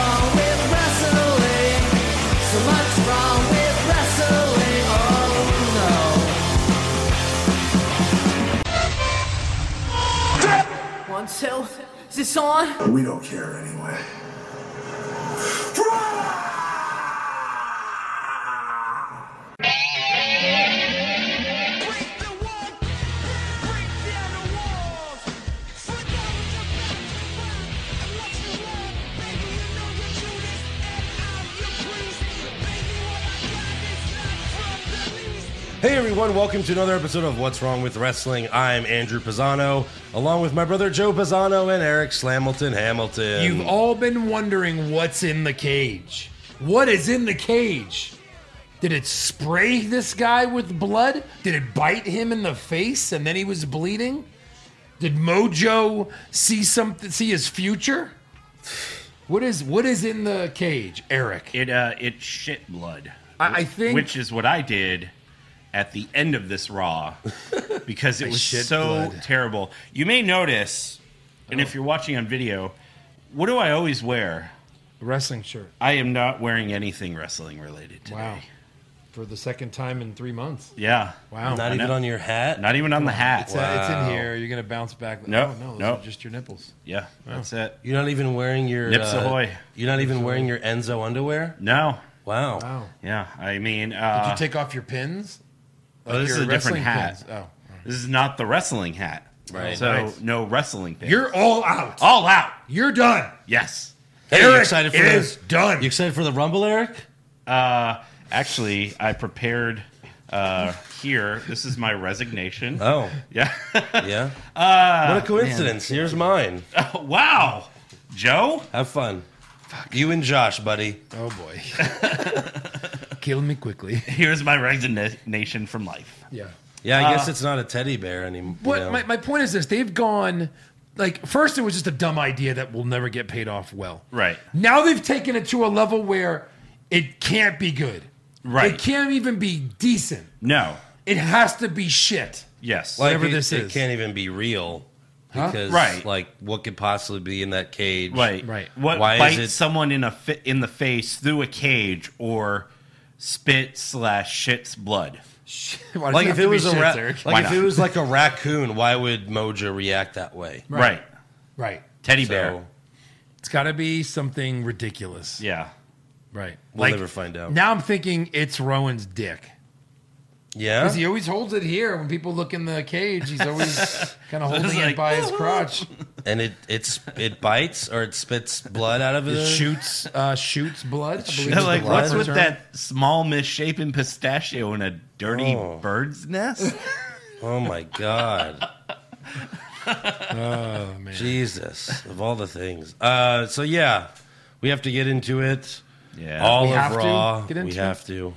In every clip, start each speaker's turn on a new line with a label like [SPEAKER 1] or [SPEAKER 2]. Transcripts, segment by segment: [SPEAKER 1] Oh,
[SPEAKER 2] So, is this on?
[SPEAKER 3] We don't care anyway.
[SPEAKER 4] Hey everyone, welcome to another episode of What's Wrong with Wrestling. I'm Andrew Pisano, along with my brother Joe Pisano and Eric Slamilton Hamilton.
[SPEAKER 1] You've all been wondering what's in the cage. What is in the cage? Did it spray this guy with blood? Did it bite him in the face and then he was bleeding? Did Mojo see something see his future? What is what is in the cage, Eric?
[SPEAKER 5] It uh, it shit blood.
[SPEAKER 1] I- I think-
[SPEAKER 5] which is what I did at the end of this Raw because it was
[SPEAKER 1] shit
[SPEAKER 5] so
[SPEAKER 1] blood. Oh.
[SPEAKER 5] terrible. You may notice, and if you're watching on video, what do I always wear?
[SPEAKER 1] Wrestling shirt.
[SPEAKER 5] I am not wearing anything wrestling related today.
[SPEAKER 1] Wow. For the second time in three months.
[SPEAKER 5] Yeah,
[SPEAKER 1] Wow.
[SPEAKER 4] not even
[SPEAKER 5] know.
[SPEAKER 4] on your hat.
[SPEAKER 5] not even on the hat.
[SPEAKER 1] it's, it's in here. You're gonna bounce back.
[SPEAKER 5] Nope,
[SPEAKER 1] Oh, no, those
[SPEAKER 5] nope.
[SPEAKER 1] are just your nipples.
[SPEAKER 5] Yeah, that's it.
[SPEAKER 4] you're not even wearing your uh,
[SPEAKER 5] Nips ahoy.
[SPEAKER 4] You're not even wearing your Enzo underwear.
[SPEAKER 5] No,
[SPEAKER 4] Wow.
[SPEAKER 1] Wow.
[SPEAKER 5] yeah. I mean,
[SPEAKER 1] Did
[SPEAKER 5] uh,
[SPEAKER 1] you take off your pins?
[SPEAKER 5] oh, this
[SPEAKER 1] Your
[SPEAKER 5] is a different
[SPEAKER 1] wrestling
[SPEAKER 5] hat.
[SPEAKER 1] pins. Oh.
[SPEAKER 5] This is not the wrestling hat.
[SPEAKER 4] Right.
[SPEAKER 5] So
[SPEAKER 1] Nice.
[SPEAKER 5] no wrestling. Thing.
[SPEAKER 1] You're all out.
[SPEAKER 5] all out.
[SPEAKER 1] You're done.
[SPEAKER 5] Yes.
[SPEAKER 4] Hey, you
[SPEAKER 1] Eric
[SPEAKER 4] excited for
[SPEAKER 1] is
[SPEAKER 4] the,
[SPEAKER 1] done.
[SPEAKER 4] You excited for the Rumble, Eric?
[SPEAKER 5] Uh, actually, I prepared uh, here. This is my resignation.
[SPEAKER 4] Oh,
[SPEAKER 5] yeah.
[SPEAKER 4] yeah.
[SPEAKER 1] Ah,
[SPEAKER 4] what a coincidence. Here's mine.
[SPEAKER 5] wow. Joe?
[SPEAKER 4] Have fun. You and Josh, buddy.
[SPEAKER 1] oh boy. Kill me quickly.
[SPEAKER 5] Here's my resignation from life.
[SPEAKER 1] Yeah.
[SPEAKER 4] Yeah, I guess it's not a teddy bear
[SPEAKER 1] Uh,
[SPEAKER 4] anymore.
[SPEAKER 1] What my, my point is this, they've gone like first it was just a dumb idea that will never get paid off well.
[SPEAKER 5] Right.
[SPEAKER 1] Now they've taken it to a level where it can't be good.
[SPEAKER 5] Right.
[SPEAKER 1] It can't even be decent.
[SPEAKER 5] No.
[SPEAKER 1] It has to be shit.
[SPEAKER 5] Yes.
[SPEAKER 4] like
[SPEAKER 1] whatever
[SPEAKER 4] it,
[SPEAKER 1] this
[SPEAKER 4] it
[SPEAKER 1] is.
[SPEAKER 4] can't even be real
[SPEAKER 1] Huh?
[SPEAKER 4] because
[SPEAKER 5] Right.
[SPEAKER 4] like what could possibly be in that cage
[SPEAKER 5] right.
[SPEAKER 1] Right.
[SPEAKER 5] What
[SPEAKER 4] Why is
[SPEAKER 5] bites
[SPEAKER 4] it-
[SPEAKER 5] someone in a fi- in the face through a cage or spit slash shits blood?
[SPEAKER 1] Why does
[SPEAKER 4] like
[SPEAKER 1] have to
[SPEAKER 4] if it
[SPEAKER 1] be
[SPEAKER 4] was a
[SPEAKER 1] shit,
[SPEAKER 4] ra-
[SPEAKER 1] Eric?
[SPEAKER 4] like
[SPEAKER 5] Why
[SPEAKER 4] if
[SPEAKER 5] not?
[SPEAKER 4] it was like a raccoon why would mojo react that way
[SPEAKER 5] Right.
[SPEAKER 1] right.
[SPEAKER 5] Teddy
[SPEAKER 4] So,
[SPEAKER 5] bear.
[SPEAKER 4] we'll
[SPEAKER 1] It's got to be something ridiculous.
[SPEAKER 5] Yeah.
[SPEAKER 1] Right.
[SPEAKER 5] Like-
[SPEAKER 4] never find out
[SPEAKER 1] Now I'm thinking it's Rowan's dick.
[SPEAKER 4] yeah
[SPEAKER 1] Because he always holds it here when people look in the cage. He's always kind of holding
[SPEAKER 5] it's
[SPEAKER 1] it
[SPEAKER 5] like,
[SPEAKER 1] by his crotch.
[SPEAKER 4] and it it's it bites or it spits blood out of it
[SPEAKER 1] shoots, uh, shoots blood. I believe is the
[SPEAKER 5] like, what's
[SPEAKER 1] proper
[SPEAKER 5] with
[SPEAKER 1] term.
[SPEAKER 5] that small misshapen pistachio in a dirty
[SPEAKER 4] Oh.
[SPEAKER 5] bird's nest?
[SPEAKER 4] oh my god
[SPEAKER 1] Oh man,
[SPEAKER 4] jesus of all the things uh so yeah we have to get into it
[SPEAKER 5] yeah.
[SPEAKER 4] all
[SPEAKER 1] We
[SPEAKER 4] of
[SPEAKER 1] have to
[SPEAKER 4] raw
[SPEAKER 1] get into
[SPEAKER 4] we
[SPEAKER 1] it? Hmm.
[SPEAKER 4] have to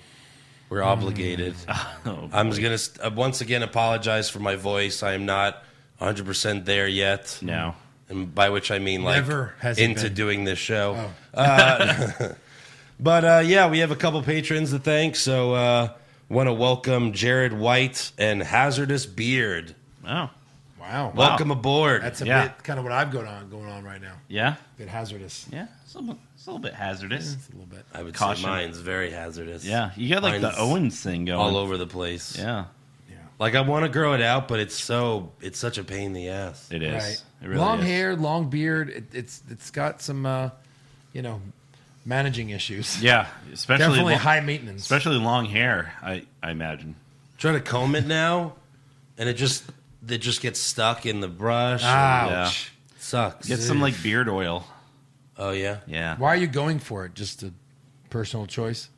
[SPEAKER 4] we're obligated
[SPEAKER 5] Oh,
[SPEAKER 4] I'm just gonna st- uh, once again apologize for my voice. I am not 100 percent there yet,
[SPEAKER 5] no.
[SPEAKER 4] and by which I mean like
[SPEAKER 1] Never has it
[SPEAKER 4] into
[SPEAKER 1] been. Oh.
[SPEAKER 4] doing this show. Uh, but uh, yeah, we have a couple patrons to thank. So uh, want to welcome Jared White and Hazardous Beard.
[SPEAKER 5] Oh,
[SPEAKER 1] wow.
[SPEAKER 4] Welcome aboard.
[SPEAKER 1] That's a
[SPEAKER 5] Yeah.
[SPEAKER 1] bit kind of what I've got on going on right now.
[SPEAKER 5] yeah,
[SPEAKER 1] A bit hazardous.
[SPEAKER 5] yeah. It's a, little- it's a little bit hazardous.
[SPEAKER 1] It's a little bit.
[SPEAKER 4] I would
[SPEAKER 5] Caution.
[SPEAKER 4] say mine's very hazardous.
[SPEAKER 5] Yeah, you got like
[SPEAKER 4] Mine's
[SPEAKER 5] the Owens thing going
[SPEAKER 4] all over the place.
[SPEAKER 5] Yeah,
[SPEAKER 4] Like I want to grow it out, but it's so it's such a pain in the ass.
[SPEAKER 5] it is.
[SPEAKER 1] Right.
[SPEAKER 5] It really
[SPEAKER 1] long
[SPEAKER 5] is.
[SPEAKER 1] hair, long beard. It, it's it's got some, uh, you know, managing issues.
[SPEAKER 5] Yeah, especially
[SPEAKER 1] Definitely
[SPEAKER 5] lo-
[SPEAKER 1] high maintenance.
[SPEAKER 5] especially long hair. I I imagine.
[SPEAKER 4] try to comb it now, and it just it just gets stuck in the brush. and
[SPEAKER 1] Ouch.
[SPEAKER 4] it sucks.
[SPEAKER 5] Get some like beard oil.
[SPEAKER 4] oh yeah,
[SPEAKER 5] Yeah.
[SPEAKER 1] Why are you going for it? Just a personal choice.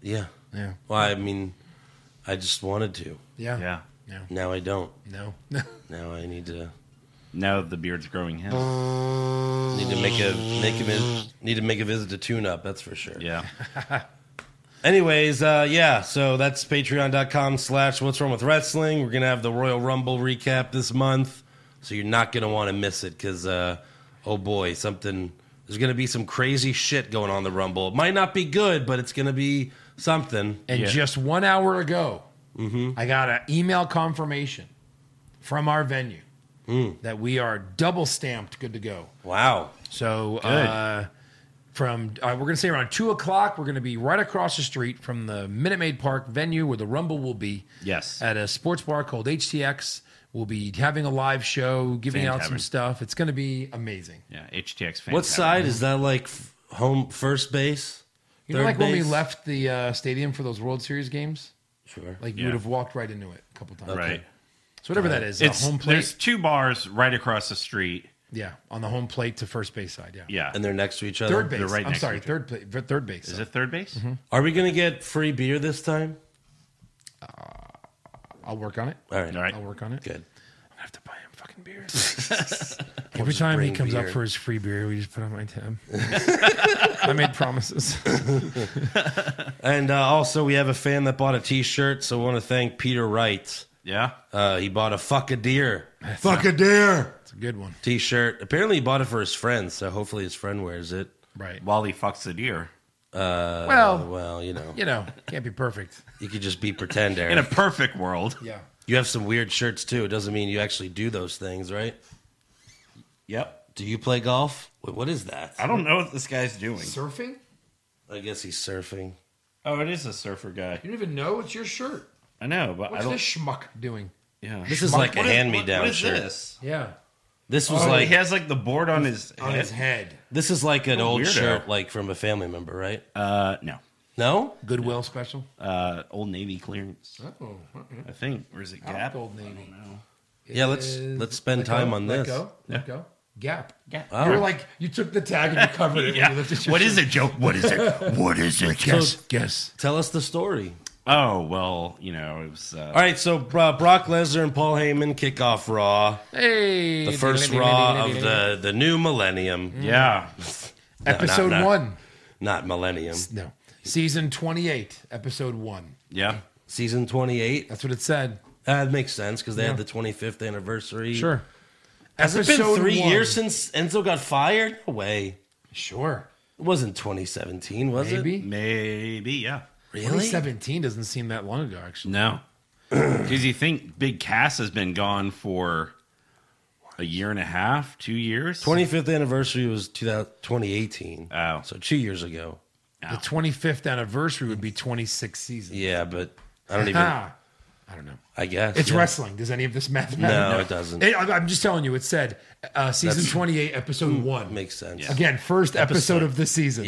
[SPEAKER 4] yeah.
[SPEAKER 1] Yeah.
[SPEAKER 4] Well, I mean, I just wanted to.
[SPEAKER 1] Yeah.
[SPEAKER 5] Yeah.
[SPEAKER 1] No.
[SPEAKER 4] Now I don't.
[SPEAKER 1] No.
[SPEAKER 4] Now I need to
[SPEAKER 5] Now the beard's growing
[SPEAKER 1] Uh.
[SPEAKER 5] him.
[SPEAKER 4] need to make a make a vis- need to make a visit to tune up. That's for sure.
[SPEAKER 5] Yeah.
[SPEAKER 4] Anyways, uh, yeah, so that's patreon.com slash what's wrong with wrestling. We're going to have the Royal Rumble recap this month, so you're not going to want to miss it because, uh, oh boy, something, there's going to be some crazy shit going on in the Rumble. It might not be good, but it's going to be something.
[SPEAKER 1] And
[SPEAKER 5] Yeah. Mm-hmm.
[SPEAKER 1] just one hour ago, I got an email confirmation from our venue
[SPEAKER 5] Mm.
[SPEAKER 1] that we are double stamped, good to go.
[SPEAKER 4] Wow.
[SPEAKER 1] So, uh, from uh, we're going to say around two o'clock, we're going to be right across the street from the Minute Maid Park venue where the Rumble will be
[SPEAKER 5] Yes.
[SPEAKER 1] at a sports bar called HTX. We'll be having a live show, giving
[SPEAKER 5] Fan
[SPEAKER 1] out some
[SPEAKER 5] Tavern.
[SPEAKER 1] stuff. It's going to be amazing.
[SPEAKER 5] Yeah, HTX fan.
[SPEAKER 4] What
[SPEAKER 5] tavern.
[SPEAKER 4] side is that? Like f- home first base.
[SPEAKER 1] You know,
[SPEAKER 4] Third
[SPEAKER 1] like when we
[SPEAKER 4] base?
[SPEAKER 1] left the uh, stadium for those World Series games,
[SPEAKER 4] Sure.
[SPEAKER 1] like you
[SPEAKER 5] Yeah.
[SPEAKER 1] would have walked right into it a couple times.
[SPEAKER 5] Right.
[SPEAKER 1] So whatever that is, uh,
[SPEAKER 5] It's
[SPEAKER 1] home
[SPEAKER 5] there's
[SPEAKER 1] plate.
[SPEAKER 5] two bars right across the street.
[SPEAKER 1] Yeah, on the home plate to first base side. Yeah.
[SPEAKER 5] Yeah.
[SPEAKER 4] and they're next to each other.
[SPEAKER 1] Third base.
[SPEAKER 5] right
[SPEAKER 1] I'm
[SPEAKER 5] next to
[SPEAKER 1] sorry,
[SPEAKER 5] each
[SPEAKER 1] third plate, third base.
[SPEAKER 5] is it third base?
[SPEAKER 1] Mm-hmm.
[SPEAKER 4] Are we gonna get free beer this time?
[SPEAKER 1] I'll work on it.
[SPEAKER 4] All right.
[SPEAKER 5] All right.
[SPEAKER 1] I'll work on it.
[SPEAKER 4] Good.
[SPEAKER 1] I have to buy him fucking beer. Every time he
[SPEAKER 4] bring
[SPEAKER 1] comes up
[SPEAKER 4] beer.
[SPEAKER 1] for his free beer, we just put on my tab. I made promises.
[SPEAKER 4] And uh, also, we have a fan that bought a T-shirt, so I want to thank Peter Wright.
[SPEAKER 5] Yeah.
[SPEAKER 4] Uh, he bought a "fuck a deer, fuck a deer"
[SPEAKER 1] It's a good one,
[SPEAKER 4] T-shirt. Apparently, he bought it for his friend, so hopefully, his friend wears it.
[SPEAKER 1] right?
[SPEAKER 5] While he fucks the deer.
[SPEAKER 1] well,
[SPEAKER 4] Well, you know,
[SPEAKER 1] you know, can't be perfect.
[SPEAKER 4] you could just be pretender.
[SPEAKER 5] In a perfect world.
[SPEAKER 1] Yeah.
[SPEAKER 4] you have some weird shirts too. It doesn't mean you actually do those things, right?
[SPEAKER 5] Yep.
[SPEAKER 4] Do you play golf? Wait, what is that?
[SPEAKER 5] I don't know what this guy's doing.
[SPEAKER 1] Surfing?
[SPEAKER 4] I guess he's surfing.
[SPEAKER 5] Oh, it is a surfer guy.
[SPEAKER 1] You don't even know it's your shirt.
[SPEAKER 5] I know, but I
[SPEAKER 1] What's
[SPEAKER 5] don't.
[SPEAKER 1] this schmuck doing?
[SPEAKER 5] Yeah.
[SPEAKER 4] This is
[SPEAKER 1] Schmuck.
[SPEAKER 4] like a
[SPEAKER 5] What is-
[SPEAKER 4] hand-me-down
[SPEAKER 5] what- what is
[SPEAKER 4] shirt. This, Oh,
[SPEAKER 5] this? Oh,
[SPEAKER 1] Yeah.
[SPEAKER 4] was
[SPEAKER 5] Like
[SPEAKER 4] like
[SPEAKER 5] he has like the board on his
[SPEAKER 1] On
[SPEAKER 5] head.
[SPEAKER 1] his head.
[SPEAKER 4] this is like an old
[SPEAKER 5] weirdo.
[SPEAKER 4] shirt, like from a family member, right?
[SPEAKER 5] Uh, no.
[SPEAKER 4] No,
[SPEAKER 1] Goodwill special.
[SPEAKER 5] Uh, Old Navy clearance.
[SPEAKER 1] Oh, all right.
[SPEAKER 5] I think. Or is it Gap?
[SPEAKER 1] Old Navy.
[SPEAKER 5] No.
[SPEAKER 4] Yeah, let's-
[SPEAKER 1] Is-
[SPEAKER 4] let's spend
[SPEAKER 1] let go,
[SPEAKER 4] time on
[SPEAKER 1] let
[SPEAKER 4] this.
[SPEAKER 1] Go, let go. Gap.
[SPEAKER 5] Gap.
[SPEAKER 1] You were like you took the tag and you covered it.
[SPEAKER 5] Yeah.
[SPEAKER 1] When you lifted your
[SPEAKER 5] What
[SPEAKER 1] shirt.
[SPEAKER 5] is it, Joe? What is it? What is it?
[SPEAKER 1] Guess. Guess.
[SPEAKER 4] Tell us the story.
[SPEAKER 5] Oh well, you know it was. Uh,
[SPEAKER 4] All right, so uh, Brock Lesnar and Paul Heyman kick off Raw,
[SPEAKER 1] Hey.
[SPEAKER 4] the first Raw of the, the new millennium.
[SPEAKER 5] Yeah.
[SPEAKER 1] episode
[SPEAKER 4] no.
[SPEAKER 1] one.
[SPEAKER 4] Not millennium.
[SPEAKER 1] No. Season 28, episode 1.
[SPEAKER 5] Yeah.
[SPEAKER 4] Season 28. Uh,
[SPEAKER 1] That's what it said.
[SPEAKER 4] that makes sense because they had
[SPEAKER 1] Yeah.
[SPEAKER 4] the 25th anniversary.
[SPEAKER 1] Has
[SPEAKER 4] It's been three years since Enzo got fired? No way.
[SPEAKER 1] Sure.
[SPEAKER 4] It wasn't 2017, was it?
[SPEAKER 1] Maybe.
[SPEAKER 5] Maybe. Yeah.
[SPEAKER 4] Really?
[SPEAKER 1] 2017 doesn't seem that long ago, actually.
[SPEAKER 5] No. Because you think Big Cass has been gone for a year and a half, two years.
[SPEAKER 4] 25th anniversary was 2000 2018.
[SPEAKER 5] Oh.
[SPEAKER 4] So two years ago.
[SPEAKER 1] The 25th anniversary would be 26 seasons.
[SPEAKER 4] Yeah, but I don't even,
[SPEAKER 1] Ah, I don't know.
[SPEAKER 4] I guess.
[SPEAKER 1] It's
[SPEAKER 4] yeah.
[SPEAKER 1] wrestling. Does any of this math
[SPEAKER 4] No,
[SPEAKER 1] matter?
[SPEAKER 4] it doesn't.
[SPEAKER 1] It- I- I'm just telling you, it said uh, season 28, episode 1.
[SPEAKER 4] Makes sense. Yeah.
[SPEAKER 1] Again, first episode, of the season.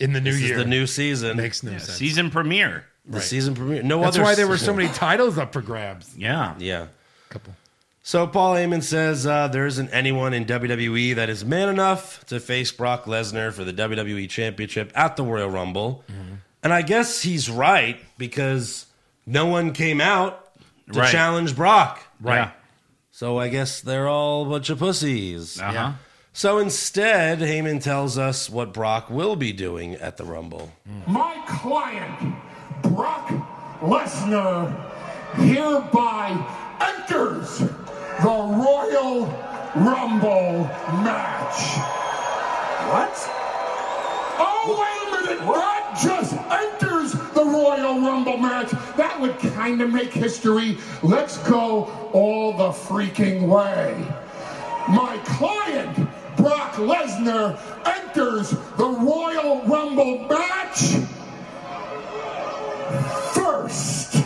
[SPEAKER 1] In the new
[SPEAKER 4] This
[SPEAKER 1] year.
[SPEAKER 4] is the new season.
[SPEAKER 1] Makes no sense.
[SPEAKER 5] Season premiere.
[SPEAKER 4] the season premiere. No
[SPEAKER 1] That's
[SPEAKER 4] other
[SPEAKER 1] why there were
[SPEAKER 4] season.
[SPEAKER 1] so many titles up for grabs.
[SPEAKER 5] Yeah.
[SPEAKER 4] Yeah.
[SPEAKER 1] Couple.
[SPEAKER 4] So Paul Heyman says uh, there isn't anyone in WWE that is man enough to face Brock Lesnar for the WWE Championship at the Royal Rumble,
[SPEAKER 1] Mm-hmm.
[SPEAKER 4] and I guess he's right because no one came out to
[SPEAKER 5] Right.
[SPEAKER 4] challenge Brock.
[SPEAKER 5] Right.
[SPEAKER 4] So I guess they're all a bunch of pussies.
[SPEAKER 5] Uh huh.
[SPEAKER 1] Yeah.
[SPEAKER 4] So instead, Heyman tells us what Brock will be doing at the Rumble.
[SPEAKER 3] My client, Brock Lesnar, hereby enters the Royal Rumble match. What? Oh, wait a minute. Brock just enters the Royal Rumble match. That would kind of make history. Let's go all the freaking way. My client, Brock Lesnar, enters the Royal Rumble match first.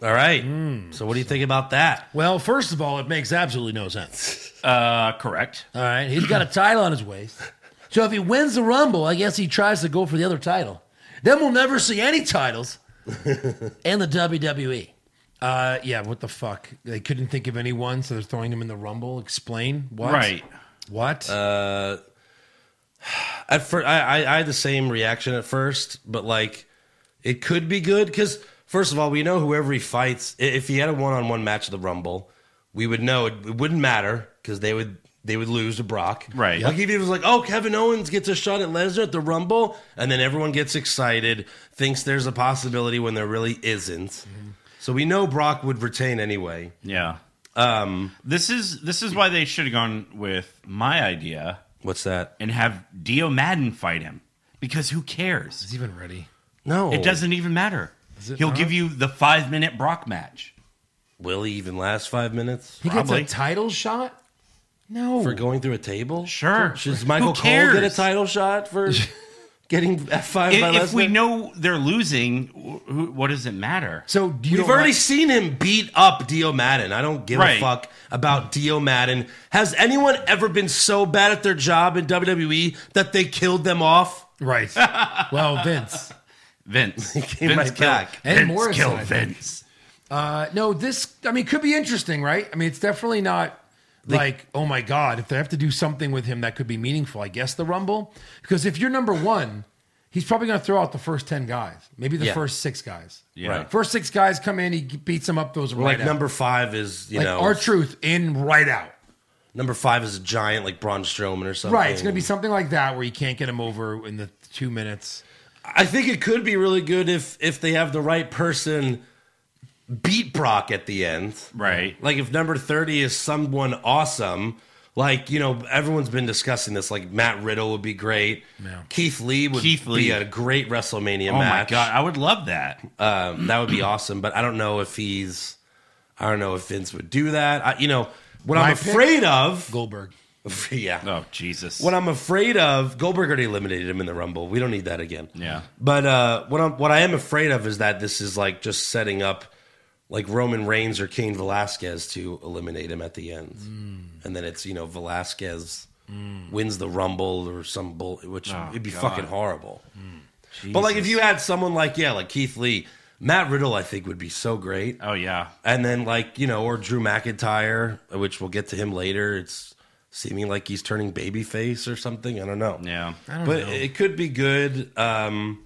[SPEAKER 4] All right. so what do you think about that?
[SPEAKER 1] Mm. Well, first of all, it makes absolutely no sense.
[SPEAKER 5] Uh, correct.
[SPEAKER 1] All right, he's got a title on his waist. So if he wins the Rumble, I guess he tries to go for the other title. Then we'll never see any titles in the WWE. Uh, yeah, what the fuck? They couldn't think of anyone, so they're throwing him in the Rumble. Explain what?
[SPEAKER 5] Right.
[SPEAKER 1] What?
[SPEAKER 4] At first, I, I, I had the same reaction at first, but like it could be good because first of all, we know whoever he fights, i- if he had a one-on-one match at the Rumble, we would know it, it wouldn't matter because they would they would lose to Brock,
[SPEAKER 5] Right.
[SPEAKER 4] Like if he was like, oh, Kevin Owens gets a shot at Lesnar at the Rumble, and then everyone gets excited, thinks there's a possibility when there really isn't.
[SPEAKER 5] Mm-hmm.
[SPEAKER 4] So we know Brock would retain anyway.
[SPEAKER 5] Yeah. Um. This is this is why they should have gone with my idea
[SPEAKER 4] What's that?
[SPEAKER 5] and have Dio Madden fight him because who cares?
[SPEAKER 1] He's even ready.
[SPEAKER 4] No,
[SPEAKER 5] It doesn't even matter.
[SPEAKER 1] Is it
[SPEAKER 5] He'll
[SPEAKER 1] not?
[SPEAKER 5] give you the five minute Brock match.
[SPEAKER 4] Will he even last five minutes?
[SPEAKER 1] He
[SPEAKER 5] Probably.
[SPEAKER 1] gets a title shot? No.
[SPEAKER 4] for going through a table?
[SPEAKER 5] Sure.
[SPEAKER 4] Should
[SPEAKER 5] Who
[SPEAKER 4] Michael Cole
[SPEAKER 5] cares?
[SPEAKER 4] get a title shot for getting F5 by
[SPEAKER 6] If, if
[SPEAKER 4] Lesnar?
[SPEAKER 6] we know they're losing, wh- who, what does it matter?
[SPEAKER 1] So do you
[SPEAKER 4] We've
[SPEAKER 1] don't
[SPEAKER 4] already
[SPEAKER 1] like-
[SPEAKER 4] seen him beat up Dio Madden. I don't give a
[SPEAKER 6] Right.
[SPEAKER 4] fuck about Dio Madden. Has anyone ever been so bad at their job in WWE that they killed them off?
[SPEAKER 1] right. Well, Vince
[SPEAKER 6] Vince.
[SPEAKER 4] came
[SPEAKER 6] Vince
[SPEAKER 4] right back.
[SPEAKER 1] and
[SPEAKER 6] Vince
[SPEAKER 1] Morrison.
[SPEAKER 6] killed
[SPEAKER 1] I think.
[SPEAKER 6] Vince.
[SPEAKER 1] Uh, no, this I mean could be interesting, right? I mean, it's definitely not like oh my god, if they have to do something with him that could be meaningful, I guess the Rumble. Because if you're number one, he's probably going to throw out the first ten guys, maybe the
[SPEAKER 4] Yeah.
[SPEAKER 1] first six guys.
[SPEAKER 6] Yeah.
[SPEAKER 4] Right.
[SPEAKER 1] First six guys come in, he beats them up. Those right
[SPEAKER 4] Like
[SPEAKER 1] out.
[SPEAKER 4] number five is you
[SPEAKER 1] like
[SPEAKER 4] know
[SPEAKER 1] our truth in right out.
[SPEAKER 4] number five is a giant like Braun Strowman or something.
[SPEAKER 1] Right, it's going to be something like that where you can't get him over in the two minutes.
[SPEAKER 4] I think it could be really good if if they have the right person beat Brock at the end.
[SPEAKER 6] Right.
[SPEAKER 4] Like if number 30 is someone awesome, like, you know, everyone's been discussing this. Like Matt Riddle would be great. Keith Lee would
[SPEAKER 6] Keith
[SPEAKER 4] be
[SPEAKER 6] Lee.
[SPEAKER 4] a great WrestleMania
[SPEAKER 6] Oh my
[SPEAKER 4] match.
[SPEAKER 6] god, I would love that.
[SPEAKER 4] Um, that would be awesome. But I don't know if he's, I don't know if Vince would do that. I, you know, what
[SPEAKER 1] My
[SPEAKER 4] I'm
[SPEAKER 1] pick-
[SPEAKER 4] afraid of,
[SPEAKER 1] Goldberg.
[SPEAKER 4] yeah.
[SPEAKER 6] oh Jesus.
[SPEAKER 4] What I'm afraid of, Goldberg already eliminated him in the Rumble. We don't need that again.
[SPEAKER 6] Yeah.
[SPEAKER 4] But uh, what I'm what I am afraid of is that this is like just setting up like Roman Reigns or Kane Velasquez to eliminate him at the end,
[SPEAKER 6] Mm.
[SPEAKER 4] and then it's you know Velasquez wins the Rumble or some bull, which
[SPEAKER 6] Oh,
[SPEAKER 4] it'd be
[SPEAKER 6] God. Mm.
[SPEAKER 4] fucking horrible. But like if you had someone like yeah, like Keith Lee, Matt Riddle, I think would be so great.
[SPEAKER 6] oh yeah.
[SPEAKER 4] And then like, you know, or Drew McIntyre, which we'll get to him later. It's seeming like he's turning babyface or something. I don't know.
[SPEAKER 6] Yeah.
[SPEAKER 4] but it could be good. Um,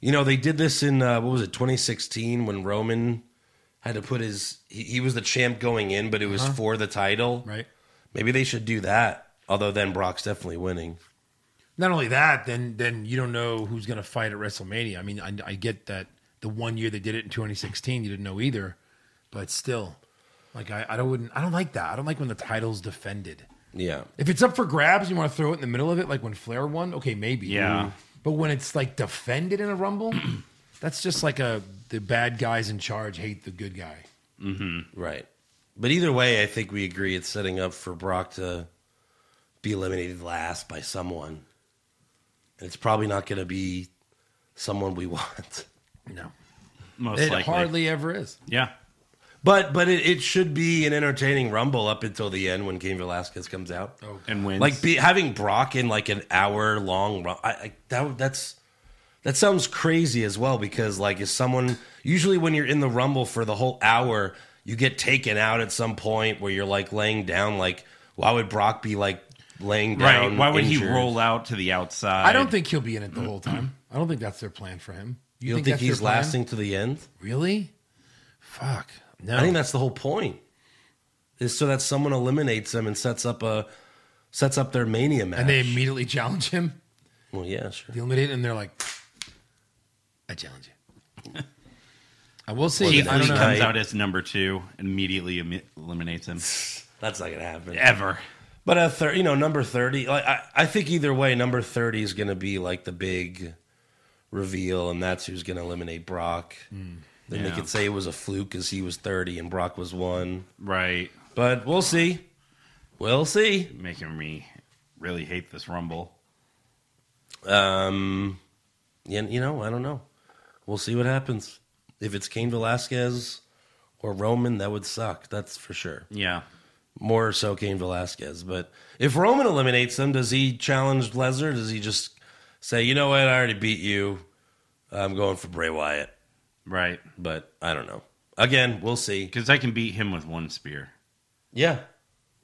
[SPEAKER 4] you know, they did this in uh, what was it, 2016 when Roman had to put his he, he was the champ going in, but it was for the title.
[SPEAKER 1] Right.
[SPEAKER 4] Maybe they should do that. Although then Brock's definitely winning.
[SPEAKER 1] Not only that, then then you don't know who's going to fight at WrestleMania. I mean, I, I get that the one year they did it in 2016, you didn't know either, but still, like I, I don't wouldn't I don't like that. I don't like when the title's defended.
[SPEAKER 4] Yeah.
[SPEAKER 1] If it's up for grabs, you want to throw it in the middle of it, like when Flair won. Okay, maybe.
[SPEAKER 6] Yeah.
[SPEAKER 1] But when it's like defended in a rumble, that's just like a the bad guys in charge hate the good guy.
[SPEAKER 4] Right. But either way, I think we agree it's setting up for Brock to be eliminated last by someone. And it's probably not going to be someone we want.
[SPEAKER 1] No,
[SPEAKER 6] Most
[SPEAKER 1] it
[SPEAKER 6] likely.
[SPEAKER 1] hardly ever is.
[SPEAKER 6] yeah.
[SPEAKER 4] But but it, it should be an entertaining rumble up until the end when Cain Velasquez comes out.
[SPEAKER 1] Oh, God.
[SPEAKER 6] And wins.
[SPEAKER 4] Like be, having Brock in like an hour long run, I, I, that that's that sounds crazy as well because like is someone usually when you're in the rumble for the whole hour you get taken out at some point where you're like laying down like why would Brock be like laying
[SPEAKER 6] right.
[SPEAKER 4] down
[SPEAKER 6] Why would he
[SPEAKER 4] injured?
[SPEAKER 6] roll out to the outside?
[SPEAKER 1] I don't think he'll be in it the whole time. I don't think that's their plan for him.
[SPEAKER 4] You don't think,
[SPEAKER 1] that's
[SPEAKER 4] he's
[SPEAKER 1] their plan?
[SPEAKER 4] lasting to the end?
[SPEAKER 1] Really? Fuck. No.
[SPEAKER 4] I think that's the whole point is so that someone eliminates him and sets up a sets up their mania match.
[SPEAKER 1] and they immediately challenge him.
[SPEAKER 4] well, yeah, sure.
[SPEAKER 1] They eliminate him, and they're like, I challenge you. I will see.
[SPEAKER 6] Keith
[SPEAKER 1] I
[SPEAKER 6] Lee
[SPEAKER 1] don't know.
[SPEAKER 6] comes
[SPEAKER 4] know.
[SPEAKER 6] out as number two and immediately emi- eliminates him.
[SPEAKER 4] That's not gonna happen.
[SPEAKER 6] Ever.
[SPEAKER 4] But a thir- you know, number thirty. Like I, I think either way, number thirty is going to be like the big reveal, and that's who's going to eliminate Brock. then they
[SPEAKER 6] Yeah.
[SPEAKER 4] could say it was a fluke because he was thirty and Brock was one.
[SPEAKER 6] Right.
[SPEAKER 4] But we'll see. We'll see.
[SPEAKER 6] Making me really hate this rumble.
[SPEAKER 4] Um, and you know, I don't know. We'll see what happens. If it's Cain Velasquez or Roman, that would suck. That's for sure.
[SPEAKER 6] Yeah.
[SPEAKER 4] More so Cain Velasquez. But if Roman eliminates him, does he challenge Lesnar? Does he just say, you know what, I already beat you. I'm going for Bray Wyatt.
[SPEAKER 6] Right.
[SPEAKER 4] But I don't know. Again, we'll see.
[SPEAKER 6] Because I can beat him with one spear.
[SPEAKER 4] Yeah.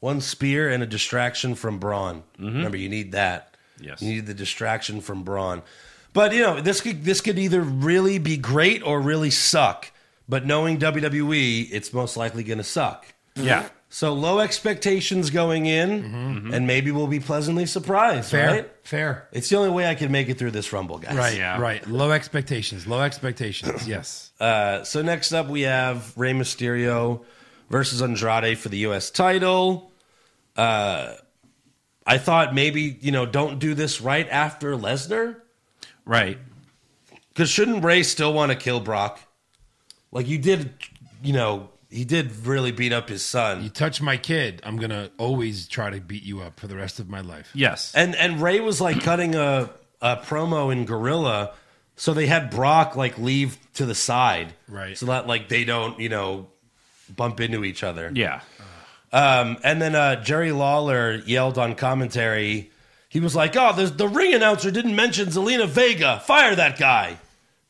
[SPEAKER 4] One spear and a distraction from Braun. Remember, you need that.
[SPEAKER 6] Yes.
[SPEAKER 4] You need the distraction from Braun. But you know, this could this could either really be great or really suck. But knowing WWE, it's most likely gonna suck.
[SPEAKER 6] Yeah.
[SPEAKER 4] So low expectations going in, and maybe we'll be pleasantly surprised,
[SPEAKER 1] Fair.
[SPEAKER 4] right?
[SPEAKER 1] Fair.
[SPEAKER 4] It's the only way I can make it through this rumble, guys.
[SPEAKER 1] Right.
[SPEAKER 6] Yeah.
[SPEAKER 1] Right. Low expectations. Low expectations. yes.
[SPEAKER 4] Uh, so next up, we have Rey Mysterio versus Andrade for the U.S. title. Uh, I thought maybe you know don't do this right after Lesnar
[SPEAKER 6] Right.
[SPEAKER 4] because shouldn't Ray still want to kill Brock? Like you did, you know he did really beat up his son,
[SPEAKER 1] You touch my kid, I'm gonna always try to beat you up for the rest of my life.
[SPEAKER 6] Yes.
[SPEAKER 4] and and Ray was like cutting a a promo in Gorilla, so they had Brock like leave to the side,
[SPEAKER 1] Right.
[SPEAKER 4] So that like they don't you know bump into each other.
[SPEAKER 6] Yeah.
[SPEAKER 4] Um, and then uh, Jerry Lawler yelled on commentary. He was like, "Oh, the, the ring announcer didn't mention Zelina Vega. Fire that guy!"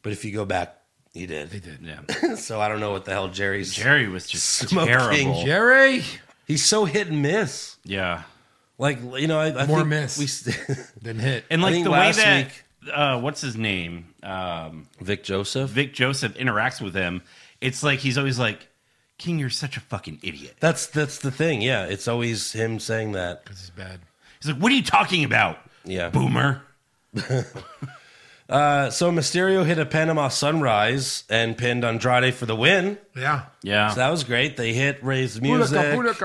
[SPEAKER 4] But if you go back, he did. He
[SPEAKER 6] Yeah.
[SPEAKER 4] so I don't know what the hell Jerry's.
[SPEAKER 6] Jerry was just
[SPEAKER 4] Smoking
[SPEAKER 6] terrible.
[SPEAKER 4] Jer-
[SPEAKER 1] Jerry.
[SPEAKER 4] He's so hit and miss.
[SPEAKER 6] yeah.
[SPEAKER 4] Like you know, I, I
[SPEAKER 1] More
[SPEAKER 4] think
[SPEAKER 1] miss.
[SPEAKER 4] We st-
[SPEAKER 1] Didn't hit.
[SPEAKER 6] And
[SPEAKER 4] I
[SPEAKER 6] like
[SPEAKER 4] think
[SPEAKER 6] the way
[SPEAKER 4] last
[SPEAKER 6] that uh, what's his name? Um,
[SPEAKER 4] Vic Joseph.
[SPEAKER 6] Vic Joseph interacts with him, it's like he's always like, King, you're such a fucking idiot.
[SPEAKER 4] That's that's the thing. Yeah, it's always him saying that.
[SPEAKER 1] This is bad.
[SPEAKER 6] He's like, What are you talking about?
[SPEAKER 4] Yeah.
[SPEAKER 6] Boomer.
[SPEAKER 4] Uh, so Mysterio hit a Panama Sunrise and pinned Andrade for the win.
[SPEAKER 1] Yeah.
[SPEAKER 6] Yeah.
[SPEAKER 4] So that was great. They hit Ray's music.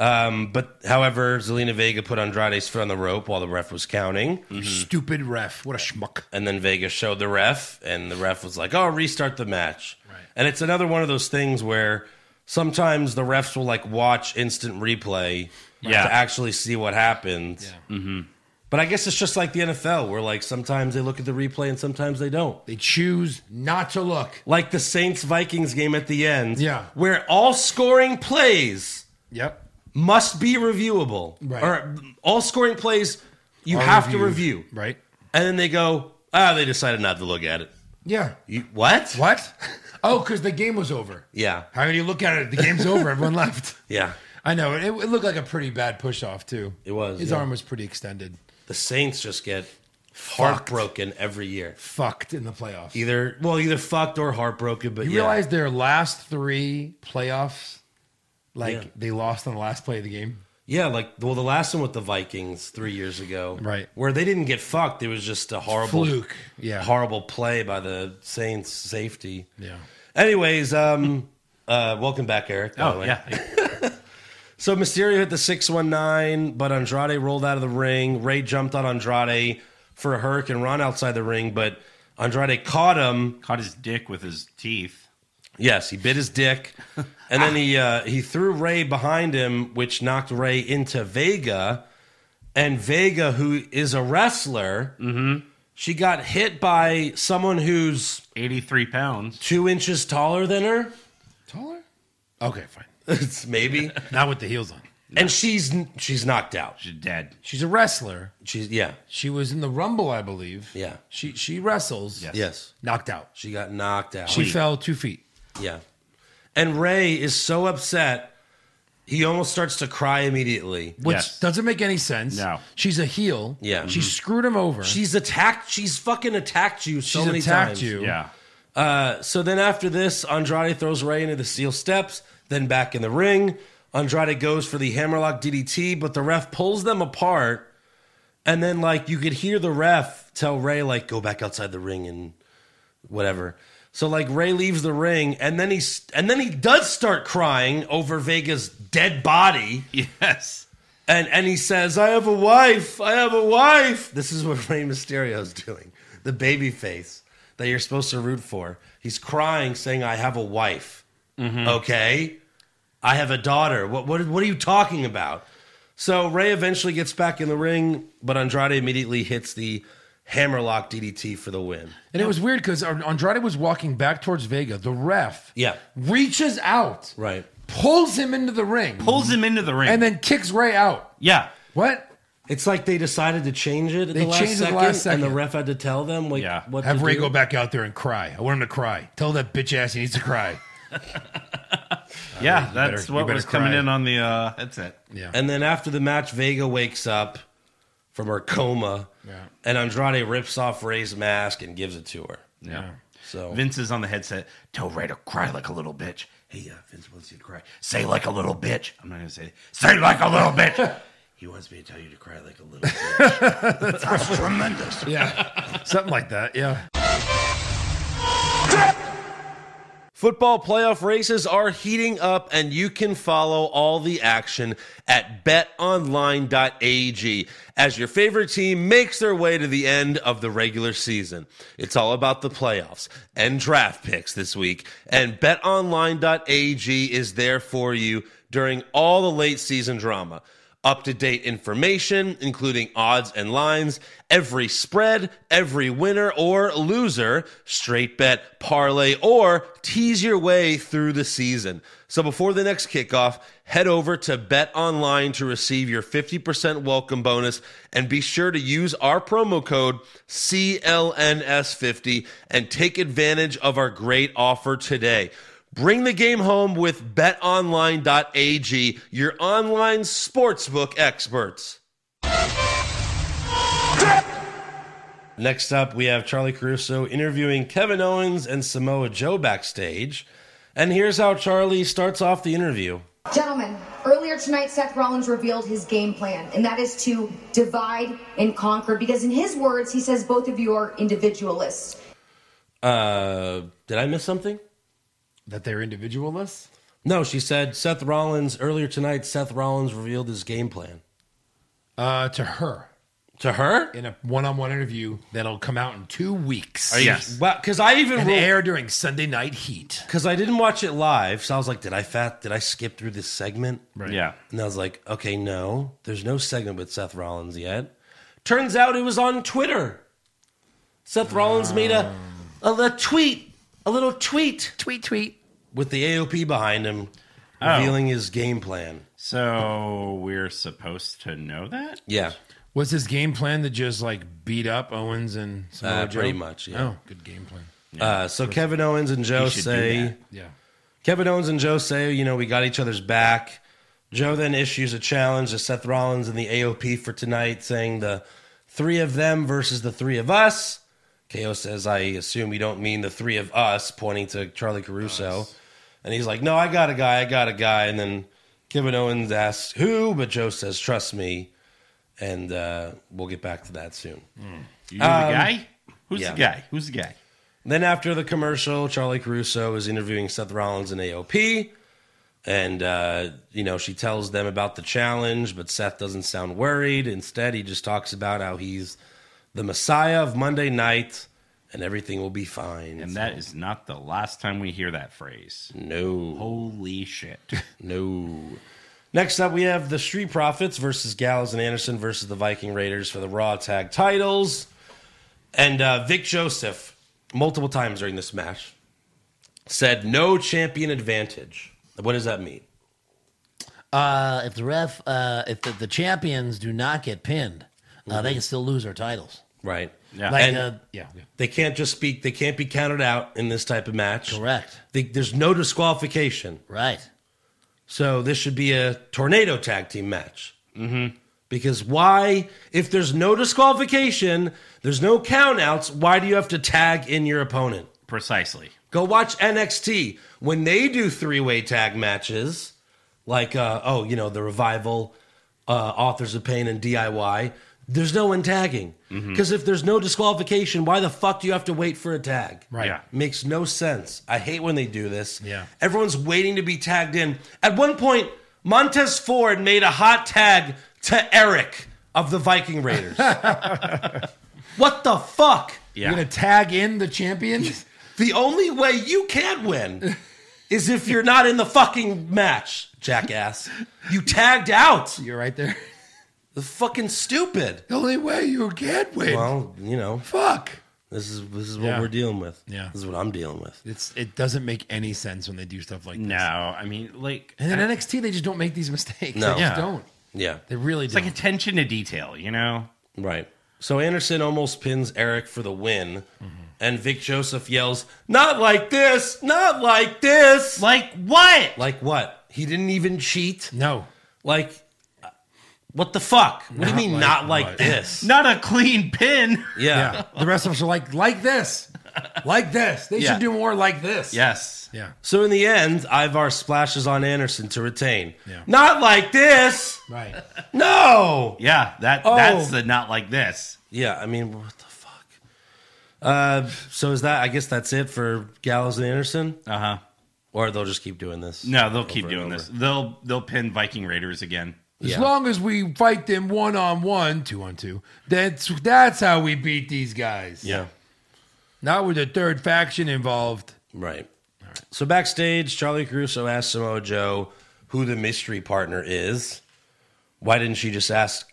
[SPEAKER 4] Um, but however, Zelina Vega put Andrade's foot on the rope while the ref was counting,
[SPEAKER 1] Stupid ref. What a schmuck.
[SPEAKER 4] and then Vega showed the ref, and the ref was like, "Oh, restart the match."
[SPEAKER 1] Right.
[SPEAKER 4] And it's another one of those things where sometimes the refs will like watch instant replay
[SPEAKER 6] Yeah.
[SPEAKER 4] to actually see what happened. But I guess it's just like the NFL, where like sometimes they look at the replay and sometimes they don't.
[SPEAKER 1] They choose not to look.
[SPEAKER 4] Like the Saints Vikings game at the end,
[SPEAKER 1] Yeah.
[SPEAKER 4] where all scoring plays
[SPEAKER 1] Yep.
[SPEAKER 4] must be reviewable.
[SPEAKER 1] Right.
[SPEAKER 4] Or all scoring plays you have to review.
[SPEAKER 1] Right.
[SPEAKER 4] And then they go, ah, they decided not to look at it.
[SPEAKER 1] Yeah.
[SPEAKER 4] You, what?
[SPEAKER 1] What? Oh, because the game was over.
[SPEAKER 4] Yeah.
[SPEAKER 1] How do you look at it? The game's over. Everyone left.
[SPEAKER 4] Yeah.
[SPEAKER 1] I know. It, it looked like a pretty bad push off too.
[SPEAKER 4] It was,
[SPEAKER 1] His
[SPEAKER 4] yeah.
[SPEAKER 1] arm was pretty extended.
[SPEAKER 4] The Saints just get
[SPEAKER 1] Fucked.
[SPEAKER 4] heartbroken every year.
[SPEAKER 1] Fucked in the playoffs. You
[SPEAKER 4] Either well, either fucked or heartbroken, but yeah.
[SPEAKER 1] realize their last three playoffs, like
[SPEAKER 4] Yeah.
[SPEAKER 1] they lost on the last play of the game.
[SPEAKER 4] Yeah, like well, the last one with the Vikings three years ago,
[SPEAKER 1] Right.
[SPEAKER 4] Where they didn't get fucked. It was just a horrible
[SPEAKER 1] Fluke. Yeah.
[SPEAKER 4] horrible play by the Saints safety.
[SPEAKER 1] Yeah.
[SPEAKER 4] Anyways, um, uh, welcome back, Eric. by the
[SPEAKER 6] Oh
[SPEAKER 4] way.
[SPEAKER 6] yeah.
[SPEAKER 4] So Mysterio hit the six one nine, but Andrade rolled out of the ring. Ray jumped on Andrade for a hurricane run outside the ring, but Andrade caught him.
[SPEAKER 6] Caught his dick with his teeth.
[SPEAKER 4] Yes, he bit his dick, and then he uh, he threw Ray behind him, which knocked Ray into Vega. And Vega, who is a wrestler, she got hit by someone who's
[SPEAKER 6] Eighty three pounds.
[SPEAKER 4] two inches taller than her.
[SPEAKER 1] Taller? Okay, fine.
[SPEAKER 4] It's maybe,
[SPEAKER 1] Not with the heels on.
[SPEAKER 4] and she's she's knocked out.
[SPEAKER 6] She's dead.
[SPEAKER 1] She's a wrestler.
[SPEAKER 4] She's yeah,
[SPEAKER 1] She was in the Rumble, I believe.
[SPEAKER 4] Yeah.
[SPEAKER 1] She she wrestles.
[SPEAKER 6] Yes.
[SPEAKER 4] yes.
[SPEAKER 1] Knocked out.
[SPEAKER 4] She got knocked out.
[SPEAKER 1] She fell two feet.
[SPEAKER 4] Yeah. And Ray is so upset, he almost starts to cry immediately.
[SPEAKER 1] Which
[SPEAKER 6] Yes.
[SPEAKER 1] doesn't make any sense.
[SPEAKER 6] No. Mm-hmm.
[SPEAKER 1] She's a heel.
[SPEAKER 4] Yeah.
[SPEAKER 1] She screwed him over.
[SPEAKER 4] She's attacked. She's fucking attacked you so
[SPEAKER 1] She's
[SPEAKER 4] many
[SPEAKER 1] attacked
[SPEAKER 4] times.
[SPEAKER 1] you.
[SPEAKER 6] Yeah.
[SPEAKER 4] Uh, so then after this, Andrade throws Ray into the steel steps, then back in the ring. Andrade goes for the hammerlock DDT, but the ref pulls them apart. And then, like, you could hear the ref tell Ray, like, go back outside the ring and whatever. So, like, Ray leaves the ring, and then he and then he does start crying over Vega's dead body.
[SPEAKER 6] Yes.
[SPEAKER 4] And and he says, "I have a wife. I have a wife." This is what Rey Mysterio's doing. The baby face that you're supposed to root for. He's crying, saying, "I have a wife."
[SPEAKER 1] Mm-hmm.
[SPEAKER 4] Okay, I have a daughter. What what what are you talking about? So Ray eventually gets back in the ring, but Andrade immediately hits the hammerlock DDT for the win.
[SPEAKER 1] And it was weird because Andrade was walking back towards Vega. The ref
[SPEAKER 4] Yeah.
[SPEAKER 1] reaches out,
[SPEAKER 4] Right.
[SPEAKER 1] pulls him into the ring,
[SPEAKER 6] Pulls him into the ring.
[SPEAKER 1] and then kicks Ray out.
[SPEAKER 6] yeah.
[SPEAKER 1] What?
[SPEAKER 4] It's like they decided to change it. At
[SPEAKER 1] They
[SPEAKER 4] the last
[SPEAKER 1] changed it
[SPEAKER 4] second,
[SPEAKER 1] at the last
[SPEAKER 4] and the
[SPEAKER 1] second.
[SPEAKER 4] ref had to tell them, like,
[SPEAKER 6] Yeah.
[SPEAKER 4] what
[SPEAKER 1] Have
[SPEAKER 4] to
[SPEAKER 1] Ray
[SPEAKER 4] do.
[SPEAKER 1] go back out there and cry. I want him to cry. Tell that bitch ass he needs to cry.
[SPEAKER 6] Yeah.
[SPEAKER 1] better-
[SPEAKER 6] that's
[SPEAKER 1] you
[SPEAKER 6] what
[SPEAKER 1] better
[SPEAKER 6] was coming
[SPEAKER 1] cry.
[SPEAKER 6] in on the uh headset.
[SPEAKER 1] Yeah.
[SPEAKER 4] And then after the match, Vega wakes up from her coma,
[SPEAKER 1] Yeah.
[SPEAKER 4] and Andrade rips off Ray's mask and gives it to her.
[SPEAKER 6] Yeah.
[SPEAKER 4] So
[SPEAKER 6] Vince is on the headset. Tell Ray to cry like a little bitch. Hey, uh, Vince wants you to cry. Say like a little bitch. I'm not gonna say. Say like a little bitch. he wants me to tell you to cry like a little bitch.
[SPEAKER 7] That's tremendous.
[SPEAKER 1] yeah. Something like that. Yeah.
[SPEAKER 4] football playoff races are heating up, and you can follow all the action at betonline.ag as your favorite team makes their way to the end of the regular season. It's all about the playoffs and draft picks this week, and betonline.ag is there for you during all the late season drama. up to date information, including odds and lines, every spread, every winner or loser, straight bet, parlay, or tease your way through the season. So before the next kickoff, head over to Bet Online to receive your 50% welcome bonus and be sure to use our promo code CLNS50 and take advantage of our great offer today. Bring the game home with betonline.ag, your online sportsbook experts. Next up, we have Charlie Caruso interviewing Kevin Owens and Samoa Joe backstage. And here's how Charlie starts off the interview.
[SPEAKER 8] Gentlemen, earlier tonight, Seth Rollins revealed his game plan, and that is to divide and conquer. Because in his words, he says both of you are individualists.
[SPEAKER 4] Uh, did I miss something?
[SPEAKER 1] That they're individualists?
[SPEAKER 4] No, she said Seth Rollins earlier tonight. Seth Rollins revealed his game plan
[SPEAKER 1] Uh, to her.
[SPEAKER 4] to her.
[SPEAKER 1] In a one on one interview that'll come out in two weeks.
[SPEAKER 4] Are you- Wow, because I even
[SPEAKER 1] And
[SPEAKER 4] ruled-
[SPEAKER 1] air during Sunday Night Heat.
[SPEAKER 4] because I didn't watch it live, so I was like, did I fat? Did I skip through this segment?
[SPEAKER 1] Right.
[SPEAKER 6] Yeah.
[SPEAKER 4] And I was like, okay, no, there's no segment with Seth Rollins yet. Turns out it was on Twitter. Seth Rollins made a a, li- tweet, a little tweet, tweet, tweet, with the AOP behind him,
[SPEAKER 6] Oh.
[SPEAKER 4] revealing his game plan.
[SPEAKER 6] So we're supposed to know that?
[SPEAKER 4] Yeah,
[SPEAKER 1] Was his game plan to just like beat up Owens and Samoa
[SPEAKER 4] Uh,
[SPEAKER 1] Joe?
[SPEAKER 4] pretty much, yeah.
[SPEAKER 1] Oh, good game plan.
[SPEAKER 4] Uh, so Kevin Owens and Joe
[SPEAKER 6] He should do
[SPEAKER 4] say.
[SPEAKER 6] that.
[SPEAKER 1] Yeah.
[SPEAKER 4] Kevin Owens and Joe say, you know, we got each other's back. Joe then issues a challenge to Seth Rollins and the AOP for tonight, saying the three of them versus the three of us. KO says, I assume you don't mean the three of us, pointing to Charlie Caruso. And he's like, No, I got a guy, I got a guy. And then Kevin Owens asks, Who? But Joe says, Trust me. And uh, we'll get back to that soon.
[SPEAKER 6] You know the guy? Who's
[SPEAKER 4] yeah.
[SPEAKER 6] the guy? Who's the guy?
[SPEAKER 4] Then after the commercial, Charlie Caruso is interviewing Seth Rollins and AOP, and uh, you know she tells them about the challenge, but Seth doesn't sound worried. Instead, he just talks about how he's the Messiah of Monday Night, and everything will be fine.
[SPEAKER 6] And that is not the last time we hear that phrase.
[SPEAKER 4] no,
[SPEAKER 6] Holy shit.
[SPEAKER 4] no. Next up, we have the Street Profits versus Gallows and Anderson versus the Viking Raiders for the Raw Tag Titles, and uh, Vic Joseph multiple times during this match said no champion advantage. What does that mean?
[SPEAKER 9] Uh, if the ref, uh, if the, the champions do not get pinned, uh, they can still lose their titles.
[SPEAKER 4] Right.
[SPEAKER 6] Yeah.
[SPEAKER 9] Like,
[SPEAKER 4] And-
[SPEAKER 9] uh,
[SPEAKER 1] Yeah. Mhm. yeah.
[SPEAKER 4] They can't just be. They can't be counted out in this type of match.
[SPEAKER 9] correct,
[SPEAKER 4] They, there's no disqualification,
[SPEAKER 9] right?
[SPEAKER 4] so this should be a tornado tag team match. Mm-hmm. Because why, if there's no disqualification, there's no countouts. Why do you have to tag in your opponent?
[SPEAKER 6] Precisely.
[SPEAKER 4] Go watch NXT when they do three way tag matches, like uh, oh, you know the revival, uh, authors of pain and DIY. There's no one tagging
[SPEAKER 1] Mm-hmm.
[SPEAKER 4] because if there's no disqualification, why the fuck do you have to wait for a tag?
[SPEAKER 1] Right.
[SPEAKER 6] Yeah.
[SPEAKER 4] makes no sense. I hate when they do this.
[SPEAKER 1] Yeah.
[SPEAKER 4] everyone's waiting to be tagged in. At one point, Montez Ford made a hot tag to Eric of the Viking Raiders. what the fuck?
[SPEAKER 6] Yeah.
[SPEAKER 1] You're going to tag in the champions?
[SPEAKER 4] The only way you can win is if you're not in the fucking match, jackass. You tagged out.
[SPEAKER 1] You're right there.
[SPEAKER 4] It's fucking stupid.
[SPEAKER 1] The only way you can win.
[SPEAKER 4] Well, you know,
[SPEAKER 1] Fuck.
[SPEAKER 4] this is this is what
[SPEAKER 1] Yeah.
[SPEAKER 4] we're dealing with.
[SPEAKER 1] Yeah.
[SPEAKER 4] This is what I'm dealing with.
[SPEAKER 1] It's It doesn't make any sense when they do stuff like
[SPEAKER 6] No,
[SPEAKER 1] this.
[SPEAKER 6] I mean, like,
[SPEAKER 1] And then NXT, they just don't make these mistakes.
[SPEAKER 4] No.
[SPEAKER 1] They
[SPEAKER 4] Yeah.
[SPEAKER 1] just don't.
[SPEAKER 4] Yeah.
[SPEAKER 1] They really
[SPEAKER 6] it's
[SPEAKER 1] don't.
[SPEAKER 6] like attention to detail, you know?
[SPEAKER 4] Right. So Anderson almost pins Eric for the win, and Vic Joseph yells, "Not like this! Not like this!"
[SPEAKER 6] Like, what?
[SPEAKER 4] Like what? He didn't even cheat.
[SPEAKER 1] no.
[SPEAKER 4] Like, uh, what the fuck? What do you mean,
[SPEAKER 1] like
[SPEAKER 4] not like
[SPEAKER 1] what?
[SPEAKER 4] this?
[SPEAKER 6] Not a clean pin.
[SPEAKER 4] yeah.
[SPEAKER 1] Yeah. the rest of us are like, like this. Like this. They
[SPEAKER 6] Yeah.
[SPEAKER 1] should do more like this.
[SPEAKER 6] Yes.
[SPEAKER 1] Yeah.
[SPEAKER 4] So in the end, Ivar splashes on Anderson to retain.
[SPEAKER 1] Yeah.
[SPEAKER 4] Not like this.
[SPEAKER 1] Right.
[SPEAKER 4] No.
[SPEAKER 6] Yeah, that
[SPEAKER 4] Oh.
[SPEAKER 6] that's the not like this.
[SPEAKER 4] Yeah, I mean, what the fuck? Uh, so is that? I guess that's it for Gallows and Anderson,
[SPEAKER 6] Uh huh.
[SPEAKER 4] or they'll just keep doing this.
[SPEAKER 6] No, they'll keep
[SPEAKER 4] Over and
[SPEAKER 6] doing this.
[SPEAKER 4] over.
[SPEAKER 6] They'll they'll pin Viking Raiders again.
[SPEAKER 1] As
[SPEAKER 4] Yeah.
[SPEAKER 1] long as we fight them one on one, two on two, that's that's how we beat these guys.
[SPEAKER 4] Yeah.
[SPEAKER 1] Not with the third faction involved.
[SPEAKER 4] Right. So backstage, Charlie Caruso asks Samoa Joe who the mystery partner is, Why didn't she just ask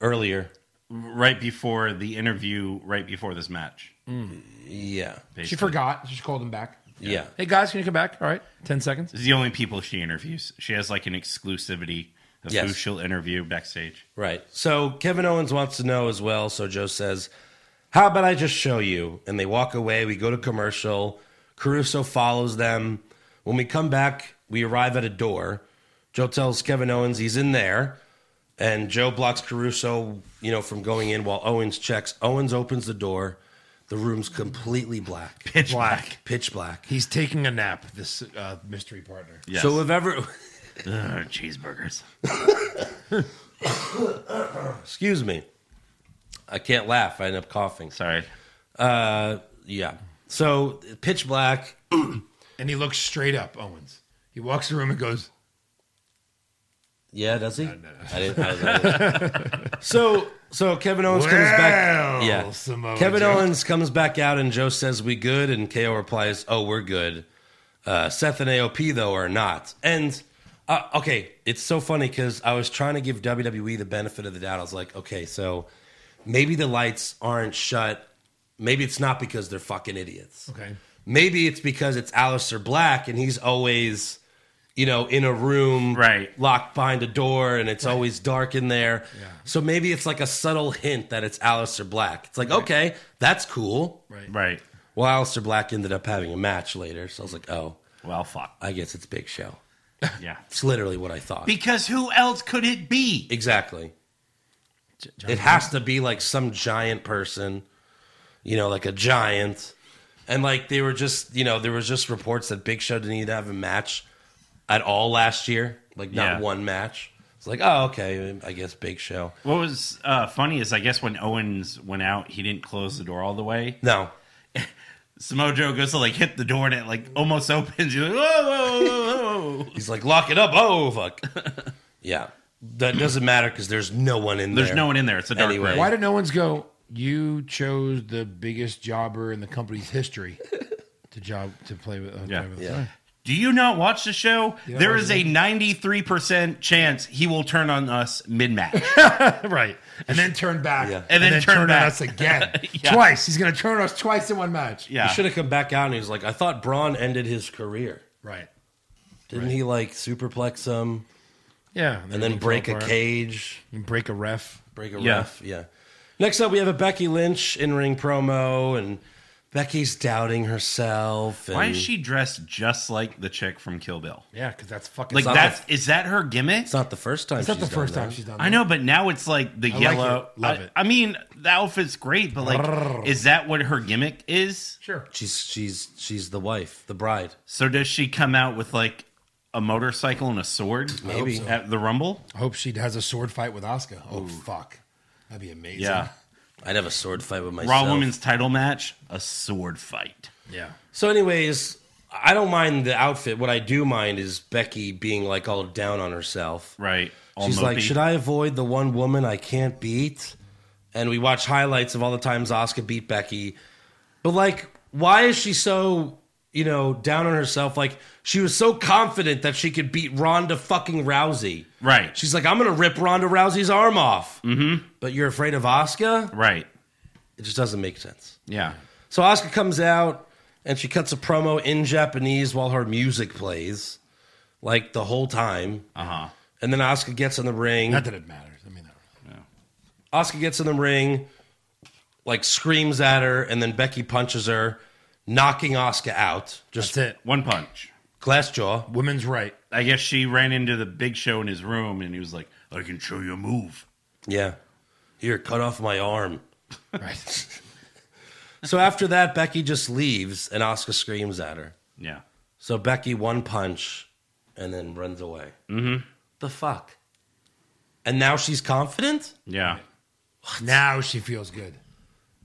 [SPEAKER 4] earlier?
[SPEAKER 5] Right before the interview, right before this match.
[SPEAKER 4] Yeah.
[SPEAKER 1] She forgot. She just called him back.
[SPEAKER 4] Yeah.
[SPEAKER 1] Hey guys, can you come back? All right, ten seconds.
[SPEAKER 5] This is the only people she interviews. She has like an exclusivity of who
[SPEAKER 4] Yes.
[SPEAKER 5] she'll interview backstage.
[SPEAKER 4] Right. So Kevin Owens wants to know as well. So Joe says, How about I just show you? And they walk away. We go to commercial. Caruso follows them. When we come back, we arrive at a door. Joe tells Kevin Owens he's in there. And Joe blocks Caruso, you know, from going in while Owens checks. Owens opens the door. The room's completely black.
[SPEAKER 5] Pitch black.
[SPEAKER 4] Pitch black.
[SPEAKER 1] He's taking a nap. This uh, mystery partner.
[SPEAKER 5] Yes.
[SPEAKER 4] So if ever
[SPEAKER 6] Uh,
[SPEAKER 5] Ugh, cheeseburgers.
[SPEAKER 4] excuse me. I can't laugh. I end up coughing.
[SPEAKER 5] Sorry.
[SPEAKER 4] Uh yeah. So pitch black.
[SPEAKER 1] And he looks straight up, Owens. He walks in the room and goes,
[SPEAKER 4] Yeah, does he? I didn't. I was, I didn't- so so Kevin Owens comes back.
[SPEAKER 1] Well,
[SPEAKER 4] Yeah,
[SPEAKER 1] Samoa
[SPEAKER 4] Kevin
[SPEAKER 1] Joe.
[SPEAKER 4] Owens comes back out, and Joe says we good, and KO replies, "Oh, we're good." Uh, Seth and AOP though are not, and uh, okay, it's so funny because I was trying to give WWE the benefit of the doubt. I was like, okay, so maybe the lights aren't shut. Maybe it's not because they're fucking idiots.
[SPEAKER 1] Okay.
[SPEAKER 4] Maybe it's because it's Alistair Black and he's always, you know, in a room,
[SPEAKER 5] Right.
[SPEAKER 4] locked behind a door and it's always dark in there. So maybe it's like a subtle hint that it's Alistair Black. It's like, okay, that's cool.
[SPEAKER 1] Right.
[SPEAKER 5] Right.
[SPEAKER 4] Well, Alistair Black ended up having a match later. So I was like, oh,
[SPEAKER 5] Well, fuck.
[SPEAKER 4] I guess it's Big Show.
[SPEAKER 5] Yeah.
[SPEAKER 4] It's literally what I thought.
[SPEAKER 5] Because who else could it be?
[SPEAKER 4] exactly.
[SPEAKER 1] J-
[SPEAKER 4] It has to be like some giant person, you know, like a giant. And like they were just, you know, there was just reports that Big Show didn't even have a match at all last year, like not
[SPEAKER 5] Yeah.
[SPEAKER 4] one match. It's like, oh, okay, I guess Big Show.
[SPEAKER 5] What was uh, funny is I guess when Owens went out, he didn't close the door all the way.
[SPEAKER 4] No,
[SPEAKER 5] Samojo goes to like hit the door and it like almost opens. You're like, whoa, whoa, whoa, whoa.
[SPEAKER 4] he's like, lock it up. Oh fuck, yeah, that doesn't matter because there's no one in there.
[SPEAKER 5] There's no one in there. It's a dark
[SPEAKER 4] Anyway.
[SPEAKER 5] room.
[SPEAKER 1] Why did no one's go? You chose the biggest jobber in the company's history to job to play with. Uh,
[SPEAKER 5] Yeah.
[SPEAKER 1] play with.
[SPEAKER 4] Yeah.
[SPEAKER 5] Do you not watch the show?
[SPEAKER 1] Yeah,
[SPEAKER 5] there
[SPEAKER 1] I
[SPEAKER 5] is a 93% chance he will turn on us mid match.
[SPEAKER 1] right, and then turn back,
[SPEAKER 4] Yeah.
[SPEAKER 5] And then turn
[SPEAKER 1] on
[SPEAKER 5] back.
[SPEAKER 1] us again
[SPEAKER 5] Yeah.
[SPEAKER 1] twice. He's going to turn on us twice in one match.
[SPEAKER 5] yeah.
[SPEAKER 4] He should have come back out and he was like, I thought Braun ended his career.
[SPEAKER 1] Right.
[SPEAKER 4] Didn't he like superplex him
[SPEAKER 1] Yeah,
[SPEAKER 4] and then break a
[SPEAKER 1] cage,
[SPEAKER 4] cage?
[SPEAKER 1] and break a ref.
[SPEAKER 4] Break a
[SPEAKER 5] Yeah.
[SPEAKER 4] ref. Yeah. Next up, we have a Becky Lynch in ring promo, and Becky's doubting herself. And
[SPEAKER 5] Why is she dressed just like the chick from Kill Bill?
[SPEAKER 1] Yeah, because that's fucking.
[SPEAKER 5] Like
[SPEAKER 4] not
[SPEAKER 5] that's is that her gimmick?
[SPEAKER 4] It's not the first time.
[SPEAKER 1] It's not the
[SPEAKER 4] she's done
[SPEAKER 1] first time
[SPEAKER 4] that.
[SPEAKER 1] she's done.
[SPEAKER 5] I know, but now it's like the
[SPEAKER 1] like
[SPEAKER 5] yellow.
[SPEAKER 1] it. Love
[SPEAKER 5] I,
[SPEAKER 1] it.
[SPEAKER 5] I mean, the outfit's great, but like, is that what her gimmick is?
[SPEAKER 1] Sure.
[SPEAKER 4] She's she's she's the wife, the bride.
[SPEAKER 5] So does she come out with like a motorcycle and a sword?
[SPEAKER 4] Maybe. so.
[SPEAKER 5] at the Rumble.
[SPEAKER 1] I hope she has a sword fight with Oscar. Oh fuck, that'd be amazing.
[SPEAKER 5] Yeah,
[SPEAKER 4] I'd have a sword fight with myself.
[SPEAKER 5] Raw Women's Title match, a sword fight.
[SPEAKER 1] yeah.
[SPEAKER 4] So, anyways, I don't mind the outfit. What I do mind is Becky being like all down on herself.
[SPEAKER 5] Right. All
[SPEAKER 4] She's like,
[SPEAKER 5] mopey.
[SPEAKER 4] should I avoid the one woman I can't beat? And we watch highlights of all the times Oscar beat Becky. But like, why is she so, you know, down on herself? Like, she was so confident that she could beat Ronda fucking Rousey.
[SPEAKER 5] Right.
[SPEAKER 4] She's like, I'm gonna rip Ronda Rousey's arm off. Mm-hmm. But you're afraid of Oscar?
[SPEAKER 5] Right.
[SPEAKER 4] It just doesn't make sense.
[SPEAKER 5] Yeah.
[SPEAKER 4] So Asuka comes out and she cuts a promo in Japanese while her music plays, like the whole time.
[SPEAKER 5] Uh huh.
[SPEAKER 4] And then Asuka gets in the ring.
[SPEAKER 1] Not that it matters. I mean, that-
[SPEAKER 4] Asuka gets in the ring, like screams at her, and then Becky punches her, knocking Asuka out. Just
[SPEAKER 1] that's it.
[SPEAKER 5] One punch.
[SPEAKER 4] glass jaw.
[SPEAKER 1] Women's right.
[SPEAKER 5] I guess she ran into the big show in his room and he was like, I can show you a move.
[SPEAKER 4] Yeah. Here, cut off my arm.
[SPEAKER 1] Right.
[SPEAKER 4] So after that, Becky just leaves and Asuka screams at her.
[SPEAKER 5] Yeah.
[SPEAKER 4] So Becky one punch and then runs away. Mm-hmm. The fuck? And now she's confident?
[SPEAKER 5] Yeah.
[SPEAKER 1] Now she feels good.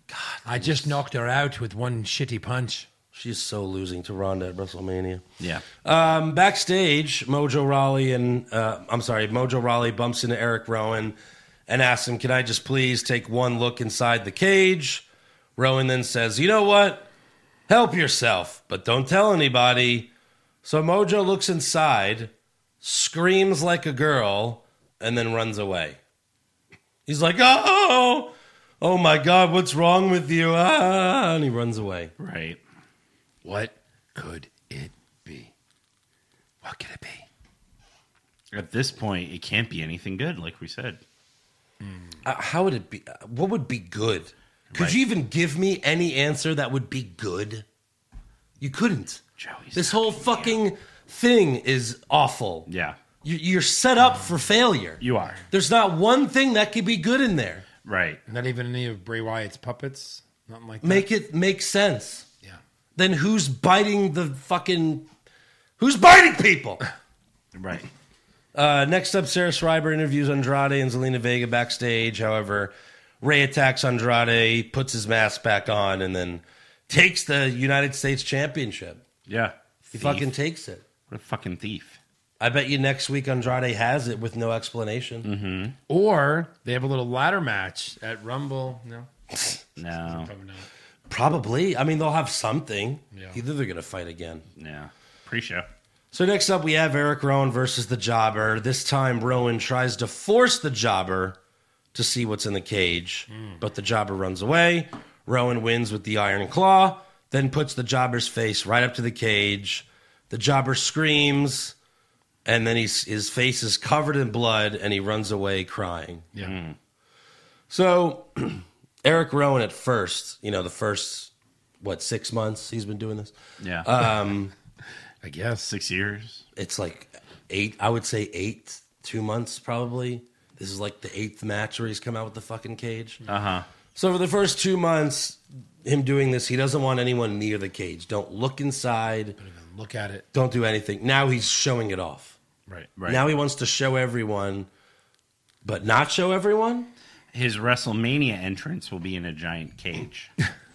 [SPEAKER 1] God, I just knocked her out with one shitty punch.
[SPEAKER 4] She's so losing to Ronda at WrestleMania.
[SPEAKER 5] Yeah.
[SPEAKER 4] Um, backstage, Mojo Raleigh and uh, I'm sorry, Mojo Raleigh bumps into Eric Rowan and asks him, "Can I just please take one look inside the cage?" Rowan then says, "You know what? Help yourself, but don't tell anybody." So Mojo looks inside, screams like a girl, and then runs away. He's like, oh, oh my God, what's wrong with you? Ah, and he runs away.
[SPEAKER 5] Right.
[SPEAKER 1] What could it be? What could it be?
[SPEAKER 5] At this point, it can't be anything good, like we said.
[SPEAKER 4] Uh, how would it be? uh, What would be good? Could
[SPEAKER 5] Right.
[SPEAKER 4] you even give me any answer that would be good? You couldn't.
[SPEAKER 5] Joey's
[SPEAKER 4] this whole fucking thing is awful.
[SPEAKER 5] Yeah,
[SPEAKER 4] You- You're set up for failure.
[SPEAKER 5] you are.
[SPEAKER 4] There's not one thing that could be good in there.
[SPEAKER 5] Right.
[SPEAKER 1] Not even any of Bray Wyatt's puppets. Nothing like that.
[SPEAKER 4] Make it make sense.
[SPEAKER 1] yeah.
[SPEAKER 4] Then who's biting the fucking? Who's biting people?
[SPEAKER 5] Right.
[SPEAKER 4] Uh, next up, Sarah Schreiber interviews Andrade and Zelina Vega backstage. However, Ray attacks Andrade, puts his mask back on, and then takes the United States Championship.
[SPEAKER 5] Yeah.
[SPEAKER 4] He
[SPEAKER 5] Thief.
[SPEAKER 4] fucking takes it.
[SPEAKER 5] What a fucking thief.
[SPEAKER 4] I bet you next week Andrade has it with no explanation.
[SPEAKER 1] Or they have a little ladder match at Rumble. No,
[SPEAKER 5] No.
[SPEAKER 1] probably not.
[SPEAKER 4] Probably. I mean, they'll have something.
[SPEAKER 1] Yeah.
[SPEAKER 4] Either they're going to fight again.
[SPEAKER 5] No. Pre-show.
[SPEAKER 4] So next up, we have Eric Rowan versus the Jobber. This time, Rowan tries to force the Jobber to see what's in the cage, but the Jobber runs away. Rowan wins with the Iron Claw, then puts the Jobber's face right up to the cage. The Jobber screams, and then he's, his face is covered in blood, and he runs away crying.
[SPEAKER 1] Yeah.
[SPEAKER 4] So Eric Rowan, at first, you know, the first what six months he's been doing this.
[SPEAKER 5] Yeah.
[SPEAKER 1] I guess.
[SPEAKER 5] Six years.
[SPEAKER 4] it's like eight i would say eight two months probably this is like the eighth match where he's come out with the fucking cage
[SPEAKER 5] Uh huh.
[SPEAKER 4] so for the first two months him doing this he doesn't want anyone near the cage don't look inside
[SPEAKER 1] Look at it.
[SPEAKER 4] don't do anything now he's showing it off
[SPEAKER 1] Right.
[SPEAKER 5] Right.
[SPEAKER 4] now he wants to show everyone but not show everyone
[SPEAKER 5] His WrestleMania entrance will be in a giant cage,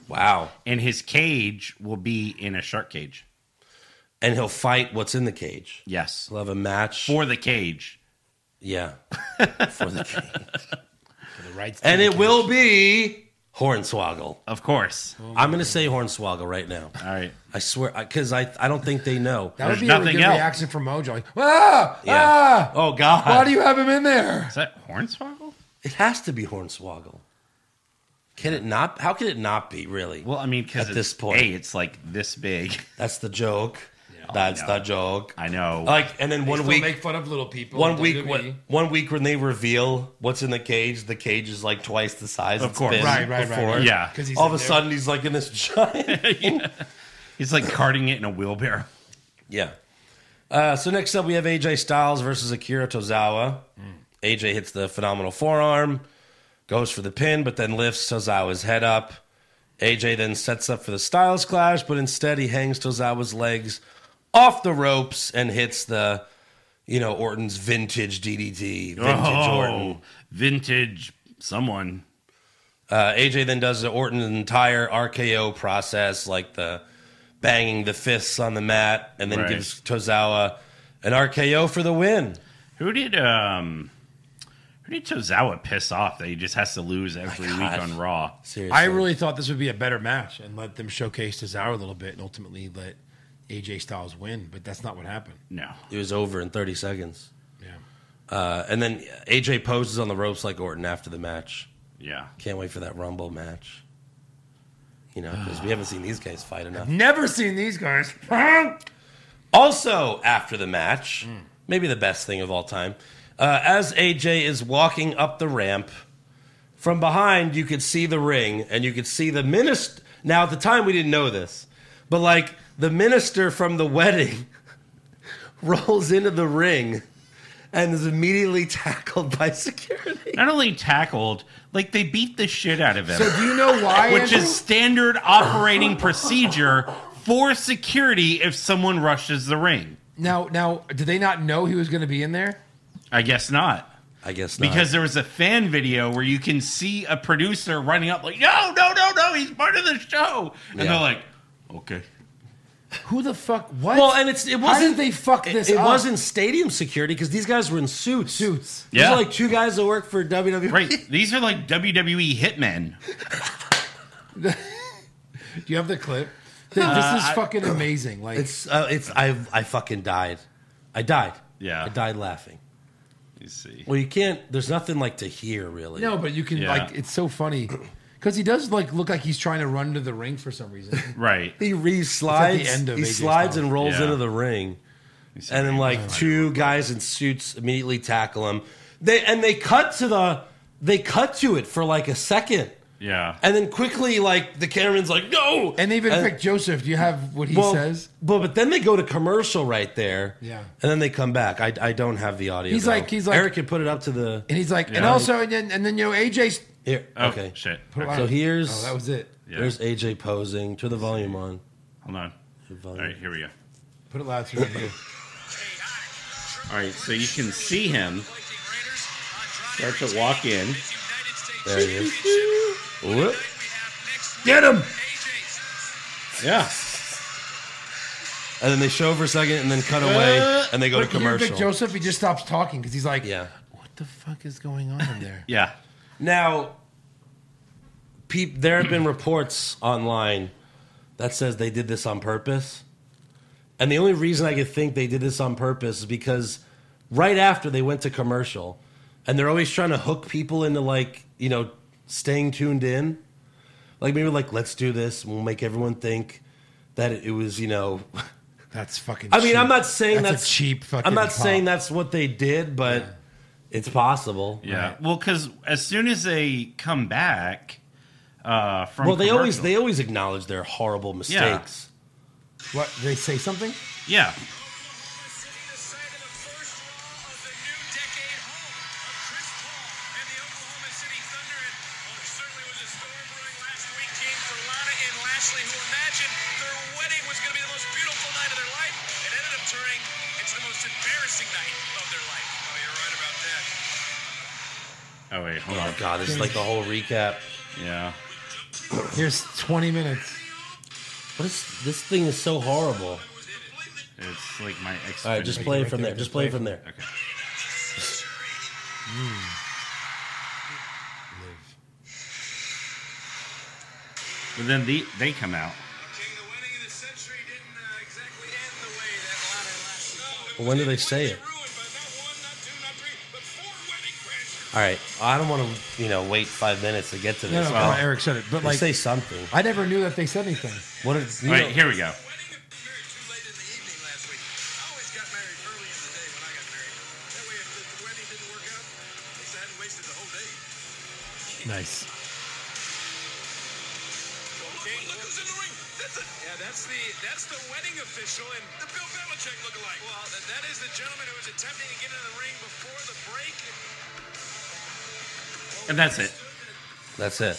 [SPEAKER 4] wow
[SPEAKER 5] and his cage will be in a shark cage.
[SPEAKER 4] and he'll fight what's in the cage
[SPEAKER 5] Yes.
[SPEAKER 4] he'll have a match
[SPEAKER 5] For the cage.
[SPEAKER 4] yeah for the cage
[SPEAKER 1] The rights.
[SPEAKER 4] and it will be hornswoggle
[SPEAKER 5] Of course.
[SPEAKER 4] i'm gonna say hornswoggle right now
[SPEAKER 5] All right.
[SPEAKER 4] I swear, because I, I don't think they know.
[SPEAKER 1] That would
[SPEAKER 5] There's
[SPEAKER 1] be a
[SPEAKER 5] nothing
[SPEAKER 1] good
[SPEAKER 5] else.
[SPEAKER 1] reaction from Mojo. Like, ah,
[SPEAKER 4] Yeah.
[SPEAKER 1] ah.
[SPEAKER 4] Oh God!
[SPEAKER 1] Why do you have him in there?
[SPEAKER 5] Is that Hornswoggle?
[SPEAKER 4] it has to be Hornswoggle. Can it not? How can it not be? Really?
[SPEAKER 5] Well, I mean, because
[SPEAKER 4] At this point.
[SPEAKER 5] hey, it's like this big.
[SPEAKER 4] that's the joke. That's
[SPEAKER 5] I know.
[SPEAKER 4] the joke.
[SPEAKER 5] Oh, I know.
[SPEAKER 4] Like, and then one
[SPEAKER 1] Still
[SPEAKER 4] week,
[SPEAKER 1] make fun of little people.
[SPEAKER 4] one
[SPEAKER 1] in
[SPEAKER 4] week,
[SPEAKER 1] WWE.
[SPEAKER 5] E.
[SPEAKER 4] when, one week when they reveal what's in the cage, the cage is like twice the size.
[SPEAKER 5] Of
[SPEAKER 4] it's
[SPEAKER 5] course.
[SPEAKER 4] been
[SPEAKER 1] Right, right, right,
[SPEAKER 4] before.
[SPEAKER 1] right.
[SPEAKER 5] Yeah.
[SPEAKER 1] Because he's
[SPEAKER 4] All
[SPEAKER 1] in
[SPEAKER 4] of a
[SPEAKER 1] there.
[SPEAKER 4] sudden, he's like in this giant.
[SPEAKER 5] He's like carting it in a wheelbarrow.
[SPEAKER 4] yeah. Uh, so next up, we have AJ Styles versus Akira Tozawa. AJ hits the phenomenal forearm, goes for the pin, but then lifts Tozawa's head up. AJ then sets up for the Styles clash, but instead he hangs Tozawa's legs off the ropes and hits the, you know, Orton's vintage DDT. Vintage Orton.
[SPEAKER 5] Oh, vintage someone.
[SPEAKER 4] Uh, AJ then does the Orton's entire RKO process, like the banging the fists on the mat, and then
[SPEAKER 5] Right.
[SPEAKER 4] gives Tozawa an RKO for the win.
[SPEAKER 5] Who did um who did Tozawa piss off that he just has to lose every
[SPEAKER 4] My
[SPEAKER 5] week
[SPEAKER 4] God.
[SPEAKER 5] on Raw?
[SPEAKER 4] Seriously.
[SPEAKER 1] I really thought this would be a better match and let them showcase Cesaro a little bit and ultimately let AJ Styles win, but that's not what happened.
[SPEAKER 5] No.
[SPEAKER 4] It was over in 30 seconds.
[SPEAKER 1] Yeah.
[SPEAKER 4] Uh, and then AJ poses on the ropes like Orton after the match.
[SPEAKER 5] Yeah.
[SPEAKER 4] Can't wait for that Rumble match. You know, because we haven't seen these guys fight enough.
[SPEAKER 1] Never seen these guys.
[SPEAKER 4] Also, after the match, maybe the best thing of all time, uh, as AJ is walking up the ramp, from behind you could see the ring and you could see the minister. Now, at the time, we didn't know this, but like the minister from the wedding rolls into the ring and is immediately tackled by security.
[SPEAKER 5] Not only tackled, like they beat the shit out of him.
[SPEAKER 1] So do you know why?
[SPEAKER 5] which
[SPEAKER 1] Andrew?
[SPEAKER 5] is standard operating procedure for security if someone rushes the ring.
[SPEAKER 1] now now did they not know he was gonna be in there?
[SPEAKER 5] I guess not.
[SPEAKER 4] I guess not.
[SPEAKER 5] Because there was a fan video where you can see a producer running up like, no, no, no, no, he's part of the show. And
[SPEAKER 4] Yeah.
[SPEAKER 5] they're like, okay.
[SPEAKER 1] Who the fuck what?
[SPEAKER 4] well, and it's it
[SPEAKER 1] How
[SPEAKER 4] wasn't
[SPEAKER 1] did they fuck this
[SPEAKER 4] It, it
[SPEAKER 1] up?
[SPEAKER 4] wasn't stadium security because these guys were in suits.
[SPEAKER 1] Suits.
[SPEAKER 4] These
[SPEAKER 5] Yeah.
[SPEAKER 4] are like two guys that work for E. WWE.
[SPEAKER 5] Right. These are like WWE hitmen.
[SPEAKER 1] Do you have the clip? Th- This is fucking amazing. Like
[SPEAKER 4] It's uh, it's I I fucking died. I died.
[SPEAKER 5] Yeah.
[SPEAKER 4] I died laughing.
[SPEAKER 5] you see.
[SPEAKER 4] Well, you can't. There's nothing like to hear really.
[SPEAKER 1] No, but you can
[SPEAKER 5] Yeah.
[SPEAKER 1] like it's so funny because he does like look like he's trying to run to the ring for some reason.
[SPEAKER 5] Right.
[SPEAKER 4] he re slides.
[SPEAKER 1] end of
[SPEAKER 4] He
[SPEAKER 1] AJ
[SPEAKER 4] slides
[SPEAKER 1] Styles.
[SPEAKER 4] and rolls
[SPEAKER 5] Yeah.
[SPEAKER 4] into the ring,
[SPEAKER 5] You see
[SPEAKER 4] and then like two guys in suits immediately tackle him. They and they cut to the they cut to it for like a second,
[SPEAKER 5] yeah.
[SPEAKER 4] and then quickly like the cameraman's like no,
[SPEAKER 1] and they even pick Joseph. Do you have what he
[SPEAKER 4] well,
[SPEAKER 1] says?
[SPEAKER 4] But but then they go to commercial right there.
[SPEAKER 1] Yeah.
[SPEAKER 4] And then they come back. I, I don't have the audio.
[SPEAKER 1] He's
[SPEAKER 4] though.
[SPEAKER 1] like- he's like-
[SPEAKER 4] Eric can put it up to the
[SPEAKER 1] And he's like, and
[SPEAKER 5] Yeah.
[SPEAKER 1] also, and then, and then you know, AJ's.
[SPEAKER 4] here.
[SPEAKER 5] oh,
[SPEAKER 4] okay.
[SPEAKER 5] Shit.
[SPEAKER 4] So here's
[SPEAKER 1] Oh, that was it.
[SPEAKER 5] Yeah.
[SPEAKER 4] there's AJ posing. Turn the volume on.
[SPEAKER 5] Hold on. All
[SPEAKER 4] volume.
[SPEAKER 5] right, here we go.
[SPEAKER 1] Put it loud so you can hear.
[SPEAKER 5] All right, so you can see him start to walk in.
[SPEAKER 4] There he is. Whoop.
[SPEAKER 5] Get him! Yeah.
[SPEAKER 4] And then they show for a second and then cut
[SPEAKER 5] Uh,
[SPEAKER 4] away and they go to
[SPEAKER 1] But you hear Vic
[SPEAKER 4] commercial.
[SPEAKER 1] Joseph, he just stops talking because he's like,
[SPEAKER 4] Yeah.
[SPEAKER 1] what the fuck is going on in there?
[SPEAKER 5] Yeah.
[SPEAKER 4] Now, peep, there have been reports online that says they did this on purpose. And the only reason I could think they did this on purpose is because right after they went to commercial, and they're always trying to hook people into like, you know, staying tuned in. Like maybe like, let's do this and we'll make everyone think that it was, you know,
[SPEAKER 1] That's fucking.
[SPEAKER 4] I mean,
[SPEAKER 1] cheap.
[SPEAKER 4] I'm not saying
[SPEAKER 1] That's a
[SPEAKER 4] that's,
[SPEAKER 1] cheap. Fucking
[SPEAKER 4] I'm not
[SPEAKER 1] pop.
[SPEAKER 4] saying that's what they did, but it's possible.
[SPEAKER 5] Yeah. Well, because as soon as they come back uh, from
[SPEAKER 4] Well, they always
[SPEAKER 5] commercial-
[SPEAKER 4] they always acknowledge their horrible mistakes.
[SPEAKER 1] What they say something?
[SPEAKER 5] yeah Oh wait, hold on.
[SPEAKER 4] Oh god, this is like the whole recap.
[SPEAKER 5] Yeah,
[SPEAKER 1] Here's 20 minutes.
[SPEAKER 4] What is this thing is so horrible.
[SPEAKER 5] it's like my ex.
[SPEAKER 4] All right, just play it from there. Just play it from there.
[SPEAKER 5] Okay.
[SPEAKER 4] Hmm.
[SPEAKER 5] But then the, they come out.
[SPEAKER 10] uh,
[SPEAKER 4] When do they say it? All right, I don't want to, you know, wait five minutes to get to
[SPEAKER 1] No,
[SPEAKER 4] this.
[SPEAKER 1] no,
[SPEAKER 4] but
[SPEAKER 1] no, Eric said it, but
[SPEAKER 4] they
[SPEAKER 1] like,
[SPEAKER 4] say something.
[SPEAKER 1] I never knew that they said anything.
[SPEAKER 4] What? Is, you
[SPEAKER 5] All right,
[SPEAKER 4] know-
[SPEAKER 5] here we go.
[SPEAKER 1] Nice.
[SPEAKER 10] Yeah, that's the that's the wedding official and the Bill Belichick lookalike. Well, th- that is the gentleman who was attempting to get in the ring before the break.
[SPEAKER 5] And that's it.
[SPEAKER 4] That's it.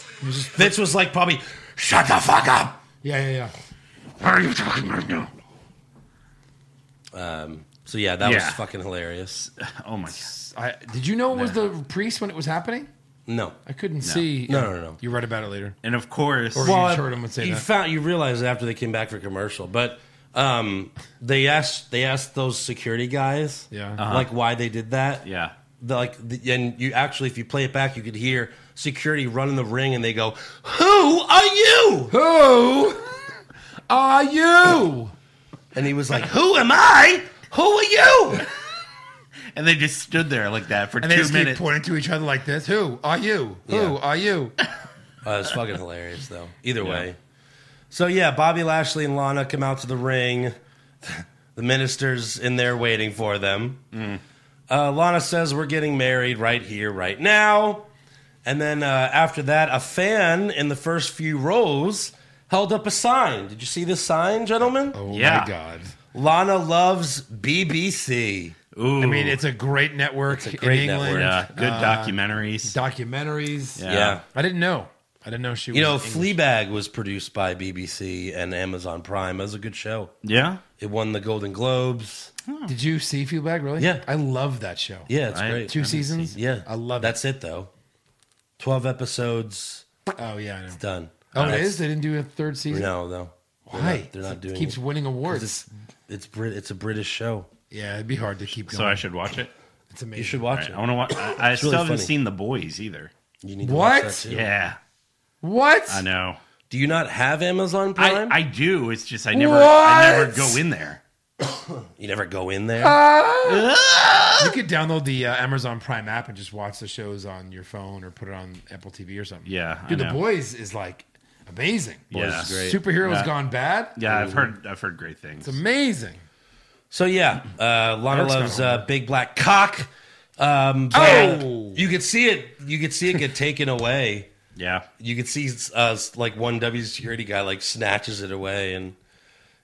[SPEAKER 4] Vince was like probably.
[SPEAKER 7] Shut the fuck up!
[SPEAKER 1] Yeah, yeah, yeah.
[SPEAKER 7] What are you talking right now?
[SPEAKER 4] So yeah, that was
[SPEAKER 5] Yeah.
[SPEAKER 4] fucking hilarious.
[SPEAKER 5] Oh my god.
[SPEAKER 1] I, did you know it was the priest when it was happening?
[SPEAKER 4] No,
[SPEAKER 1] I couldn't see.
[SPEAKER 4] No, no, no.
[SPEAKER 1] You read about it later.
[SPEAKER 5] And of course,
[SPEAKER 1] Or- You just heard him would say
[SPEAKER 4] you
[SPEAKER 1] that.
[SPEAKER 4] found you realized after they came back for commercial, but um, they asked they asked those security guys,
[SPEAKER 1] Yeah.
[SPEAKER 4] like why they did that,
[SPEAKER 5] yeah,
[SPEAKER 4] The, like, the, and you actually, if you play it back, you could hear security run in the ring, and they go, "Who are you?"
[SPEAKER 1] Who are you?
[SPEAKER 4] And he was like, "Who am I? Who are you?"
[SPEAKER 5] and they just stood there like that for
[SPEAKER 1] And they
[SPEAKER 5] two
[SPEAKER 1] just keep
[SPEAKER 5] minutes.
[SPEAKER 1] pointing to each other like this. Who are you? Who
[SPEAKER 4] Yeah.
[SPEAKER 1] are you?
[SPEAKER 4] Uh, it's fucking hilarious, though. Either way. So, yeah, Bobby Lashley and Lana come out to the ring. The minister's in there waiting for them.
[SPEAKER 1] Mm.
[SPEAKER 4] Uh, Lana says, We're getting married right here, right now. And then uh, after that, a fan in the first few rows held up a sign. Did you see this sign, gentlemen?
[SPEAKER 1] Oh
[SPEAKER 5] Yeah.
[SPEAKER 1] my god!
[SPEAKER 4] Lana loves BBC.
[SPEAKER 5] Ooh,
[SPEAKER 1] I mean, uh, it's a great network
[SPEAKER 4] a great
[SPEAKER 1] in England.
[SPEAKER 4] network.
[SPEAKER 5] yeah, good documentaries.
[SPEAKER 1] Documentaries.
[SPEAKER 5] Yeah.
[SPEAKER 4] yeah.
[SPEAKER 1] I didn't know. I didn't know she. was
[SPEAKER 4] You know,
[SPEAKER 1] English.
[SPEAKER 4] Fleabag was produced by BBC and Amazon Prime. That was a good show.
[SPEAKER 5] yeah,
[SPEAKER 4] It won the Golden Globes.
[SPEAKER 1] Did you see Fleabag? Really?
[SPEAKER 4] Yeah.
[SPEAKER 1] I love that show.
[SPEAKER 4] Yeah, it's
[SPEAKER 5] I-
[SPEAKER 4] great.
[SPEAKER 1] Two seasons.
[SPEAKER 4] Yeah,
[SPEAKER 1] I love
[SPEAKER 4] that's it. though. Twelve episodes
[SPEAKER 1] it. Oh yeah, I know.
[SPEAKER 4] done.
[SPEAKER 1] Oh, it
[SPEAKER 4] That's-
[SPEAKER 1] is. They didn't do a third season.
[SPEAKER 4] No, no.
[SPEAKER 1] Why?
[SPEAKER 4] They're not,
[SPEAKER 1] It
[SPEAKER 4] doing.
[SPEAKER 1] Keeps
[SPEAKER 4] it.
[SPEAKER 1] winning awards.
[SPEAKER 4] It's it's Brit. It's a British show.
[SPEAKER 1] yeah, it'd be hard to keep going.
[SPEAKER 5] so I should watch it.
[SPEAKER 1] it's amazing.
[SPEAKER 4] You should
[SPEAKER 5] All
[SPEAKER 4] watch
[SPEAKER 5] right, I want to watch. I, I still
[SPEAKER 4] really
[SPEAKER 5] haven't
[SPEAKER 4] funny.
[SPEAKER 5] seen The Boys either.
[SPEAKER 4] it. You need to
[SPEAKER 1] What?
[SPEAKER 4] watch that too.
[SPEAKER 5] Yeah,
[SPEAKER 1] What?
[SPEAKER 5] I know.
[SPEAKER 4] Do you not have Amazon
[SPEAKER 5] I,
[SPEAKER 4] Prime?
[SPEAKER 5] I do. It's just I never I never
[SPEAKER 1] What?
[SPEAKER 5] go in there.
[SPEAKER 4] You never go in there.
[SPEAKER 1] Ah! You could download the uh, Amazon Prime app and just watch the shows on your phone or put it on Apple TV or something.
[SPEAKER 5] Yeah, I
[SPEAKER 1] dude, the
[SPEAKER 5] know.
[SPEAKER 1] boys is like amazing.
[SPEAKER 5] Boys Yeah. is great.
[SPEAKER 1] superheroes
[SPEAKER 5] Yeah.
[SPEAKER 1] gone bad.
[SPEAKER 5] Yeah, I've heard I've heard great things.
[SPEAKER 1] It's amazing.
[SPEAKER 4] so yeah, uh, Lana
[SPEAKER 1] Eric's not
[SPEAKER 4] loves
[SPEAKER 1] home.
[SPEAKER 4] uh, big black cock. Um, but
[SPEAKER 1] Oh!
[SPEAKER 4] you could see it. You could see it get taken away.
[SPEAKER 5] Yeah,
[SPEAKER 4] You could see uh, like one W security guy like snatches it away, and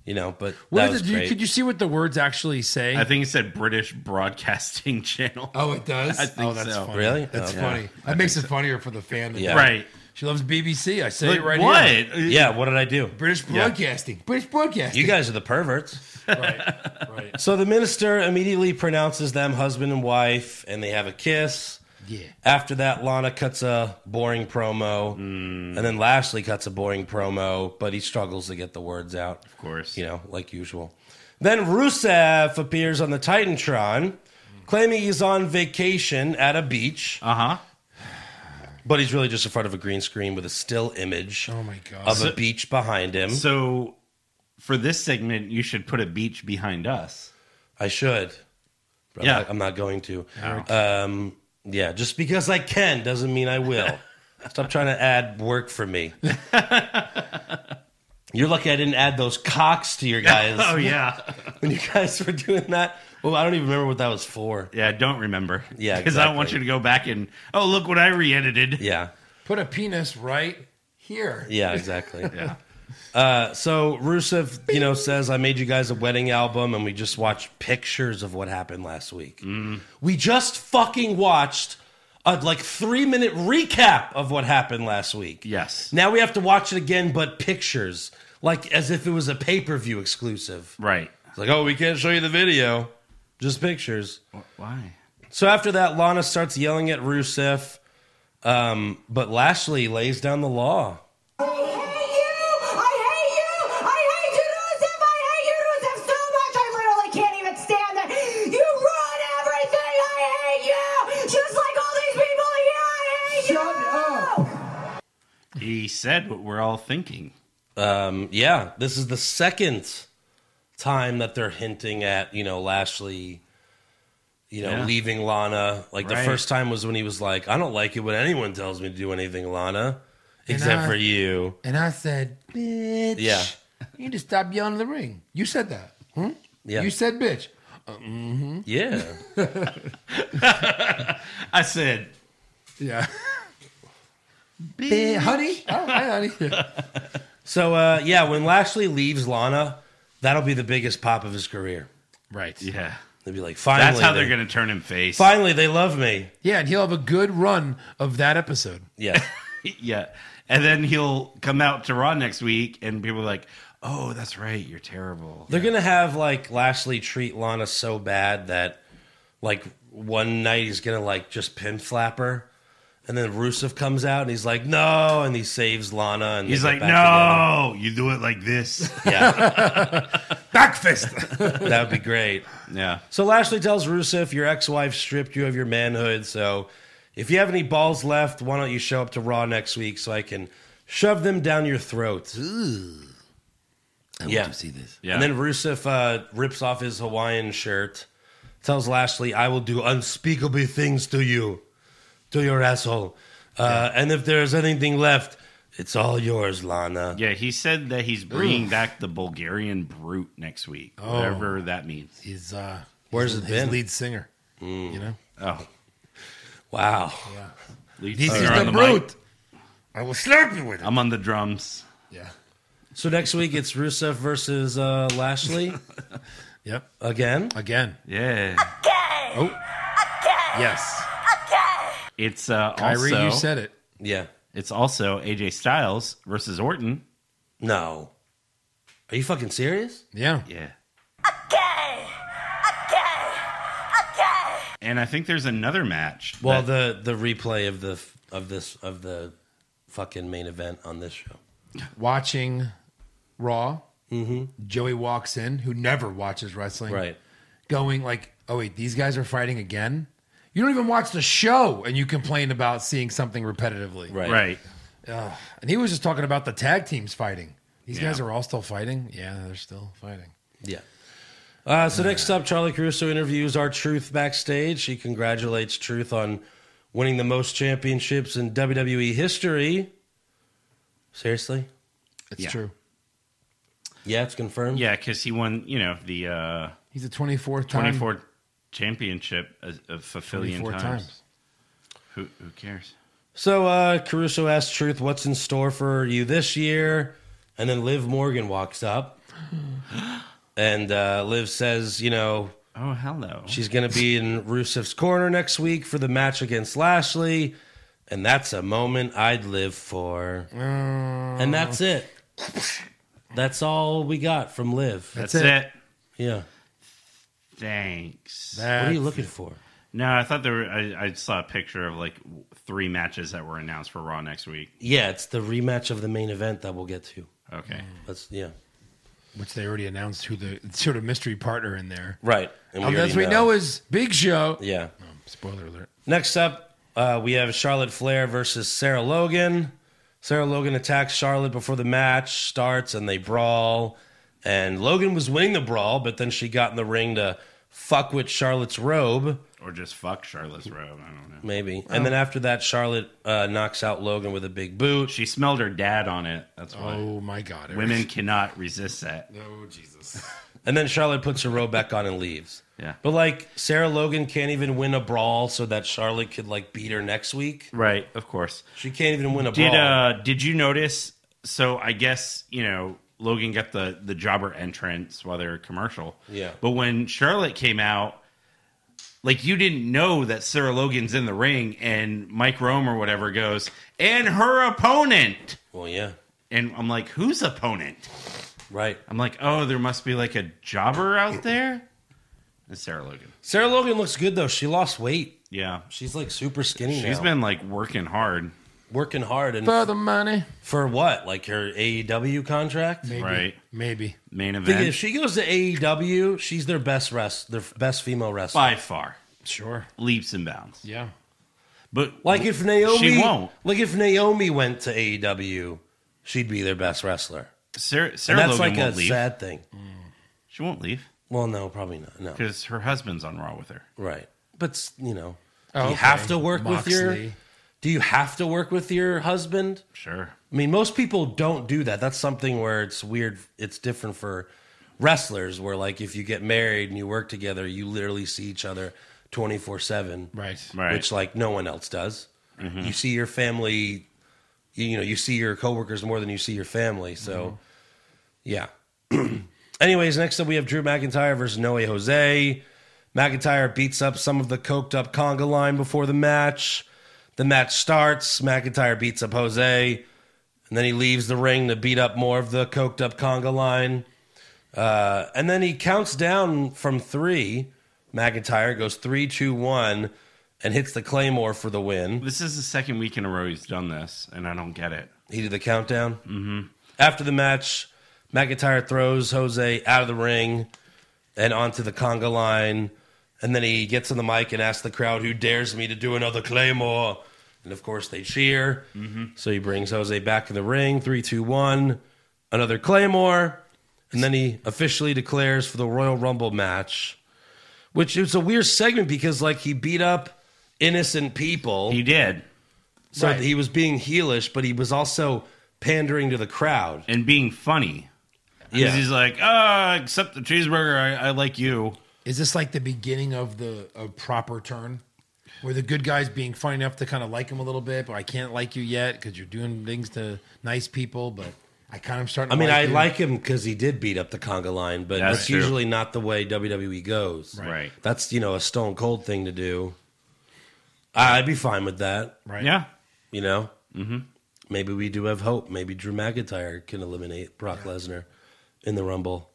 [SPEAKER 4] you know. But
[SPEAKER 1] What
[SPEAKER 4] that was
[SPEAKER 1] did you,
[SPEAKER 4] great.
[SPEAKER 1] could you see what the words actually say?
[SPEAKER 5] I think he said British Broadcasting Channel.
[SPEAKER 1] oh, it does.
[SPEAKER 5] I think
[SPEAKER 1] oh, that's
[SPEAKER 5] so.
[SPEAKER 1] funny.
[SPEAKER 4] Really?
[SPEAKER 1] That's
[SPEAKER 4] Oh, yeah.
[SPEAKER 1] funny. That makes it funnier for the fan.
[SPEAKER 4] Yeah.
[SPEAKER 5] Right.
[SPEAKER 1] She loves BBC. I say
[SPEAKER 5] Like,
[SPEAKER 1] it right
[SPEAKER 5] what?
[SPEAKER 1] here.
[SPEAKER 4] yeah, what did I do?
[SPEAKER 1] British broadcasting. British broadcasting.
[SPEAKER 4] You guys are the perverts.
[SPEAKER 1] right. Right.
[SPEAKER 4] So the minister immediately pronounces them husband and wife, and they have a kiss.
[SPEAKER 1] Yeah.
[SPEAKER 4] After that, Lana cuts a boring promo,
[SPEAKER 1] Mm.
[SPEAKER 4] and then Lashley cuts a boring promo, but he struggles to get the words out. Of
[SPEAKER 5] course.
[SPEAKER 4] you know, like usual. Then Rusev appears on the Titantron, claiming he's on vacation at a beach,
[SPEAKER 5] Uh huh.
[SPEAKER 4] but he's really just in front of a green screen with a still image
[SPEAKER 1] Oh my god.
[SPEAKER 4] of a beach behind him.
[SPEAKER 5] So for this segment, you should put a beach behind us.
[SPEAKER 4] I should. But
[SPEAKER 5] Yeah.
[SPEAKER 4] I'm not, I'm not going to. Um, yeah, just because I can doesn't mean I will. Stop trying to add work for me. You're lucky I didn't add those cocks to your guys
[SPEAKER 5] Oh, yeah,
[SPEAKER 4] when you guys were doing that. Well, I don't even remember what that was for.
[SPEAKER 5] yeah. I Don't remember.
[SPEAKER 4] Yeah,
[SPEAKER 5] because I don't want
[SPEAKER 4] exactly.
[SPEAKER 5] you to go back and oh look what I re-edited.
[SPEAKER 4] Yeah,
[SPEAKER 1] Put a penis right here.
[SPEAKER 4] yeah, exactly.
[SPEAKER 5] Yeah.
[SPEAKER 4] Uh, so Rusev, you know, says I made you guys a wedding album, and we just watched pictures of what happened last week. We just fucking watched a like three minute recap of what happened last week.
[SPEAKER 5] Yes.
[SPEAKER 4] Now we have to watch it again, but pictures, like as if it was a pay per view exclusive.
[SPEAKER 5] Right.
[SPEAKER 4] It's like, oh, we can't show you the video, just pictures.
[SPEAKER 5] Why?
[SPEAKER 4] So after that, Lana starts yelling at Rusev, um, but Lashley lays down the law.
[SPEAKER 3] I hate you! I hate you! I hate you, Rusev! I hate you, Rusev, so much! I literally can't even stand it! You ruin everything! I hate you! Just like all these people here, I hate you!
[SPEAKER 5] He said what we're all thinking.
[SPEAKER 4] Um, yeah, this is the second time that they're hinting at you know Lashley, you know
[SPEAKER 5] Yeah.
[SPEAKER 4] leaving Lana. Like the
[SPEAKER 5] Right.
[SPEAKER 4] first time was when he was like, "I don't like it when anyone tells me to do anything, Lana, except
[SPEAKER 1] I-
[SPEAKER 4] for you."
[SPEAKER 1] And I said, bitch.
[SPEAKER 4] Yeah.
[SPEAKER 1] You need to stop yelling in the ring. You said that. Hmm?
[SPEAKER 4] Yeah,
[SPEAKER 1] You said bitch.
[SPEAKER 4] yeah.
[SPEAKER 5] I said,
[SPEAKER 1] Yeah. Hey, honey. Oh, hi, honey.
[SPEAKER 4] so uh, yeah, when Lashley leaves Lana, that'll be the biggest pop of his career.
[SPEAKER 1] Right. Yeah.
[SPEAKER 5] yeah.
[SPEAKER 4] They'll be like, "Finally,
[SPEAKER 5] That's how
[SPEAKER 4] they-
[SPEAKER 5] they're going to turn him face.
[SPEAKER 4] Finally, they love me.
[SPEAKER 1] and he'll have a good run of that episode.
[SPEAKER 4] Yeah,
[SPEAKER 5] yeah. And then he'll come out to Raw next week, and people are like, "Oh, that's right, you're terrible."
[SPEAKER 4] they're gonna have like Lashley treat Lana so bad that like one night he's gonna like just pin flap her, and then Rusev comes out and he's like, "No," and he saves Lana, and they
[SPEAKER 5] He's
[SPEAKER 4] get
[SPEAKER 5] like,
[SPEAKER 4] back
[SPEAKER 5] "No, you do it like this."
[SPEAKER 4] together. Yeah,
[SPEAKER 1] Backfist.
[SPEAKER 4] that would be great.
[SPEAKER 5] yeah.
[SPEAKER 4] So Lashley tells Rusev, your ex-wife stripped you of your manhood. So if you have any balls left, why don't you show up to Raw next week so I can shove them down your throat?
[SPEAKER 11] I want
[SPEAKER 4] Yeah.
[SPEAKER 11] to see this.
[SPEAKER 5] Yeah.
[SPEAKER 4] And then Rusev uh, rips off his Hawaiian shirt, tells Lashley, I will do unspeakable things to you, to your asshole. Uh, And if there's anything left, it's all yours, Lana.
[SPEAKER 5] Yeah, he said that he's bringing back the Bulgarian brute next week,
[SPEAKER 1] Oh.
[SPEAKER 5] whatever that means.
[SPEAKER 1] He's uh
[SPEAKER 4] Where's
[SPEAKER 1] his,
[SPEAKER 4] it
[SPEAKER 1] his
[SPEAKER 4] been?
[SPEAKER 1] lead singer. You know?
[SPEAKER 5] Oh,
[SPEAKER 4] Wow.
[SPEAKER 5] lead
[SPEAKER 1] This
[SPEAKER 5] singer
[SPEAKER 1] is
[SPEAKER 5] on
[SPEAKER 1] the
[SPEAKER 5] mic.
[SPEAKER 1] brute. I will slap you with it.
[SPEAKER 5] I'm on the drums.
[SPEAKER 1] Yeah.
[SPEAKER 4] So next week, it's Rusev versus uh, Lashley
[SPEAKER 1] Yep.
[SPEAKER 4] again.
[SPEAKER 1] Again.
[SPEAKER 5] Yeah,
[SPEAKER 1] Yes.
[SPEAKER 5] it's uh,
[SPEAKER 1] Kyrie,
[SPEAKER 5] also
[SPEAKER 1] you said it.
[SPEAKER 4] Yeah.
[SPEAKER 5] it's also AJ Styles versus Orton.
[SPEAKER 4] No. Are you fucking serious?
[SPEAKER 1] Yeah.
[SPEAKER 5] Yeah. And I think there's another match.
[SPEAKER 4] Well,
[SPEAKER 5] that-
[SPEAKER 4] the the replay of the of this of the fucking main event on this show.
[SPEAKER 1] Watching Raw. Joey walks in, who never watches wrestling.
[SPEAKER 4] Right.
[SPEAKER 1] going like, oh wait, these guys are fighting again. You don't even watch the show, and you complain about seeing something repetitively.
[SPEAKER 4] Right.
[SPEAKER 5] right.
[SPEAKER 1] And he was just talking about the tag teams fighting. These
[SPEAKER 5] Yeah.
[SPEAKER 1] guys are all still fighting. Yeah, they're still fighting.
[SPEAKER 4] Yeah. Uh, so next up, Charlie Caruso interviews our Truth backstage. He congratulates Truth on winning the most championships in WWE history. Seriously?
[SPEAKER 1] It's true.
[SPEAKER 4] Yeah, it's confirmed.
[SPEAKER 5] Yeah, because he won, you know, the uh,
[SPEAKER 1] He's the 24th time.
[SPEAKER 5] 24 championship of, of fulfillion
[SPEAKER 1] 24
[SPEAKER 5] times.
[SPEAKER 1] times.
[SPEAKER 5] Who, who cares?
[SPEAKER 4] So uh, Caruso asks Truth, "What's in store for you this year?" And then Liv Morgan walks up, and uh, Liv says, "You know,
[SPEAKER 5] Oh, hello.
[SPEAKER 4] she's going to be in Rusev's corner next week for the match against Lashley, and that's a moment I'd live for." And that's it. That's all we got from Liv.
[SPEAKER 5] That's,
[SPEAKER 1] That's
[SPEAKER 5] it.
[SPEAKER 1] it.
[SPEAKER 4] Yeah.
[SPEAKER 5] Thanks.
[SPEAKER 4] What are you looking for?
[SPEAKER 5] no, I thought there were, I, I saw a picture of like w- three matches that were announced for Raw next week.
[SPEAKER 4] Yeah, it's the rematch of the main event that we'll get to.
[SPEAKER 5] Okay.
[SPEAKER 4] That's yeah.
[SPEAKER 1] Which they already announced who the sort of mystery partner in there.
[SPEAKER 4] Right. And
[SPEAKER 1] Unless
[SPEAKER 4] already
[SPEAKER 1] Um, we know is Big Show.
[SPEAKER 4] Yeah.
[SPEAKER 1] Spoiler alert.
[SPEAKER 4] Next up, uh, we have Charlotte Flair versus Sarah Logan. Sarah Logan attacks Charlotte before the match starts and they brawl. And Logan was winning the brawl, but then she got in the ring to fuck with Charlotte's robe,
[SPEAKER 5] Or just fuck Charlotte's robe. I don't know.
[SPEAKER 4] maybe. And
[SPEAKER 5] Oh.
[SPEAKER 4] then after that, Charlotte uh, knocks out Logan with a big boot.
[SPEAKER 5] She smelled her dad on it. That's why
[SPEAKER 1] Oh my God. Eric.
[SPEAKER 5] women cannot resist that.
[SPEAKER 1] Oh Jesus.
[SPEAKER 4] And then Charlotte puts her robe back on and leaves.
[SPEAKER 5] Yeah.
[SPEAKER 4] But like, Sarah Logan can't even win a brawl so that Charlotte could like beat her next week.
[SPEAKER 5] Right. Of course.
[SPEAKER 4] She can't even win a
[SPEAKER 5] Did
[SPEAKER 4] brawl.
[SPEAKER 5] uh did you notice? So I guess you know Logan got the the jobber entrance while they were commercial.
[SPEAKER 4] Yeah.
[SPEAKER 5] But when Charlotte came out, like you didn't know that Sarah Logan's in the ring, and Mike Rome or whatever goes and her opponent,
[SPEAKER 4] well, yeah.
[SPEAKER 5] and I'm like, whose opponent?
[SPEAKER 4] Right.
[SPEAKER 5] I'm like, oh, there must be like a jobber out there. It's Sarah Logan.
[SPEAKER 4] Sarah Logan looks good though. She lost weight.
[SPEAKER 5] Yeah.
[SPEAKER 4] She's like super skinny
[SPEAKER 5] she's
[SPEAKER 4] now.
[SPEAKER 5] been like working hard,
[SPEAKER 4] working hard and
[SPEAKER 1] For the money.
[SPEAKER 4] for what? Like her AEW contract? I
[SPEAKER 1] Maybe.
[SPEAKER 5] right?
[SPEAKER 1] Maybe.
[SPEAKER 5] Main
[SPEAKER 4] think
[SPEAKER 5] event
[SPEAKER 4] if she goes to AEW, she's their best rest, their best female wrestler.
[SPEAKER 5] by far,
[SPEAKER 1] Sure.
[SPEAKER 5] leaps and bounds.
[SPEAKER 1] Yeah.
[SPEAKER 5] But
[SPEAKER 4] Like if Naomi,
[SPEAKER 5] she won't.
[SPEAKER 4] Like if Naomi went to AEW, she'd be their best wrestler.
[SPEAKER 5] Sarah, Sarah
[SPEAKER 4] And that's
[SPEAKER 5] Logan
[SPEAKER 4] like
[SPEAKER 5] won't
[SPEAKER 4] a
[SPEAKER 5] leave.
[SPEAKER 4] sad thing.
[SPEAKER 5] She won't leave
[SPEAKER 4] Well, no, probably not. No,
[SPEAKER 5] because her husband's on Raw with her.
[SPEAKER 4] right? But you know,
[SPEAKER 1] Oh,
[SPEAKER 4] do you
[SPEAKER 1] okay.
[SPEAKER 4] have to work with your?
[SPEAKER 1] Moxley.
[SPEAKER 4] Do you have to work with your husband?
[SPEAKER 5] Sure.
[SPEAKER 4] I mean, most people don't do that. That's something where it's weird. It's different for wrestlers, where like if you get married and you work together, you literally see each other twenty four seven,
[SPEAKER 1] Right.
[SPEAKER 5] Right.
[SPEAKER 4] which like no one else does. You see your family, you, you know, you see your coworkers more than you see your family. So, yeah. Anyways, next up we have Drew McIntyre versus Noe Jose. McIntyre beats up some of the coked up conga line before the match. The match starts. McIntyre beats up Jose, and then he leaves the ring to beat up more of the coked up conga line. Uh, and then he counts down from three. McIntyre goes three, two, one, and hits the claymore for the win.
[SPEAKER 5] This is the second week in a row he's done this, and I don't get it.
[SPEAKER 4] He did the countdown. Mm-hmm. After the match, McIntyre throws Jose out of the ring and onto the conga line. And then he gets on the mic and asks the crowd, Who dares me to do another Claymore? And of course, they cheer. So he brings Jose back in the ring. Three, two, one. Another Claymore. And then he officially declares for the Royal Rumble match, which is a weird segment because, like, he beat up innocent people.
[SPEAKER 5] He did,
[SPEAKER 4] So
[SPEAKER 1] Right.
[SPEAKER 4] he was being heelish, but he was also pandering to the crowd.
[SPEAKER 5] and being funny. 'Cause
[SPEAKER 4] Yeah.
[SPEAKER 5] he's like, ah, except the cheeseburger, I, I like you.
[SPEAKER 1] Is this like the beginning of the a proper turn? Where the good guy's being funny enough to kind of like him a little bit, but I can't like you yet because you're doing things to nice people, but I kind of starting
[SPEAKER 4] I
[SPEAKER 1] to
[SPEAKER 4] mean, I
[SPEAKER 1] you.
[SPEAKER 4] like him because he did beat up the conga line, but
[SPEAKER 5] That's
[SPEAKER 4] that's
[SPEAKER 5] true.
[SPEAKER 4] usually not the way WWE goes.
[SPEAKER 5] Right.
[SPEAKER 4] That's, you know, a stone cold thing to do. I- I'd be fine with that,
[SPEAKER 1] Right.
[SPEAKER 5] Yeah.
[SPEAKER 4] you know? Mm-hmm. Maybe we do have hope. Maybe Drew McIntyre can eliminate Brock Lesnar in the Rumble.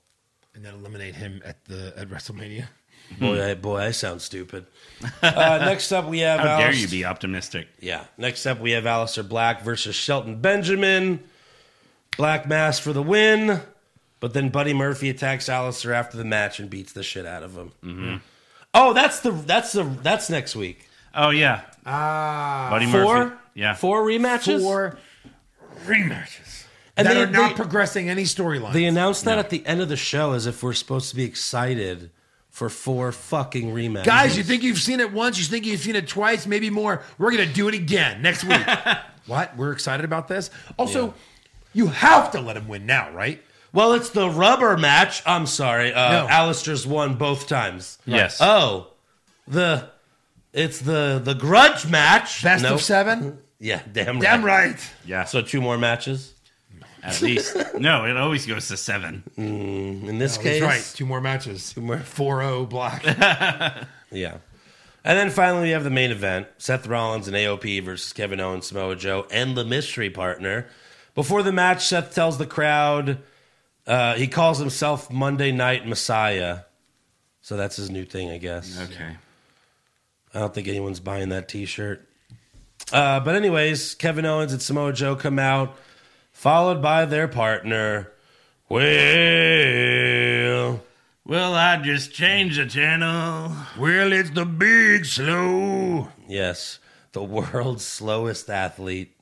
[SPEAKER 1] And then eliminate him at the at WrestleMania.
[SPEAKER 5] Hmm.
[SPEAKER 4] Boy, I, boy, I sound stupid. Uh, next up, we have
[SPEAKER 5] How dare
[SPEAKER 4] Alist-
[SPEAKER 5] you be optimistic?
[SPEAKER 4] Yeah. Next up, we have Alistair Black versus Shelton Benjamin. Black Mass for the win, but then Buddy Murphy attacks Alistair after the match and beats the shit out of him. Oh, that's the that's the that's next week.
[SPEAKER 5] Oh yeah. Ah. Buddy
[SPEAKER 4] Four,
[SPEAKER 5] Murphy. Yeah.
[SPEAKER 4] four rematches.
[SPEAKER 1] Four rematches. that
[SPEAKER 4] they-
[SPEAKER 1] are not
[SPEAKER 4] they-
[SPEAKER 1] progressing any storyline.
[SPEAKER 4] They announced that at the end of the show as if we're supposed to be excited for four fucking rematches.
[SPEAKER 1] Guys, you think you've seen it once, you think you've seen it twice, maybe more. We're going to do it again next week. what? We're excited about this? Also, you have to let him win now, right?
[SPEAKER 4] Well, it's the rubber match. I'm sorry. Uh,
[SPEAKER 1] No.
[SPEAKER 4] Alistair's won both times.
[SPEAKER 5] Yes.
[SPEAKER 4] Oh, the it's the the grudge match.
[SPEAKER 1] Best
[SPEAKER 4] Nope.
[SPEAKER 1] of seven?
[SPEAKER 4] Yeah, damn right.
[SPEAKER 1] Damn right.
[SPEAKER 5] Yeah.
[SPEAKER 4] So two more matches.
[SPEAKER 5] At least. no, it always goes to seven.
[SPEAKER 4] Mm, in this
[SPEAKER 1] Oh,
[SPEAKER 4] case,
[SPEAKER 1] He's right. Two more matches. Two
[SPEAKER 4] more.
[SPEAKER 1] 4 0 block.
[SPEAKER 4] Yeah. And then finally, we have the main event Seth Rollins and AOP versus Kevin Owens, Samoa Joe, and the mystery partner. Before the match, Seth tells the crowd uh, he calls himself Monday Night Messiah. So that's his new thing, I guess.
[SPEAKER 5] Okay.
[SPEAKER 4] I don't think anyone's buying that t shirt. Uh, but, anyways, Kevin Owens and Samoa Joe come out, followed by their partner. Well,
[SPEAKER 5] Well, I just changed the channel.
[SPEAKER 1] well, it's the big slow.
[SPEAKER 4] Yes, the world's slowest athlete.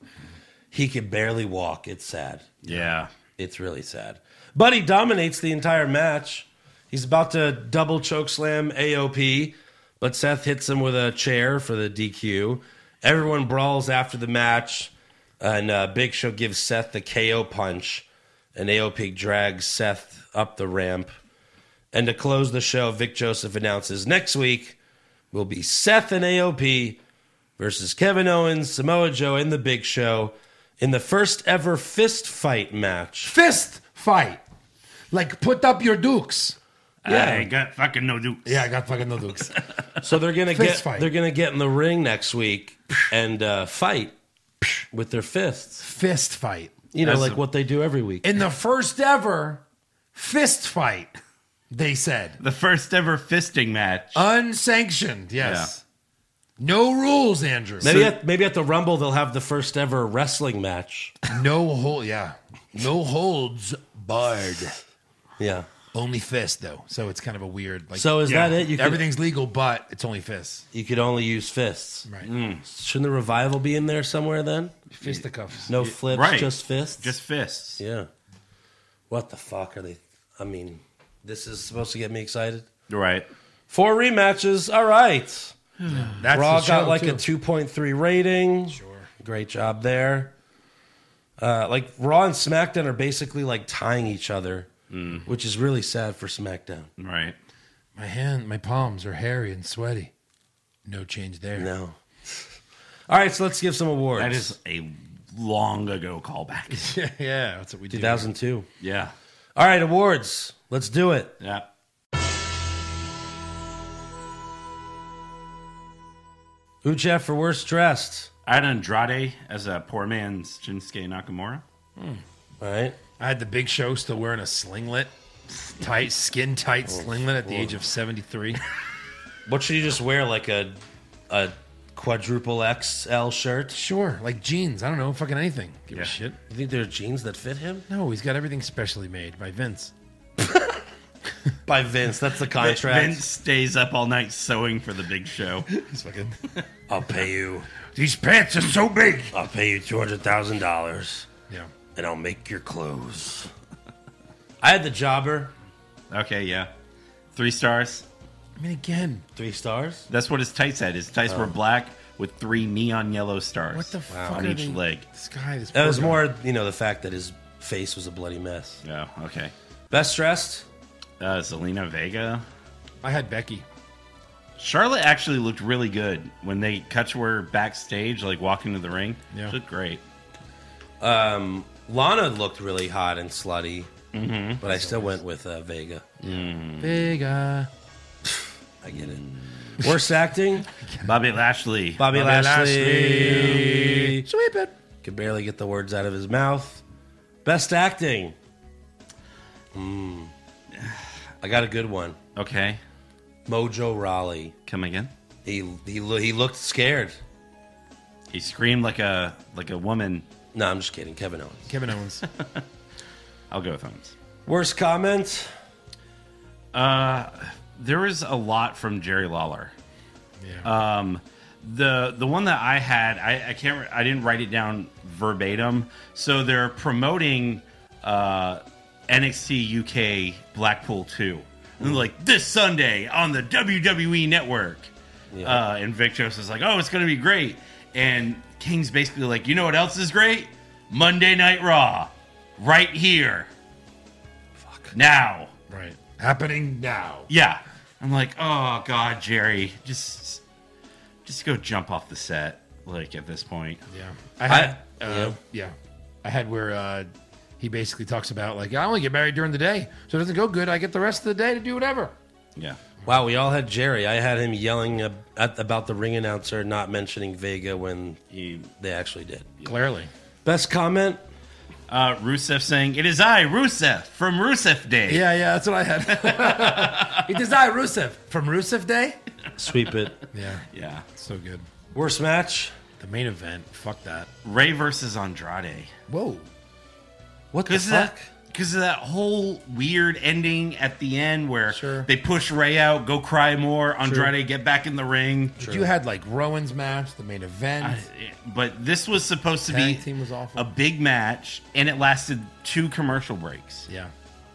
[SPEAKER 4] He can barely walk. It's sad.
[SPEAKER 5] Yeah.
[SPEAKER 4] It's really sad. But he dominates the entire match. He's about to double choke slam AOP, but Seth hits him with a chair for the DQ. Everyone brawls after the match, and uh, Big Show gives Seth the KO punch, and AOP drags Seth up the ramp. And to close the show, Vic Joseph announces next week will be Seth and AOP versus Kevin Owens, Samoa Joe, and The Big Show in the first ever fist fight match.
[SPEAKER 1] Fist fight. Like, put up your dukes.
[SPEAKER 5] Yeah. I got fucking no dukes.
[SPEAKER 1] Yeah, I got fucking no dukes.
[SPEAKER 4] So they're gonna
[SPEAKER 1] Fist
[SPEAKER 4] get
[SPEAKER 1] fight.
[SPEAKER 4] they're gonna get in the ring next week and uh, fight with their fists.
[SPEAKER 1] Fist fight.
[SPEAKER 4] You know,
[SPEAKER 5] That's
[SPEAKER 4] like
[SPEAKER 5] a-
[SPEAKER 4] what they do every week.
[SPEAKER 1] In the first ever fist fight, they said.
[SPEAKER 5] The first ever fisting match.
[SPEAKER 1] Oh. Unsanctioned, yes. No rules, Andrew.
[SPEAKER 4] Maybe at, maybe at the Rumble they'll have the first ever wrestling match.
[SPEAKER 1] No hold, yeah. No holds barred.
[SPEAKER 4] Yeah.
[SPEAKER 1] Only fist though, so it's kind of a weird. Like,
[SPEAKER 4] So is
[SPEAKER 5] Yeah.
[SPEAKER 4] that it? You could,
[SPEAKER 1] everything's legal, but it's only fists.
[SPEAKER 4] you could only use fists.
[SPEAKER 1] Right.
[SPEAKER 5] Mm.
[SPEAKER 4] Shouldn't the revival be in there somewhere then?
[SPEAKER 1] Fisticuffs.
[SPEAKER 4] No flips,
[SPEAKER 5] right.
[SPEAKER 4] just fists.
[SPEAKER 5] Just fists.
[SPEAKER 4] yeah. What the fuck are they? I mean, this is supposed to get me excited.
[SPEAKER 5] Right.
[SPEAKER 4] Four rematches. All right.
[SPEAKER 1] That's
[SPEAKER 4] Raw
[SPEAKER 1] the show,
[SPEAKER 4] got like
[SPEAKER 1] too.
[SPEAKER 4] a 2.3 rating. Sure. Great job there. Uh, like Raw and SmackDown are basically like tying each other, which is really sad for SmackDown.
[SPEAKER 5] Right.
[SPEAKER 1] My hand, my palms are hairy and sweaty. No change there.
[SPEAKER 4] No. All right, so let's give some awards.
[SPEAKER 5] That is a long ago callback.
[SPEAKER 1] yeah, that's what we do.
[SPEAKER 4] 2002.
[SPEAKER 5] yeah.
[SPEAKER 4] All right, awards. Let's do it.
[SPEAKER 5] Yeah.
[SPEAKER 4] Uchef for worst dressed.
[SPEAKER 5] I had Andrade as a poor man's Shinsuke Nakamura.
[SPEAKER 4] All right.
[SPEAKER 1] I had the Big Show still wearing a slinglet, tight skin tight slinglet at the age of seventy three.
[SPEAKER 4] What should you just wear? Like a a quadruple XL shirt?
[SPEAKER 1] sure, like jeans. I don't know, fucking anything. Give
[SPEAKER 5] Yeah.
[SPEAKER 1] a shit.
[SPEAKER 4] You think there are jeans that fit him?
[SPEAKER 1] No, he's got everything specially made by Vince.
[SPEAKER 4] By Vince. That's the contract.
[SPEAKER 5] Vince stays up all night sewing for the big show.
[SPEAKER 1] He's fucking.
[SPEAKER 4] I'll pay you.
[SPEAKER 1] These pants are so big.
[SPEAKER 4] I'll pay you two hundred thousand dollars,
[SPEAKER 1] Yeah.
[SPEAKER 4] and I'll make your clothes. I had the jobber,
[SPEAKER 5] Okay, yeah. Three stars.
[SPEAKER 1] I mean, again,
[SPEAKER 4] three stars.
[SPEAKER 5] That's what his tights had. His tights were black with three neon yellow stars.
[SPEAKER 1] what the fuck
[SPEAKER 5] On
[SPEAKER 1] are
[SPEAKER 5] each
[SPEAKER 1] they-
[SPEAKER 5] leg.
[SPEAKER 1] This guy, this
[SPEAKER 4] That
[SPEAKER 1] poor
[SPEAKER 4] was
[SPEAKER 1] guy.
[SPEAKER 4] more, you know, the fact that his face was a bloody mess.
[SPEAKER 5] Yeah, okay.
[SPEAKER 4] Best dressed.
[SPEAKER 5] Uh, Selena Vega.
[SPEAKER 1] I had Becky.
[SPEAKER 5] Charlotte actually looked really good when they cut to her backstage, like walking to the ring.
[SPEAKER 1] Yeah.
[SPEAKER 5] She looked great.
[SPEAKER 4] Lana looked really hot and slutty, but I still went with uh, Vega.
[SPEAKER 1] Vega.
[SPEAKER 4] I get it. Worst acting,
[SPEAKER 5] Bobby Lashley.
[SPEAKER 4] Bobby, Lashley.
[SPEAKER 1] Sweep it.
[SPEAKER 4] Could barely get the words out of his mouth. Best acting. Mm. I got a good one.
[SPEAKER 5] Okay,
[SPEAKER 4] Mojo Raleigh.
[SPEAKER 5] come again.
[SPEAKER 4] He he lo- he looked scared.
[SPEAKER 5] He screamed like a like a woman.
[SPEAKER 4] No, I'm just kidding. Kevin Owens.
[SPEAKER 1] Kevin Owens.
[SPEAKER 5] I'll go with Owens.
[SPEAKER 4] Worst comment.
[SPEAKER 5] Uh, there was a lot from Jerry Lawler.
[SPEAKER 1] Yeah.
[SPEAKER 5] Um, the the one that I had, I, I can't, re- I didn't write it down verbatim. So they're promoting uh, NXT UK Blackpool Two, and they're like this Sunday on the WWE Network. Uh, and Vic Joseph's like, oh, it's gonna be great. And King's basically like, you know what else is great? Monday Night Raw, right here, Fuck. now.
[SPEAKER 1] Right. Happening now.
[SPEAKER 5] Yeah. I'm like, oh god, Jerry, just just go jump off the set. Like at this point,
[SPEAKER 1] Yeah. I had, uh, yeah. I had where uh, he basically talks about, like, I only get married during the day. So if it doesn't go good. I get the rest of the day to do whatever.
[SPEAKER 5] yeah.
[SPEAKER 4] Wow, we all had Jerry. I had him yelling ab- at, about the ring announcer not mentioning Vega when he, they actually did.
[SPEAKER 1] Clearly.
[SPEAKER 4] Best comment?
[SPEAKER 5] Uh, Rusev saying, "It is I, Rusev from Rusev Day."
[SPEAKER 1] Yeah, yeah, that's what I had. it is I, Rusev. From Rusev Day?
[SPEAKER 4] Sweep it.
[SPEAKER 1] Yeah.
[SPEAKER 5] yeah.
[SPEAKER 1] So good.
[SPEAKER 4] Worst match?
[SPEAKER 1] The main event. Fuck that.
[SPEAKER 5] Ray versus Andrade.
[SPEAKER 1] Whoa.
[SPEAKER 4] What the
[SPEAKER 5] Because
[SPEAKER 4] fuck?
[SPEAKER 5] that because of that whole weird ending at the end where
[SPEAKER 1] Sure.
[SPEAKER 5] they push Ray out, go cry more, Andrade get back in the ring.
[SPEAKER 1] You had like Rowan's match, the main event.
[SPEAKER 5] I- but this was supposed to
[SPEAKER 1] Tag
[SPEAKER 5] be
[SPEAKER 1] team was awful.
[SPEAKER 5] a big match, and it lasted two commercial breaks,
[SPEAKER 1] yeah.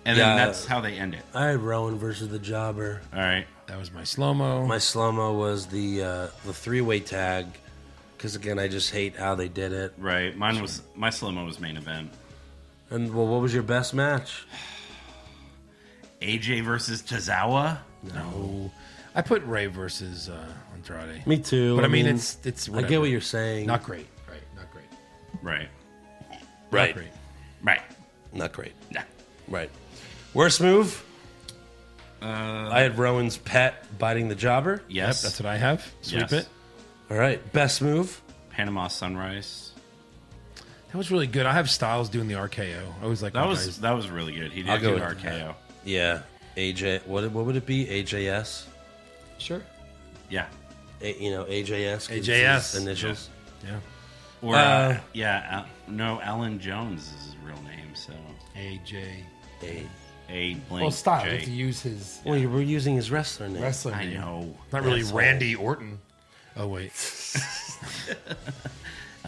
[SPEAKER 5] and then
[SPEAKER 4] Yeah.
[SPEAKER 5] that's how they end it.
[SPEAKER 4] I had Rowan versus the Jobber.
[SPEAKER 5] All right.
[SPEAKER 1] That was my slow mo.
[SPEAKER 4] My slow mo was the uh, the three way tag because again, I just hate how they did it.
[SPEAKER 5] Right. Mine was my slow mo was main event.
[SPEAKER 4] And well, what was your best match?
[SPEAKER 5] AJ versus Tazawa.
[SPEAKER 1] No. I put Ray versus uh, Andrade.
[SPEAKER 4] Me too.
[SPEAKER 1] But I mean, it's it's.
[SPEAKER 4] I get
[SPEAKER 1] whatever.
[SPEAKER 4] what you're saying.
[SPEAKER 1] Not great. Right. Not great.
[SPEAKER 5] Right.
[SPEAKER 4] right.
[SPEAKER 1] Not great.
[SPEAKER 5] Right.
[SPEAKER 4] Not great.
[SPEAKER 5] Yeah.
[SPEAKER 4] Right. Worst move? Uh, I had Rowan's pet biting the jobber.
[SPEAKER 1] Yep.
[SPEAKER 5] Yes.
[SPEAKER 1] That's what I have. Sweep
[SPEAKER 5] Yes.
[SPEAKER 1] it.
[SPEAKER 4] All right. Best move?
[SPEAKER 5] Panama Sunrise.
[SPEAKER 1] That was really good. I have Styles doing the RKO. I was like,
[SPEAKER 5] That
[SPEAKER 1] oh,
[SPEAKER 5] was
[SPEAKER 1] guys,
[SPEAKER 5] that was really good. He
[SPEAKER 4] I'll
[SPEAKER 5] did
[SPEAKER 4] go
[SPEAKER 5] do
[SPEAKER 4] with
[SPEAKER 5] RKO.
[SPEAKER 4] Yeah. AJ. What, what would it be? AJS?
[SPEAKER 1] sure.
[SPEAKER 5] Yeah.
[SPEAKER 4] A, you know, AJS? 'cause it's
[SPEAKER 1] AJS.
[SPEAKER 4] his Initials.
[SPEAKER 1] Yeah.
[SPEAKER 5] Or uh,
[SPEAKER 4] Uh,
[SPEAKER 5] yeah, Al- no, Alan Jones is his real name. So
[SPEAKER 1] AJ.
[SPEAKER 4] A-
[SPEAKER 5] a blank.
[SPEAKER 1] Well, Styles. You
[SPEAKER 5] J.
[SPEAKER 1] have to use his
[SPEAKER 4] well, you were using his wrestler name.
[SPEAKER 1] wrestling.
[SPEAKER 5] I
[SPEAKER 1] name.
[SPEAKER 5] know.
[SPEAKER 1] Not really
[SPEAKER 4] Asshole.
[SPEAKER 1] Randy Orton. Oh wait.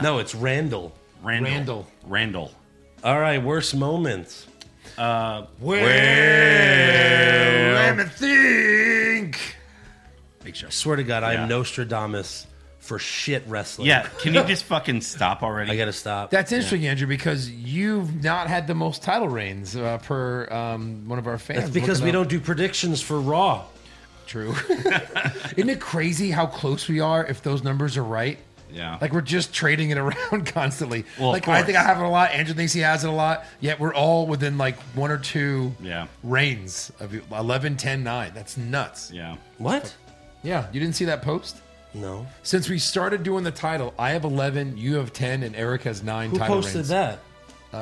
[SPEAKER 4] No, it's Randall.
[SPEAKER 5] Randall.
[SPEAKER 1] Randall.
[SPEAKER 5] Randall.
[SPEAKER 4] All right. Worst moments.
[SPEAKER 1] Well, let me think. Big Show.
[SPEAKER 4] I swear to God,
[SPEAKER 5] Yeah.
[SPEAKER 4] I'm Nostradamus for shit wrestling.
[SPEAKER 5] Yeah. Can you just fucking stop already?
[SPEAKER 4] I got to stop.
[SPEAKER 1] That's interesting, Andrew, because you've not had the most title reigns uh, per um, one of our fans.
[SPEAKER 4] That's because
[SPEAKER 1] Look it
[SPEAKER 4] we
[SPEAKER 1] up.
[SPEAKER 4] don't do predictions for Raw.
[SPEAKER 1] True. Isn't it crazy how close we are if those numbers are right?
[SPEAKER 5] Yeah.
[SPEAKER 1] Like we're just trading it around constantly.
[SPEAKER 5] Well, of
[SPEAKER 1] like I think I
[SPEAKER 5] course.
[SPEAKER 1] have it a lot. Andrew thinks he has it a lot. Yet we're all within like one or two
[SPEAKER 5] Yeah.
[SPEAKER 1] reigns of 11, 10, 9. That's nuts. Yeah.
[SPEAKER 5] yeah.
[SPEAKER 4] What?
[SPEAKER 1] You didn't see that post?
[SPEAKER 4] No.
[SPEAKER 1] Since we started doing the title, I have 11, you have 10, and Eric has 9
[SPEAKER 4] Who
[SPEAKER 1] title
[SPEAKER 4] posted
[SPEAKER 1] reigns.
[SPEAKER 4] that?
[SPEAKER 5] Um,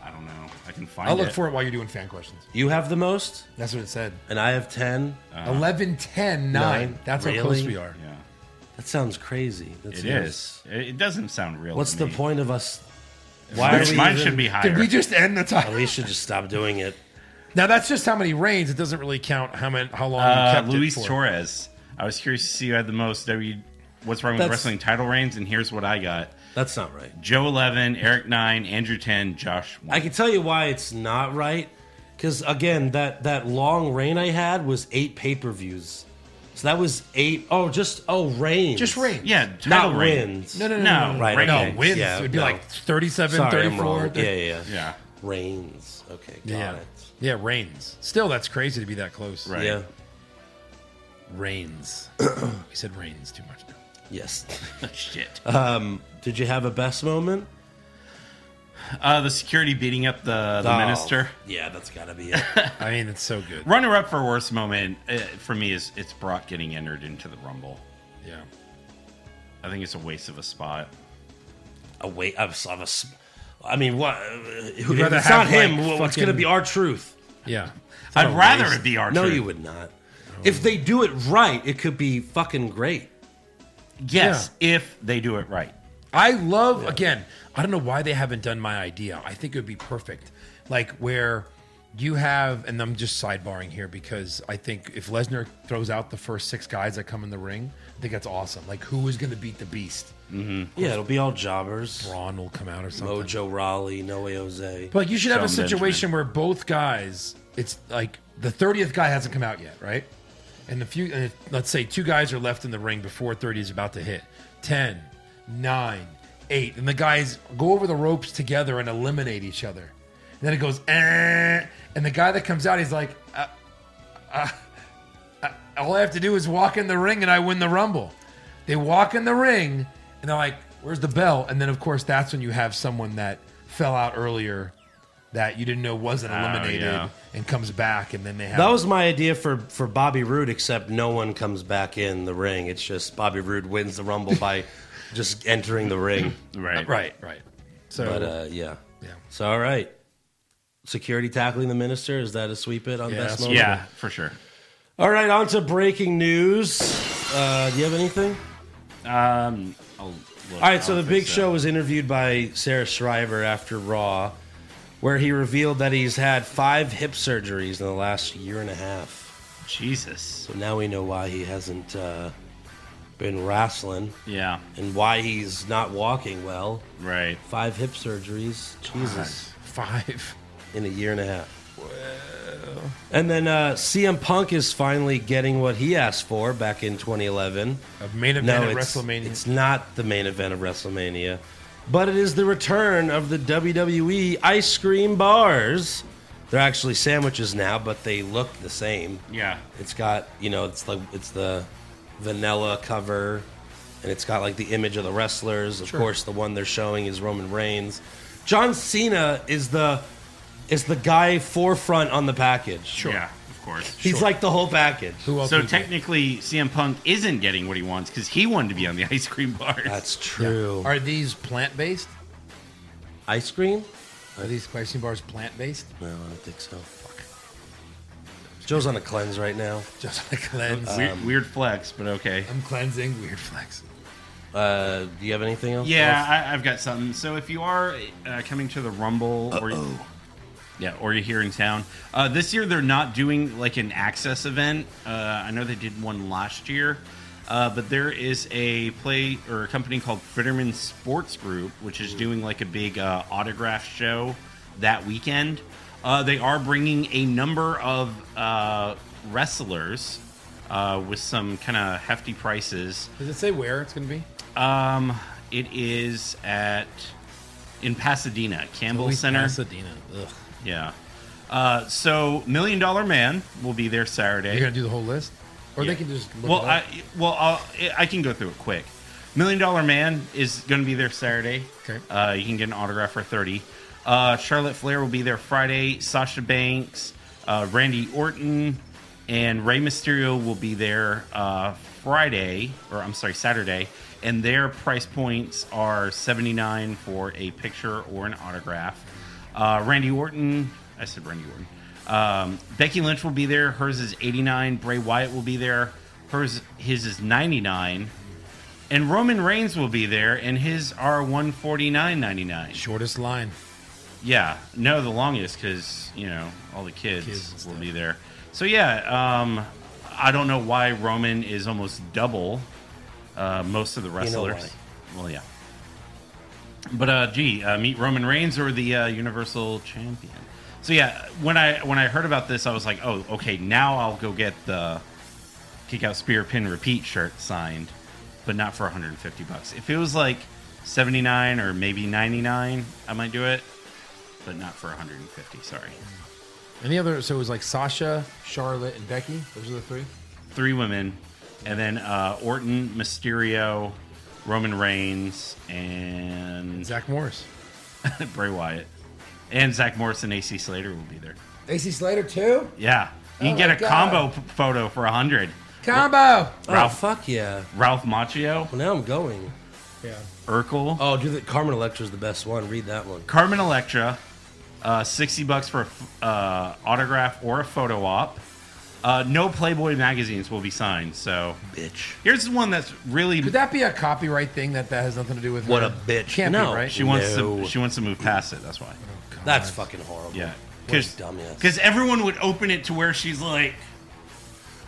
[SPEAKER 5] I don't know. I can find.
[SPEAKER 1] I'll look
[SPEAKER 5] it.
[SPEAKER 1] for it while you're doing fan questions.
[SPEAKER 4] You have the most,
[SPEAKER 1] That's what it said.
[SPEAKER 4] and I have 10.
[SPEAKER 5] Uh-huh.
[SPEAKER 1] Eleven, ten, nine. 11, 10, 9.
[SPEAKER 4] Nine.
[SPEAKER 1] That's
[SPEAKER 4] Really?
[SPEAKER 1] how close we are.
[SPEAKER 5] Yeah.
[SPEAKER 4] That sounds crazy. That's
[SPEAKER 5] It is. It it doesn't sound real.
[SPEAKER 4] What's
[SPEAKER 5] to
[SPEAKER 4] the
[SPEAKER 5] me.
[SPEAKER 4] point of us? Why
[SPEAKER 5] Mine,
[SPEAKER 4] are we
[SPEAKER 5] mine
[SPEAKER 4] even-
[SPEAKER 5] should be higher.
[SPEAKER 1] Did we just end the title?
[SPEAKER 4] We should just stop doing it.
[SPEAKER 1] Now that's just how many reigns. It doesn't really count how many, how long you
[SPEAKER 5] Uh,
[SPEAKER 1] kept
[SPEAKER 5] Luis
[SPEAKER 1] it for.
[SPEAKER 5] Torres. I was curious to see who had the most W. What's wrong with
[SPEAKER 4] That's-
[SPEAKER 5] wrestling title reigns? And here's what I got:
[SPEAKER 4] That's not right.
[SPEAKER 5] Joe eleven, Eric nine, Andrew ten, Josh one.
[SPEAKER 4] I can tell you why it's not right. Because again, that that long reign I had was eight pay per views. So that was eight oh just oh reigns.
[SPEAKER 1] Just reigns.
[SPEAKER 5] yeah, title
[SPEAKER 4] Not
[SPEAKER 5] reign.
[SPEAKER 4] wins.
[SPEAKER 1] No, no, no,
[SPEAKER 5] No,
[SPEAKER 1] no, no,
[SPEAKER 4] right,
[SPEAKER 1] no,
[SPEAKER 4] okay.
[SPEAKER 1] wins.
[SPEAKER 4] Yeah,
[SPEAKER 1] it would be
[SPEAKER 4] no.
[SPEAKER 1] like 37,
[SPEAKER 4] Sorry,
[SPEAKER 1] 34.
[SPEAKER 4] I'm wrong. Yeah, yeah, yeah.
[SPEAKER 5] Yeah,
[SPEAKER 4] Reigns. Okay, got
[SPEAKER 1] yeah,
[SPEAKER 4] it.
[SPEAKER 1] yeah, reigns. Still, that's crazy to be that close.
[SPEAKER 5] right.
[SPEAKER 4] Yeah.
[SPEAKER 1] Reigns. we said reigns too much. now.
[SPEAKER 4] Yes.
[SPEAKER 5] Shit.
[SPEAKER 4] Did you have a best moment?
[SPEAKER 5] Uh, the security beating up the, the
[SPEAKER 4] Oh,
[SPEAKER 5] minister.
[SPEAKER 4] Yeah, that's gotta be it.
[SPEAKER 1] I mean, it's so good.
[SPEAKER 5] Runner up for worst moment uh, for me is it's Brock getting entered into the Rumble.
[SPEAKER 1] Yeah,
[SPEAKER 5] I think it's a waste of a spot.
[SPEAKER 4] a wait. I've, I've a, s- I mean, what? Who, if
[SPEAKER 1] rather
[SPEAKER 4] it's not
[SPEAKER 1] have, like,
[SPEAKER 4] him. wh- what's
[SPEAKER 1] fucking-
[SPEAKER 4] gonna be our truth?
[SPEAKER 1] yeah.
[SPEAKER 5] I'd rather it be our
[SPEAKER 4] No, you would not. If they do it right, it could be fucking great.
[SPEAKER 5] Yes, if they do it right.
[SPEAKER 1] I love again. I don't know why they haven't done my idea. I think it would be perfect. Like where You have, and I'm just sidebarring here because I think if Lesnar throws out the first six guys that come in the ring, I think that's awesome. Like, who is going to beat the Beast?
[SPEAKER 4] Mm-hmm. Yeah, it'll be all jobbers.
[SPEAKER 1] Braun will come out or something.
[SPEAKER 4] Mojo Raleigh, No Way Jose.
[SPEAKER 1] But like, you should have a
[SPEAKER 4] Shelton
[SPEAKER 1] situation where both guys, it's like the 30th guy hasn't come out yet, right? And the few, and if- let's say two guys are left in the ring before 30 is about to hit 10, 9, 8. And the guys go over the ropes together and eliminate each other. And then it goes, eh, and the guy that comes out, he's like, uh, uh, uh, all I have to do is walk in the ring and I win the Rumble. They walk in the ring and they're like, where's the bell? And then, of course, that's when you have someone that fell out earlier that you didn't know wasn't
[SPEAKER 4] Oh,
[SPEAKER 1] eliminated
[SPEAKER 4] yeah.
[SPEAKER 1] and comes back. And then they have.
[SPEAKER 4] That was my idea for, for Bobby Roode, except no one comes back in the ring. It's just Bobby Roode wins the Rumble by just entering the ring.
[SPEAKER 5] Right.
[SPEAKER 1] Right, right. So-
[SPEAKER 4] but, uh, yeah.
[SPEAKER 1] Yeah.
[SPEAKER 4] So, all right. Security tackling the minister. Is that a sweep it on
[SPEAKER 5] Yeah,
[SPEAKER 4] best
[SPEAKER 5] that's-
[SPEAKER 4] moment?
[SPEAKER 5] yeah, for sure.
[SPEAKER 4] All right, on to breaking news. Uh, do you have anything?
[SPEAKER 5] Um,
[SPEAKER 4] All right, so the Big
[SPEAKER 5] uh,
[SPEAKER 4] Show was interviewed by Sarah Shriver after Raw, where he revealed that he's had five hip surgeries in the last year and a half.
[SPEAKER 5] Jesus. So
[SPEAKER 4] now we know why he hasn't uh, been wrestling.
[SPEAKER 5] Yeah.
[SPEAKER 4] And why he's not walking well.
[SPEAKER 5] Right.
[SPEAKER 4] Five hip surgeries. Jesus.
[SPEAKER 1] Five.
[SPEAKER 4] In a year and a half. And then uh, CM Punk is finally getting what he asked for back in 2011.
[SPEAKER 1] A main event
[SPEAKER 4] no,
[SPEAKER 1] at
[SPEAKER 4] it's-
[SPEAKER 1] WrestleMania.
[SPEAKER 4] It's not the main event of WrestleMania, but it is the return of the WWE ice cream bars. They're actually sandwiches now, but they look the same.
[SPEAKER 5] Yeah.
[SPEAKER 4] It's got you know it's like it's the vanilla cover, and it's got like the image of the wrestlers. Of
[SPEAKER 5] Sure.
[SPEAKER 4] course, the one they're showing is Roman Reigns. John Cena is the is the guy forefront on the package. Sure.
[SPEAKER 5] Yeah, of course.
[SPEAKER 4] He's like the whole package.
[SPEAKER 5] so technically, CM Punk isn't getting what he wants because he wanted to be on the ice cream bars.
[SPEAKER 4] That's true.
[SPEAKER 1] Are these plant based?
[SPEAKER 4] Ice cream?
[SPEAKER 1] Are these question bars plant based?
[SPEAKER 4] No, I don't think so. Joe's on a cleanse right now.
[SPEAKER 1] Joe's on a cleanse.
[SPEAKER 5] weird, weird flex, but okay.
[SPEAKER 1] I'm cleansing. Weird flex.
[SPEAKER 4] Uh, do you have anything else?
[SPEAKER 5] Yeah, I, I've got something. So if you are uh, coming to the Rumble, or you, yeah, or you're here in town uh, this year, they're not doing like an access event. Uh, I know they did one last year, uh, but there is a play or a company called Fritterman Sports Group, which is doing like a big uh, autograph show that weekend. Uh, they are bringing a number of uh, wrestlers uh, with some kind of hefty prices.
[SPEAKER 1] Does it say where it's going to be?
[SPEAKER 5] Um, it is at in Pasadena, Campbell
[SPEAKER 1] Always
[SPEAKER 5] Center.
[SPEAKER 1] Pasadena. Ugh.
[SPEAKER 5] Yeah. Uh, so Million Dollar Man will be there Saturday.
[SPEAKER 1] You're going to do the whole list? Or
[SPEAKER 5] Yeah.
[SPEAKER 1] they can just look
[SPEAKER 5] well,
[SPEAKER 1] it up?
[SPEAKER 5] I well I'll, I can go through it quick. Million Dollar Man is going to be there Saturday.
[SPEAKER 1] Okay.
[SPEAKER 5] Uh, you can get an autograph for thirty. Uh, Charlotte Flair will be there Friday. Sasha Banks, uh, Randy Orton, and Rey Mysterio will be there uh, Friday, or I'm sorry, Saturday. And their price points are seventy nine for a picture or an autograph. Uh, Randy Orton, I said Randy Orton. Um, Becky Lynch will be there. Hers is eighty nine. Bray Wyatt will be there. Hers his is ninety nine. And Roman Reigns will be there, and his are one forty nine ninety nine.
[SPEAKER 1] Shortest line.
[SPEAKER 5] Yeah, no, the longest because you know all the kids, will be there. So yeah, um, I don't know why Roman is almost double uh, most of the
[SPEAKER 4] You know why.
[SPEAKER 5] wrestlers. well, yeah, but uh, gee, uh, meet Roman Reigns or the uh, Universal Champion. So yeah, when I when I heard about this, I was like, oh, okay, now I'll go get the kick out spear pin repeat shirt signed, but not for 150 bucks. If it was like 79 or maybe 99, I might do it, but not for 150. Sorry,
[SPEAKER 1] Any other? So it was like Sasha, Charlotte, and Becky. Those are the three.
[SPEAKER 5] three women, and then uh, Orton, Mysterio, Roman Reigns, and
[SPEAKER 1] Zach Morris,
[SPEAKER 5] Bray Wyatt, and Zach Morris and AC Slater will be there.
[SPEAKER 1] AC Slater too.
[SPEAKER 5] Yeah, you
[SPEAKER 1] Oh
[SPEAKER 5] can get
[SPEAKER 1] my
[SPEAKER 5] a
[SPEAKER 1] God.
[SPEAKER 5] combo p- photo for 100.
[SPEAKER 1] Combo.
[SPEAKER 5] Ralph,
[SPEAKER 4] Oh, fuck yeah.
[SPEAKER 5] Ralph Macchio,
[SPEAKER 4] Well, now I'm going.
[SPEAKER 1] Yeah.
[SPEAKER 5] Urkel.
[SPEAKER 4] Oh, do the Carmen Electra's the best one. Read that one.
[SPEAKER 5] Carmen Electra, uh, sixty bucks for a f- uh, autograph or a photo op. Uh, no Playboy magazines will be signed. So, bitch. Here's one that's really
[SPEAKER 1] Could that be a copyright thing that that has nothing to do with
[SPEAKER 5] what
[SPEAKER 1] her?
[SPEAKER 5] a bitch.
[SPEAKER 1] Can't
[SPEAKER 5] no,
[SPEAKER 1] be right.
[SPEAKER 5] she wants
[SPEAKER 4] No.
[SPEAKER 5] to. She wants to move past it. That's why.
[SPEAKER 4] That's fucking horrible.
[SPEAKER 5] Yeah, Because
[SPEAKER 4] dumbass.
[SPEAKER 5] everyone would open it to where she's like,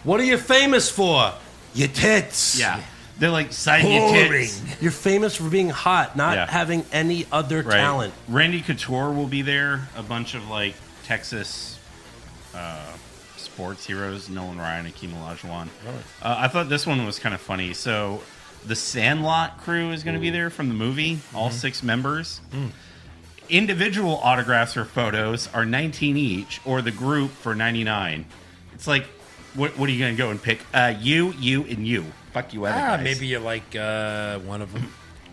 [SPEAKER 4] What are you famous for? Your tits.
[SPEAKER 5] yeah. They're like, sign your tits.
[SPEAKER 4] You're famous for being hot, not
[SPEAKER 5] Yeah.
[SPEAKER 4] having any other
[SPEAKER 5] Right.
[SPEAKER 4] talent.
[SPEAKER 5] Randy Couture will be there. A bunch of like Texas uh, sports heroes, Nolan Ryan and Kim Olajuwon.
[SPEAKER 4] Really?
[SPEAKER 5] Uh, I thought this one was kind of funny. So the Sandlot crew is going to be there from the movie, all six members. Individual autographs or photos are 19 each, or the group for 99. It's like, what, what are you going to go and pick? Uh, you, you, and you. Fuck you, other
[SPEAKER 1] Ah,
[SPEAKER 5] guys.
[SPEAKER 1] maybe you like uh, one of them.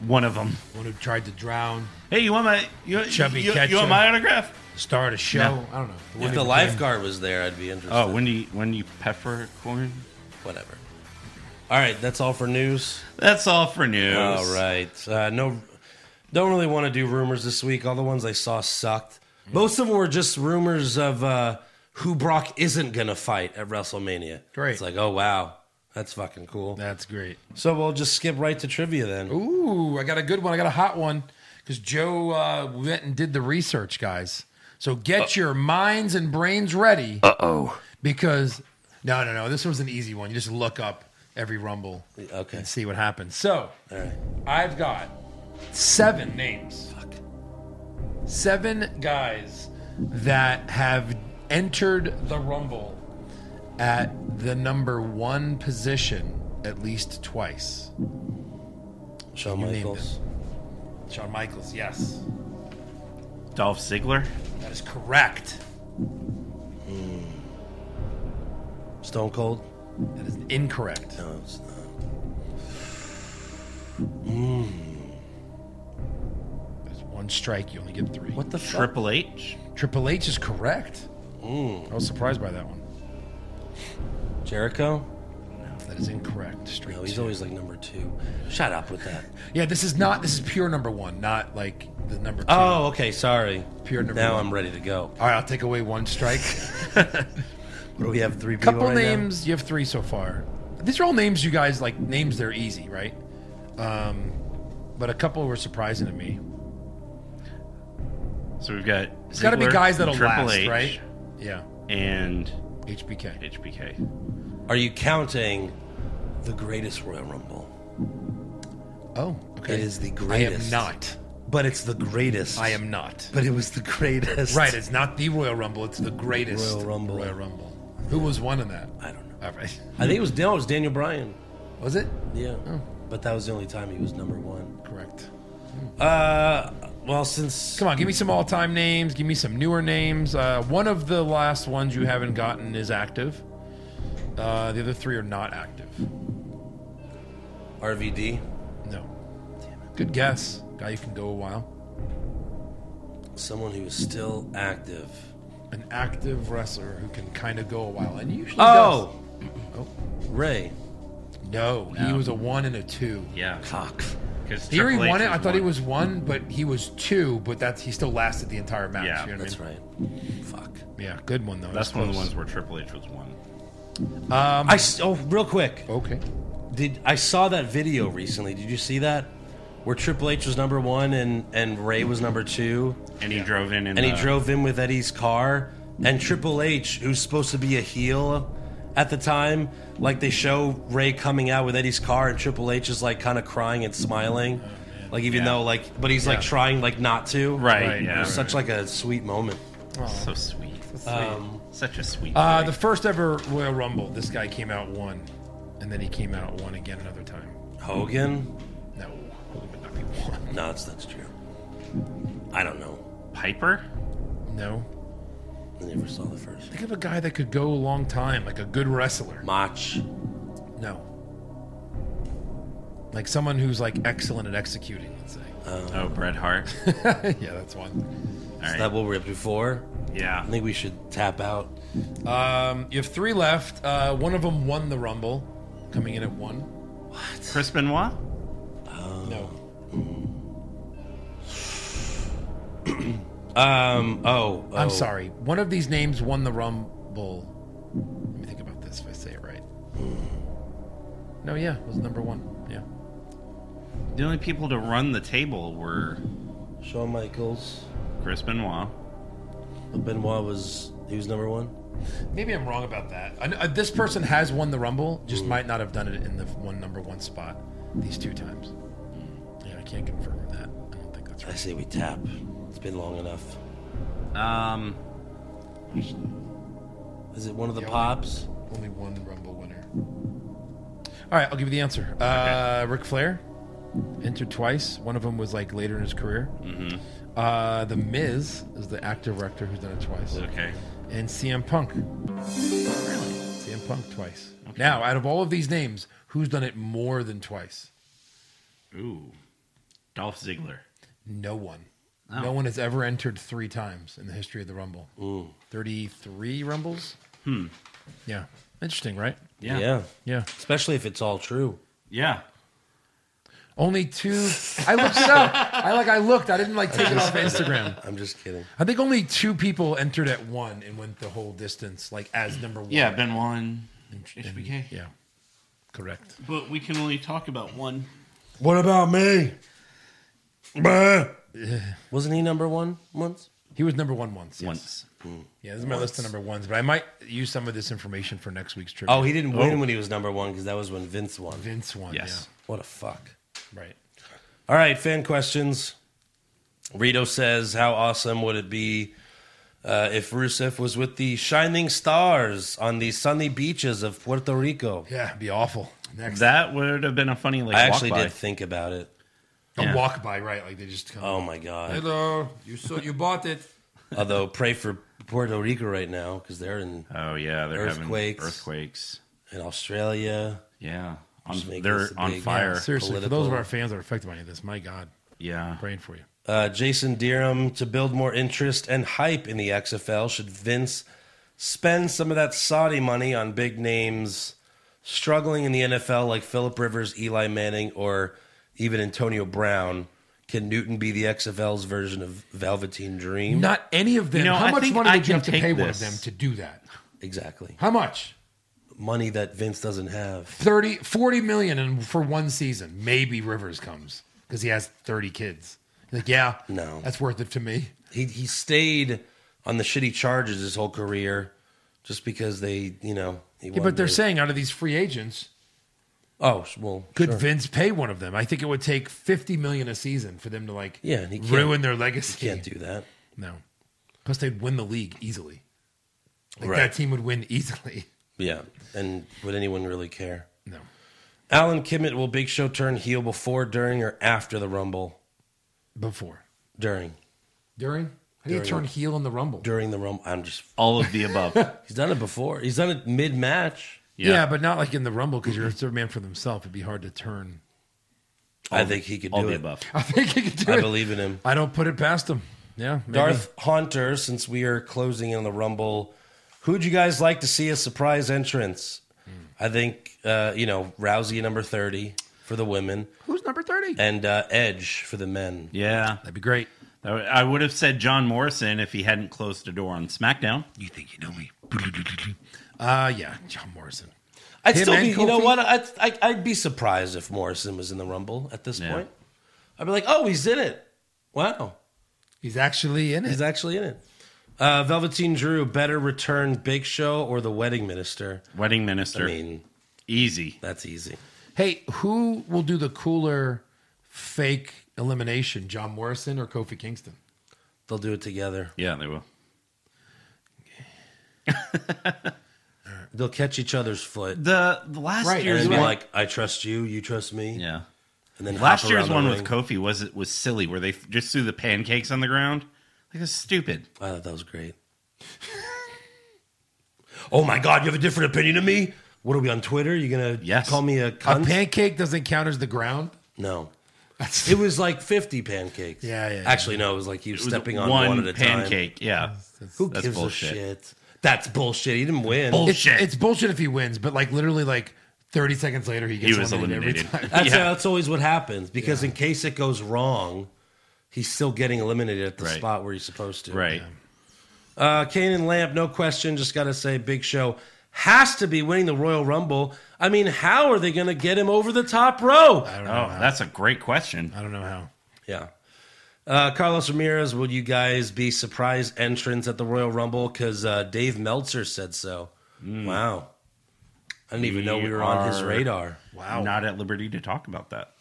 [SPEAKER 5] one of them.
[SPEAKER 1] One who tried to drown,
[SPEAKER 5] Hey, you want my you,
[SPEAKER 1] Chubby
[SPEAKER 5] you, you
[SPEAKER 1] Ketchup.
[SPEAKER 5] want my autograph?
[SPEAKER 1] start a show.
[SPEAKER 5] No.
[SPEAKER 1] I don't know. The one
[SPEAKER 4] If
[SPEAKER 1] who
[SPEAKER 4] the
[SPEAKER 1] became-
[SPEAKER 4] lifeguard was there, I'd be interested.
[SPEAKER 5] Oh, Wendy, Wendy Peppercorn.
[SPEAKER 4] whatever. All right, that's all for news.
[SPEAKER 5] That's all for news.
[SPEAKER 4] All right. Uh, no, don't really want to do rumors this week. All the ones I saw sucked. Most of them were just rumors of uh, who Brock isn't going to fight at WrestleMania.
[SPEAKER 1] Great.
[SPEAKER 4] It's like, oh, wow. That's fucking cool.
[SPEAKER 1] That's great.
[SPEAKER 4] So we'll just skip right to trivia then.
[SPEAKER 1] Ooh, I got a good one. I got a hot one because Joe uh, went and did the research, guys. So get
[SPEAKER 5] Uh.
[SPEAKER 1] your minds and brains ready. Uh oh. Because no, no, no. This one's an easy one. You just look up every rumble
[SPEAKER 5] Uh,
[SPEAKER 4] Okay.
[SPEAKER 1] and see what happens. So
[SPEAKER 4] All right.
[SPEAKER 1] I've got seven names. Seven guys that have entered the Rumble at the number one position at least twice.
[SPEAKER 4] Shawn
[SPEAKER 1] You named
[SPEAKER 4] Michaels.
[SPEAKER 1] Shawn Michaels, yes.
[SPEAKER 5] Dolph Ziggler.
[SPEAKER 1] That is correct.
[SPEAKER 4] Stone Cold.
[SPEAKER 1] That is incorrect.
[SPEAKER 4] No, it's not.
[SPEAKER 1] That's Hmm. one strike, you only get three.
[SPEAKER 4] What the fuck?
[SPEAKER 5] Triple H.
[SPEAKER 1] Triple H is correct.
[SPEAKER 4] Mm.
[SPEAKER 1] I was surprised by that one.
[SPEAKER 4] Jericho?
[SPEAKER 1] That is incorrect. Straight.
[SPEAKER 4] No, he's
[SPEAKER 1] two.
[SPEAKER 4] always like number two. Shut up with that.
[SPEAKER 1] Yeah, this is not. This is pure number one, not like the number two.
[SPEAKER 4] Oh, okay. Sorry.
[SPEAKER 1] Pure number
[SPEAKER 4] Now
[SPEAKER 1] one.
[SPEAKER 4] I'm ready to go.
[SPEAKER 1] All right, I'll take away one strike.
[SPEAKER 4] What do we have? Three people
[SPEAKER 1] Couple
[SPEAKER 4] right now?
[SPEAKER 1] names. You have three so far. These are all names you guys like. Names they're easy, right? Um, but a couple were surprising to me.
[SPEAKER 5] So we've got.
[SPEAKER 1] It's got to be
[SPEAKER 5] Ziggler,
[SPEAKER 1] guys that'll
[SPEAKER 5] Triple
[SPEAKER 1] last,
[SPEAKER 5] H,
[SPEAKER 1] right? Yeah.
[SPEAKER 5] And
[SPEAKER 1] HBK.
[SPEAKER 5] HBK.
[SPEAKER 4] Are you counting the greatest Royal Rumble?
[SPEAKER 1] Oh, okay.
[SPEAKER 4] It is the
[SPEAKER 1] I am
[SPEAKER 4] greatest.
[SPEAKER 1] not.
[SPEAKER 4] But it's the greatest.
[SPEAKER 1] I am not.
[SPEAKER 4] But it was the greatest.
[SPEAKER 1] Right, it's not the Royal Rumble. It's the greatest
[SPEAKER 4] Royal Rumble.
[SPEAKER 1] Royal Rumble. Who was one in that?
[SPEAKER 4] I don't know.
[SPEAKER 1] All right.
[SPEAKER 4] I think it was no, it was Daniel Bryan.
[SPEAKER 1] Was it
[SPEAKER 4] Yeah. But that was the only time he was number one.
[SPEAKER 1] correct?
[SPEAKER 4] Uh, well, since
[SPEAKER 1] Come on, give me some all-time names. Give me some newer names. Uh, one of the last ones you haven't gotten is active. Uh, the other three are not active.
[SPEAKER 4] RVD,
[SPEAKER 1] No. Good guess, guy. You can go a while.
[SPEAKER 4] someone who is still active.
[SPEAKER 1] An active wrestler who can kind of go a while, and usually
[SPEAKER 4] Oh,
[SPEAKER 1] does.
[SPEAKER 4] Ray
[SPEAKER 1] Oh no, he was a one and a two.
[SPEAKER 5] Yeah.
[SPEAKER 4] Cock.
[SPEAKER 5] Because
[SPEAKER 1] Here he won it. I thought he was one, but he was two. But that's he still lasted the entire match.
[SPEAKER 5] Yeah,
[SPEAKER 1] you know what
[SPEAKER 4] That's
[SPEAKER 1] I mean?
[SPEAKER 4] right. Fuck.
[SPEAKER 1] Yeah, good one though.
[SPEAKER 5] That's
[SPEAKER 1] It was
[SPEAKER 5] one of the
[SPEAKER 1] close.
[SPEAKER 5] ones where Triple H was one.
[SPEAKER 1] Um,
[SPEAKER 4] I s- oh, real quick.
[SPEAKER 1] okay.
[SPEAKER 4] Did I saw that video recently? Did you see that? Where Triple H was number one and and Ray was number two.
[SPEAKER 5] And he drove in and,
[SPEAKER 4] and he drove in with Eddie's car. And Triple H, who's supposed to be a heel at the time, like they show Ray coming out with Eddie's car, and Triple H is like kind of crying and smiling, like even
[SPEAKER 5] Yeah.
[SPEAKER 4] though like, but he's like trying like not to.
[SPEAKER 5] Right,
[SPEAKER 4] It was
[SPEAKER 5] yeah.
[SPEAKER 4] such like a sweet moment.
[SPEAKER 5] So sweet.
[SPEAKER 4] Um,
[SPEAKER 5] Such a sweet.
[SPEAKER 1] Uh,
[SPEAKER 5] boy.
[SPEAKER 1] the first ever Royal Rumble. This guy came out one, and then he came out one again another time.
[SPEAKER 4] Hogan?
[SPEAKER 1] No, Hogan would not be one.
[SPEAKER 4] No, it's that's true. I don't know.
[SPEAKER 5] Piper.
[SPEAKER 1] No.
[SPEAKER 4] I never saw the first.
[SPEAKER 1] Think of a guy that could go a long time, like a good wrestler.
[SPEAKER 4] Mach.
[SPEAKER 1] No. Like someone who's like excellent at executing. Let's say.
[SPEAKER 5] Oh, Bret Hart.
[SPEAKER 1] yeah, that's one.
[SPEAKER 5] All
[SPEAKER 4] Is
[SPEAKER 5] right.
[SPEAKER 4] that what we're up to for?
[SPEAKER 5] yeah.
[SPEAKER 4] I think we should tap out.
[SPEAKER 1] Um, you have three left. Uh, one of them won the Rumble, coming in at one.
[SPEAKER 5] Chris Benoit.
[SPEAKER 1] No.
[SPEAKER 4] Um. Oh. oh.
[SPEAKER 1] I'm sorry. One of these names won the Rumble. Let me think about this if I say it right. No, yeah, it was number one. Yeah.
[SPEAKER 5] The only people to run the table were
[SPEAKER 4] Shawn Michaels.
[SPEAKER 5] Chris Benoit,
[SPEAKER 4] Benoit was he was number one.
[SPEAKER 1] Maybe I'm wrong about that. I, kn- uh, this person has won the Rumble, just might not have done it in the one number one spot these two times. Yeah, I can't confirm that. I don't think that's right.
[SPEAKER 4] I say we tap. It's been long enough.
[SPEAKER 5] Um,
[SPEAKER 4] Is it one of the
[SPEAKER 1] Yeah, we-
[SPEAKER 4] pops?
[SPEAKER 1] Only one Rumble winner. All right, I'll give you the answer. Uh, Ric Flair entered twice. One of them was like later in his career.
[SPEAKER 5] mhm.
[SPEAKER 1] Uh, the Miz is the active director who's done it twice.
[SPEAKER 5] Okay.
[SPEAKER 1] And CM Punk. Really? CM Punk twice. Now, out of all of these names, who's done it more than twice?
[SPEAKER 5] Ooh, Dolph Ziggler.
[SPEAKER 1] No one.
[SPEAKER 5] Oh.
[SPEAKER 1] No one has ever entered three times in the history of the Rumble.
[SPEAKER 4] Ooh.
[SPEAKER 1] 33 Rumbles?
[SPEAKER 5] Hmm.
[SPEAKER 1] Yeah. Interesting, right?
[SPEAKER 5] Yeah.
[SPEAKER 4] yeah,
[SPEAKER 1] Yeah.
[SPEAKER 4] Especially if it's all true.
[SPEAKER 5] Yeah.
[SPEAKER 1] Only two. I looked it up. I like. I looked. I didn't like take it off Instagram.
[SPEAKER 4] I'm just kidding.
[SPEAKER 1] I think only two people entered at one and went the whole distance, like as number one.
[SPEAKER 5] Yeah, Ben One,
[SPEAKER 1] And- and-
[SPEAKER 5] HBK.
[SPEAKER 1] Yeah, correct.
[SPEAKER 12] But we can only talk about one.
[SPEAKER 4] What about me? Wasn't he number one once?
[SPEAKER 1] He was number one once. yes.
[SPEAKER 5] Once.
[SPEAKER 1] Yeah, this is my list of number ones, but I might use some of this information for next week's trivia.
[SPEAKER 4] Oh, he didn't win when he was number one because that was when Vince won.
[SPEAKER 1] Vince won.
[SPEAKER 5] Yes.
[SPEAKER 4] What a fuck.
[SPEAKER 1] Yeah. Right.
[SPEAKER 4] All right, fan questions. Rito says, "How awesome would it be uh, if Rusev was with the Shining Stars on the sunny beaches of Puerto Rico?"
[SPEAKER 1] Yeah, it'd be awful. Next,
[SPEAKER 5] That would have been a funny like.
[SPEAKER 4] I actually
[SPEAKER 5] walk by.
[SPEAKER 4] did think about it.
[SPEAKER 1] a
[SPEAKER 5] yeah. Uh,
[SPEAKER 1] walk by, right? Like they just come.
[SPEAKER 4] Oh my god!
[SPEAKER 1] Hello, you so you bought it.
[SPEAKER 4] Although, pray for Puerto Rico right now because they're in
[SPEAKER 5] Oh yeah, they're
[SPEAKER 4] Earthquakes.
[SPEAKER 5] having earthquakes.
[SPEAKER 4] in Australia.
[SPEAKER 5] Yeah, on,
[SPEAKER 4] Just make
[SPEAKER 5] they're
[SPEAKER 4] this a
[SPEAKER 5] on
[SPEAKER 4] big-
[SPEAKER 1] Yeah,
[SPEAKER 5] fire.
[SPEAKER 1] seriously, for those of
[SPEAKER 4] Political.
[SPEAKER 1] our fans that are affected by any of this, my God,
[SPEAKER 5] Yeah,
[SPEAKER 1] praying for you.
[SPEAKER 4] Uh, Jason Deerham to build more interest and hype in the XFL. Should Vince spend some of that Saudi money on big names struggling in the NFL like Philip Rivers, Eli Manning, or even Antonio Brown? Can Newton be the XFL's version of Velveteen Dream?
[SPEAKER 1] Not any of them.
[SPEAKER 5] You know,
[SPEAKER 1] How
[SPEAKER 5] I
[SPEAKER 1] much
[SPEAKER 5] think
[SPEAKER 1] money
[SPEAKER 5] I
[SPEAKER 1] would you
[SPEAKER 5] can
[SPEAKER 1] have to
[SPEAKER 5] take
[SPEAKER 1] pay one of
[SPEAKER 5] this.
[SPEAKER 1] them to do that?
[SPEAKER 4] Exactly.
[SPEAKER 1] How much?
[SPEAKER 4] Money that Vince doesn't have.
[SPEAKER 1] 30, 40 million and for one season. Maybe Rivers comes because he has 30 kids. He's like, yeah,
[SPEAKER 4] No.
[SPEAKER 1] that's worth it to me.
[SPEAKER 4] He, he stayed on the shitty charges his whole career just because they, you know. He
[SPEAKER 1] Yeah, but
[SPEAKER 4] wanted
[SPEAKER 1] they're
[SPEAKER 4] to-
[SPEAKER 1] saying out of these free agents,
[SPEAKER 4] Oh, well.
[SPEAKER 1] could
[SPEAKER 4] sure.
[SPEAKER 1] Vince pay one of them? I think it would take 50 million a season for them to like
[SPEAKER 4] Yeah, and he can't-
[SPEAKER 1] ruin their legacy.
[SPEAKER 4] Can't do that.
[SPEAKER 1] No. Plus, they'd win the league easily. Like
[SPEAKER 4] Right.
[SPEAKER 1] that team would win easily.
[SPEAKER 4] Yeah. And would anyone really care?
[SPEAKER 1] No.
[SPEAKER 4] Alan Kimmett will Big Show turn heel before, during, or after the Rumble?
[SPEAKER 1] Before.
[SPEAKER 4] During.
[SPEAKER 1] During? How do you
[SPEAKER 4] During.
[SPEAKER 1] turn heel in the Rumble?
[SPEAKER 4] During the Rumble. I'm just.
[SPEAKER 5] all of the above.
[SPEAKER 4] He's done it before. He's done it mid match.
[SPEAKER 1] Yeah.
[SPEAKER 5] Yeah.
[SPEAKER 1] but not like in the Rumble because you're a third man for themselves. It'd be hard to turn.
[SPEAKER 4] I think he could
[SPEAKER 5] all
[SPEAKER 4] do
[SPEAKER 5] the
[SPEAKER 4] it.
[SPEAKER 5] above.
[SPEAKER 1] I think he could do
[SPEAKER 4] I
[SPEAKER 1] it.
[SPEAKER 4] believe in him.
[SPEAKER 1] I don't put it past him. Yeah. maybe.
[SPEAKER 4] Darth Haunter, since we are closing in on the Rumble, who'd you guys like to see a surprise entrance? I think, uh, you know, Rousey number 30 for the women
[SPEAKER 1] Who's number 30?
[SPEAKER 4] and uh, Edge for the men.
[SPEAKER 5] Yeah,
[SPEAKER 1] That'd be great.
[SPEAKER 5] I would- I would have said John Morrison if he hadn't closed the door on SmackDown.
[SPEAKER 6] You think you know me?
[SPEAKER 1] Uh, yeah. John Morrison.
[SPEAKER 4] I'd
[SPEAKER 1] Him
[SPEAKER 4] still
[SPEAKER 1] and
[SPEAKER 4] be, you know
[SPEAKER 1] Kofi?
[SPEAKER 4] what? I'd, I, I'd be surprised if Morrison was in the Rumble at this
[SPEAKER 5] Yeah.
[SPEAKER 4] point. I'd be like, oh, he's in it. Wow.
[SPEAKER 1] He's actually in it.
[SPEAKER 4] He's actually in it. Uh, Velveteen Drew, better return Big Show or the Wedding Minister?
[SPEAKER 5] Wedding minister,
[SPEAKER 4] I mean,
[SPEAKER 5] easy.
[SPEAKER 4] that's easy.
[SPEAKER 1] Hey, who will do the cooler fake elimination? John Morrison or Kofi Kingston?
[SPEAKER 4] They'll do it together.
[SPEAKER 5] Yeah, they will.
[SPEAKER 4] They'll catch each other's foot.
[SPEAKER 5] The, the last
[SPEAKER 1] Right,
[SPEAKER 5] year's
[SPEAKER 4] And
[SPEAKER 1] you're
[SPEAKER 4] be
[SPEAKER 5] one,
[SPEAKER 4] like, I trust you, you trust me.
[SPEAKER 5] yeah,
[SPEAKER 4] And then
[SPEAKER 5] last
[SPEAKER 4] hop
[SPEAKER 5] year's
[SPEAKER 4] around the
[SPEAKER 5] one
[SPEAKER 4] ring.
[SPEAKER 5] with Kofi was was silly, where they just threw the pancakes on the ground. Like that's stupid.
[SPEAKER 4] I thought that was great. oh my God, you have a different opinion of me? What are we on Twitter? You're going to
[SPEAKER 5] Yes.
[SPEAKER 4] call me a
[SPEAKER 1] A
[SPEAKER 4] cunt?
[SPEAKER 1] pancake doesn't count as the ground.
[SPEAKER 4] no.
[SPEAKER 1] That's
[SPEAKER 4] It was like 50 pancakes.
[SPEAKER 1] Yeah, yeah, yeah.
[SPEAKER 4] Actually, no, it was like you
[SPEAKER 5] It was
[SPEAKER 4] stepping on one, at a
[SPEAKER 5] pancake. Yeah,
[SPEAKER 4] time. Who
[SPEAKER 5] That's
[SPEAKER 4] gives
[SPEAKER 5] bullshit.
[SPEAKER 4] a shit? That's bullshit. He didn't win.
[SPEAKER 1] it's,
[SPEAKER 5] bullshit.
[SPEAKER 1] it's bullshit if he wins, but like literally like 30 seconds later he gets
[SPEAKER 5] he was
[SPEAKER 1] eliminated,
[SPEAKER 5] eliminated.
[SPEAKER 1] every time.
[SPEAKER 4] That's,
[SPEAKER 5] yeah.
[SPEAKER 4] that's always what happens because in case it goes wrong, he's still getting eliminated at the
[SPEAKER 5] Right.
[SPEAKER 4] spot where he's supposed to.
[SPEAKER 5] Right.
[SPEAKER 4] Uh, Kane and Lamp, no question. Just got to say, Big Show has to be winning the Royal Rumble. I mean, how are they going to get him over the top rope?
[SPEAKER 1] I don't know.
[SPEAKER 5] Oh,
[SPEAKER 1] how.
[SPEAKER 5] that's a great question.
[SPEAKER 1] I don't know how.
[SPEAKER 4] Yeah. Uh, Carlos Ramirez, will you guys be surprise entrants at the Royal Rumble? Because uh, Dave Meltzer said so. Wow. I didn't even know we were on his
[SPEAKER 5] are
[SPEAKER 4] radar. Wow.
[SPEAKER 5] Not at liberty to talk about that.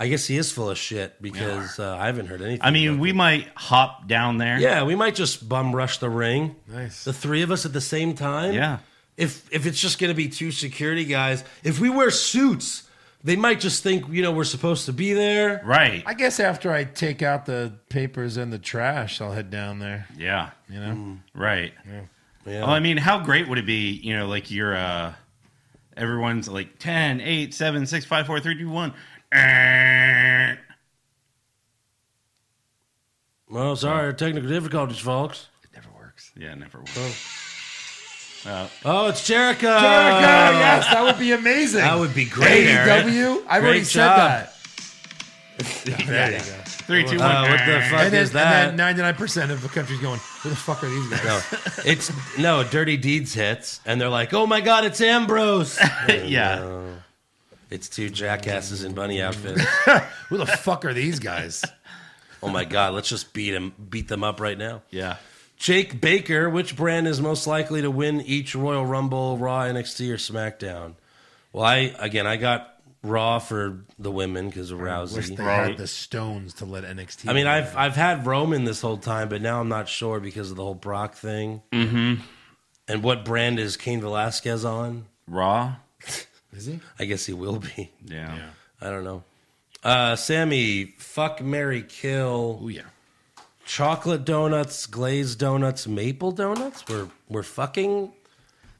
[SPEAKER 4] I guess he is full of shit because uh, I haven't heard anything.
[SPEAKER 5] I mean, we might hop down there.
[SPEAKER 4] Yeah, we might just bum rush the ring.
[SPEAKER 1] Nice.
[SPEAKER 4] The three of us at the same time.
[SPEAKER 5] Yeah.
[SPEAKER 4] If if it's just gonna be two security guys, if we wear suits, they might just think, you know, we're supposed to be there.
[SPEAKER 5] Right.
[SPEAKER 1] I guess after I take out the papers and the trash, I'll head down there.
[SPEAKER 5] Yeah.
[SPEAKER 1] You know?
[SPEAKER 5] Right.
[SPEAKER 4] Mm. Yeah.
[SPEAKER 5] Well, I mean, how great would it be, you know, like you're uh everyone's like 10, 8, 7, 6, 5, 4, 3, 2, 1. Eh.
[SPEAKER 4] Well, sorry, technical difficulties, folks.
[SPEAKER 5] Yeah, never will. Uh,
[SPEAKER 4] Oh, it's Jericho.
[SPEAKER 1] Jericho, yes, that would be amazing.
[SPEAKER 4] That would be great,
[SPEAKER 1] AEW,
[SPEAKER 4] Eric.
[SPEAKER 1] I've already
[SPEAKER 4] Great
[SPEAKER 1] said
[SPEAKER 4] job.
[SPEAKER 1] that.
[SPEAKER 5] there you go. Three, two,
[SPEAKER 4] Uh,
[SPEAKER 5] one.
[SPEAKER 4] what the fuck
[SPEAKER 1] and then,
[SPEAKER 4] is that?
[SPEAKER 1] And then 99% of the country's going, who the fuck are these guys?
[SPEAKER 4] No, it's no Dirty Deeds hits, and they're like, "Oh my God, it's Ambrose!"
[SPEAKER 5] Yeah.
[SPEAKER 4] No. it's two jackasses in bunny outfits.
[SPEAKER 1] Who the fuck are these guys?
[SPEAKER 4] oh my God, let's just beat him, beat them up right now.
[SPEAKER 5] Yeah.
[SPEAKER 4] Jake Baker, which brand is most likely to win each Royal Rumble, Raw, NXT, or SmackDown? Well, I again, I got Raw for the women because of
[SPEAKER 1] Wish
[SPEAKER 4] Rousey.
[SPEAKER 1] they
[SPEAKER 5] Right.
[SPEAKER 1] had the stones to let NXT.
[SPEAKER 4] I mean, I've I've had Roman this whole time, but now I'm not sure because of the whole Brock thing. Mm-hmm. And what brand is Kane Velasquez on?
[SPEAKER 5] Raw.
[SPEAKER 1] Is he?
[SPEAKER 4] I guess he will be.
[SPEAKER 5] Yeah.
[SPEAKER 4] I don't know. Uh, Sammy, fuck Mary Kill.
[SPEAKER 1] Oh, yeah.
[SPEAKER 4] Chocolate donuts, glazed donuts, maple donuts. We're we're fucking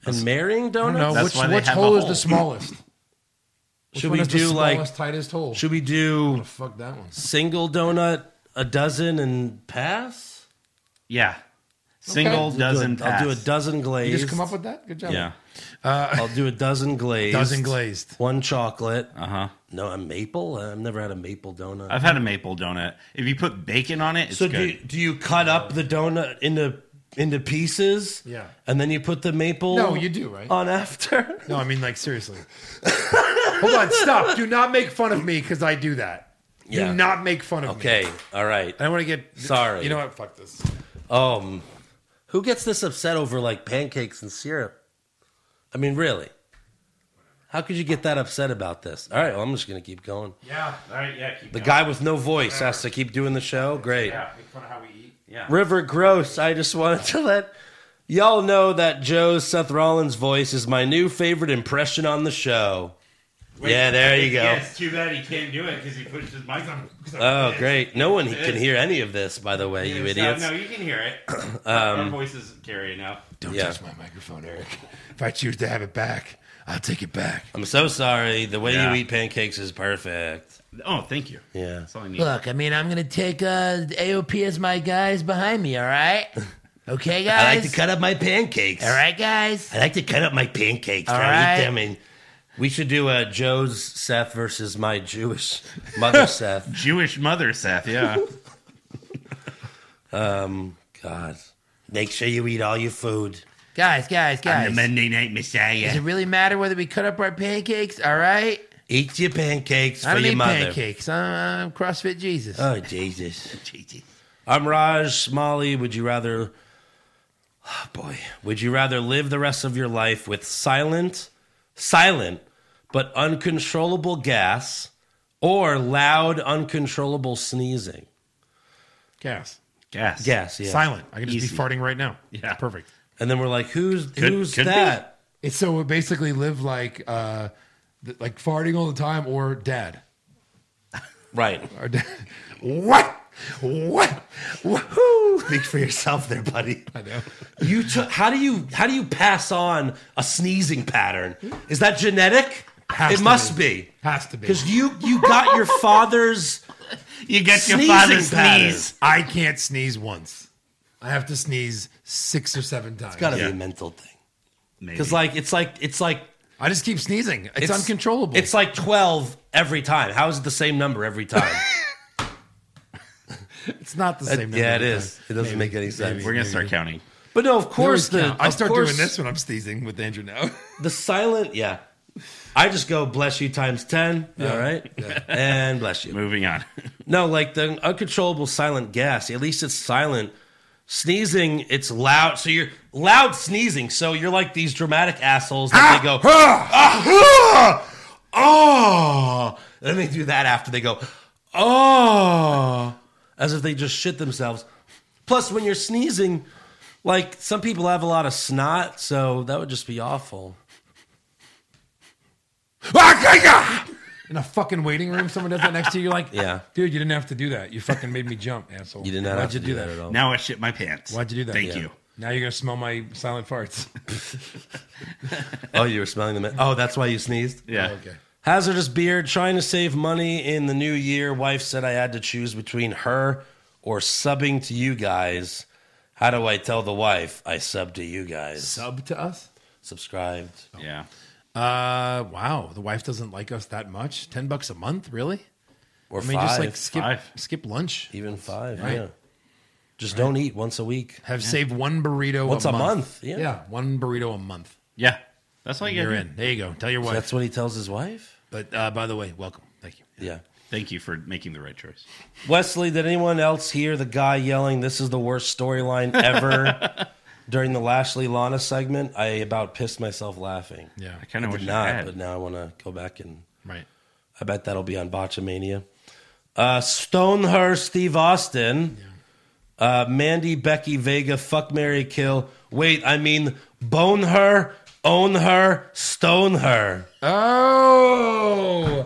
[SPEAKER 4] and marrying
[SPEAKER 1] I don't know.
[SPEAKER 4] donuts.
[SPEAKER 5] That's
[SPEAKER 1] which
[SPEAKER 5] why they
[SPEAKER 1] which
[SPEAKER 5] have a
[SPEAKER 1] hole is
[SPEAKER 5] hole.
[SPEAKER 1] the smallest? Which
[SPEAKER 4] Should
[SPEAKER 1] one
[SPEAKER 4] we
[SPEAKER 1] is the
[SPEAKER 4] do like
[SPEAKER 1] smallest, tightest hole?
[SPEAKER 4] should we do
[SPEAKER 1] fuck that one.
[SPEAKER 4] single donut, a dozen and pass?
[SPEAKER 5] Yeah. Single
[SPEAKER 1] Okay.
[SPEAKER 5] dozen
[SPEAKER 4] I'll
[SPEAKER 5] pass.
[SPEAKER 4] do a dozen
[SPEAKER 1] You
[SPEAKER 4] glazed.
[SPEAKER 1] just come up with that? Good job.
[SPEAKER 5] Yeah.
[SPEAKER 4] I'll do a dozen glazed.
[SPEAKER 1] Dozen glazed.
[SPEAKER 4] One chocolate.
[SPEAKER 5] Uh huh.
[SPEAKER 4] No, a maple. I've never had a maple donut.
[SPEAKER 5] I've had a maple donut. If you put bacon on it, it's
[SPEAKER 4] so do you,
[SPEAKER 5] good.
[SPEAKER 4] do you cut up the donut into into pieces?
[SPEAKER 1] Yeah.
[SPEAKER 4] and then you put the maple.
[SPEAKER 1] No, you do, right?
[SPEAKER 4] on after.
[SPEAKER 1] No, I mean, like, seriously. Hold on, stop. Do not make fun of me because I do that.
[SPEAKER 4] Yeah.
[SPEAKER 1] Do not make fun of me.
[SPEAKER 4] Okay, all right.
[SPEAKER 1] I want to get.
[SPEAKER 4] Sorry.
[SPEAKER 1] You know what? Fuck this.
[SPEAKER 4] Um, who gets this upset over like pancakes and syrup? I mean, really? How could you get that upset about this? All right, well, I'm just gonna keep going.
[SPEAKER 5] Yeah. All right. Yeah. Keep
[SPEAKER 4] The guy with no voice has to keep doing the show. Great.
[SPEAKER 5] Make fun of how we eat. Yeah.
[SPEAKER 4] River Gross, I just wanted to let y'all know that Joe's Seth Rollins voice is my new favorite impression on the show. yeah, there you go.
[SPEAKER 5] Yeah, it's too bad he can't do it because he pushed his mic on.
[SPEAKER 4] Oh, great. No one can hear any of this, by the way, you idiots. Um,
[SPEAKER 5] No, you can hear it. Our voices carry enough.
[SPEAKER 1] Don't
[SPEAKER 4] Yeah.
[SPEAKER 1] touch my microphone, Eric. If I choose to have it back, I'll take it back.
[SPEAKER 4] I'm so sorry. The way
[SPEAKER 5] Yeah.
[SPEAKER 4] you eat pancakes is perfect.
[SPEAKER 5] Oh, thank you.
[SPEAKER 4] Yeah.
[SPEAKER 5] That's all I need.
[SPEAKER 9] Look, I mean, I'm gonna take uh, AOP as my guys behind me. All right, okay, guys.
[SPEAKER 4] I like to cut up my pancakes.
[SPEAKER 9] All right, guys.
[SPEAKER 4] I like to cut up my pancakes.
[SPEAKER 9] All
[SPEAKER 4] I
[SPEAKER 9] right.
[SPEAKER 4] eat them and we should do a Joe's Seth versus my Jewish mother Seth.
[SPEAKER 5] Jewish mother, Seth. Yeah.
[SPEAKER 4] God. Make sure you eat all your food.
[SPEAKER 9] Guys, guys, guys.
[SPEAKER 5] Monday Night
[SPEAKER 9] Does
[SPEAKER 5] Messiah.
[SPEAKER 9] it really matter whether we cut up our pancakes? All right.
[SPEAKER 4] Eat your pancakes
[SPEAKER 9] I
[SPEAKER 4] for
[SPEAKER 9] don't
[SPEAKER 4] your
[SPEAKER 9] need
[SPEAKER 4] mother.
[SPEAKER 9] pancakes. I'm, I'm CrossFit Jesus.
[SPEAKER 4] Oh Jesus.
[SPEAKER 5] Jesus.
[SPEAKER 4] I'm Raj Smalley. Would you rather oh, boy, would you rather live the rest of your life with silent silent but uncontrollable gas or loud uncontrollable sneezing?
[SPEAKER 1] Gas.
[SPEAKER 5] Gas.
[SPEAKER 4] Gas, yeah.
[SPEAKER 1] Silent. I can just
[SPEAKER 5] Easy.
[SPEAKER 1] be farting right now.
[SPEAKER 5] Yeah.
[SPEAKER 1] Perfect.
[SPEAKER 4] And then we're like, who's who's
[SPEAKER 5] could be.
[SPEAKER 4] that?
[SPEAKER 1] It's so we basically live like uh th- like farting all the time or dad.
[SPEAKER 4] Right.
[SPEAKER 1] Or dad. What? What? Woohoo!
[SPEAKER 4] Speak for yourself there, buddy.
[SPEAKER 1] I know.
[SPEAKER 4] You took how do you how do you pass on a sneezing pattern? Is that genetic?
[SPEAKER 1] Has
[SPEAKER 4] it
[SPEAKER 1] to
[SPEAKER 4] must
[SPEAKER 1] be.
[SPEAKER 4] be.
[SPEAKER 1] Has to be.
[SPEAKER 4] Because you you got your father's
[SPEAKER 5] You get your
[SPEAKER 4] Sneezing
[SPEAKER 5] father
[SPEAKER 4] pattern.
[SPEAKER 5] sneeze.
[SPEAKER 1] I can't sneeze once. I have to sneeze six or seven times.
[SPEAKER 4] gotta
[SPEAKER 5] Yeah.
[SPEAKER 4] be a mental thing.
[SPEAKER 5] Maybe.
[SPEAKER 4] Because like it's like it's like
[SPEAKER 1] I just keep sneezing. It's, uncontrollable.
[SPEAKER 4] It's like twelve every time. How is it the same number every time?
[SPEAKER 1] It's not the same.
[SPEAKER 4] yeah, it
[SPEAKER 1] number
[SPEAKER 4] is. It doesn't make any sense.
[SPEAKER 5] we're gonna start counting.
[SPEAKER 4] But no, of
[SPEAKER 1] They
[SPEAKER 4] course
[SPEAKER 1] always
[SPEAKER 4] the
[SPEAKER 1] count. I
[SPEAKER 4] of
[SPEAKER 1] start
[SPEAKER 4] course
[SPEAKER 1] doing this when I'm sneezing with Andrew now.
[SPEAKER 4] The silent, yeah. I just go bless you times ten.
[SPEAKER 5] Yeah.
[SPEAKER 4] All right, and bless you.
[SPEAKER 5] Moving on.
[SPEAKER 4] no, like the uncontrollable silent gas. At least it's silent. Sneezing, it's loud. So you're loud sneezing. So you're like these dramatic assholes that they go, ah, ah, ah, and they do that after they go, oh, as if they just shit themselves. Plus, when you're sneezing, like some people have a lot of snot, so that would just be awful.
[SPEAKER 1] In a fucking waiting room, someone does that next to you. You're like,
[SPEAKER 4] Yeah.
[SPEAKER 1] dude, you didn't have to do that. You fucking made me jump, asshole.
[SPEAKER 4] You did not
[SPEAKER 1] Why'd
[SPEAKER 4] have
[SPEAKER 1] you
[SPEAKER 4] to
[SPEAKER 1] do
[SPEAKER 4] do
[SPEAKER 1] that?
[SPEAKER 4] that at all.
[SPEAKER 5] Now I shit my pants.
[SPEAKER 1] Oh. Why'd you do that? Oh,
[SPEAKER 5] Thank you.
[SPEAKER 1] Now you're gonna smell my silent farts.
[SPEAKER 4] Oh, you were smelling the. ma- Oh, that's why you sneezed.
[SPEAKER 5] Yeah.
[SPEAKER 1] okay.
[SPEAKER 4] Hazardous beard. Trying to save money in the new year. Wife said I had to choose between her or subbing to you guys. How do I tell the wife I sub to you guys?
[SPEAKER 1] Sub to us.
[SPEAKER 4] Subscribed.
[SPEAKER 5] Yeah.
[SPEAKER 1] Uh, wow. The wife doesn't like us that much. Ten bucks a month, really?
[SPEAKER 4] Or
[SPEAKER 1] I mean, just like
[SPEAKER 4] five.
[SPEAKER 1] skip
[SPEAKER 5] Five.
[SPEAKER 1] skip lunch.
[SPEAKER 4] Even five.
[SPEAKER 1] Right.
[SPEAKER 4] Yeah. Just don't eat once a week.
[SPEAKER 1] Have saved one burrito
[SPEAKER 4] Once
[SPEAKER 1] a
[SPEAKER 4] a
[SPEAKER 1] month.
[SPEAKER 4] month, yeah.
[SPEAKER 1] one burrito a month.
[SPEAKER 5] Yeah. That's all you
[SPEAKER 1] You're
[SPEAKER 5] got.
[SPEAKER 1] in. There you go. Tell your wife.
[SPEAKER 4] That's what he tells his wife.
[SPEAKER 1] but uh, by the way, welcome. Thank you.
[SPEAKER 4] Yeah.
[SPEAKER 5] Thank you for making the right choice.
[SPEAKER 4] Wesley, did anyone else hear the guy yelling, This is the worst storyline ever during the Lashley Lana segment? I about pissed myself laughing.
[SPEAKER 1] Yeah.
[SPEAKER 5] I kind of
[SPEAKER 4] I
[SPEAKER 5] wish
[SPEAKER 4] did
[SPEAKER 5] I
[SPEAKER 4] not,
[SPEAKER 5] had.
[SPEAKER 4] but now I want to go back and
[SPEAKER 1] Right.
[SPEAKER 4] I bet that'll be on Botchamania. Uh, Stonehurst, Steve Austin, uh, Mandy, Becky, Vega, fuck Mary, kill. Wait, I mean, bone her, own her, stone her.
[SPEAKER 1] Oh,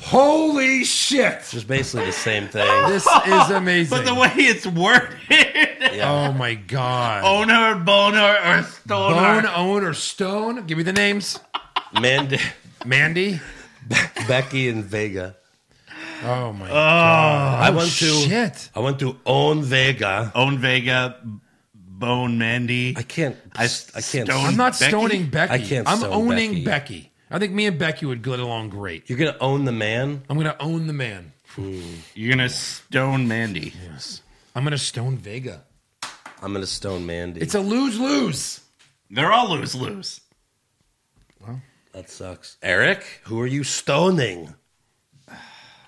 [SPEAKER 1] holy shit!
[SPEAKER 4] Just basically the same thing.
[SPEAKER 1] This is amazing.
[SPEAKER 5] But the way it's worded,
[SPEAKER 1] oh my god.
[SPEAKER 5] owner, boner, or stoner.
[SPEAKER 1] Bone, own, or stone? Give me the names.
[SPEAKER 4] Mandy,
[SPEAKER 1] Mandy.
[SPEAKER 4] Becky, and Vega.
[SPEAKER 1] Oh my god.
[SPEAKER 4] I went to
[SPEAKER 1] shit.
[SPEAKER 4] I went to own Vega.
[SPEAKER 5] Own Vega, bone Mandy.
[SPEAKER 4] I can't. I,
[SPEAKER 5] I
[SPEAKER 4] can't.
[SPEAKER 5] stoned-
[SPEAKER 1] I'm not
[SPEAKER 5] Becky?
[SPEAKER 1] stoning Becky.
[SPEAKER 4] I can't
[SPEAKER 1] I'm
[SPEAKER 4] stone
[SPEAKER 1] owning Becky.
[SPEAKER 4] Becky.
[SPEAKER 1] I think me and Becky would get along great.
[SPEAKER 4] You're gonna own the man.
[SPEAKER 1] I'm gonna own the man.
[SPEAKER 5] You're gonna stone Mandy.
[SPEAKER 1] I'm gonna stone Vega.
[SPEAKER 4] I'm gonna stone Mandy.
[SPEAKER 1] It's a lose lose.
[SPEAKER 5] They're all lose lose.
[SPEAKER 4] that sucks. Eric, who are you stoning?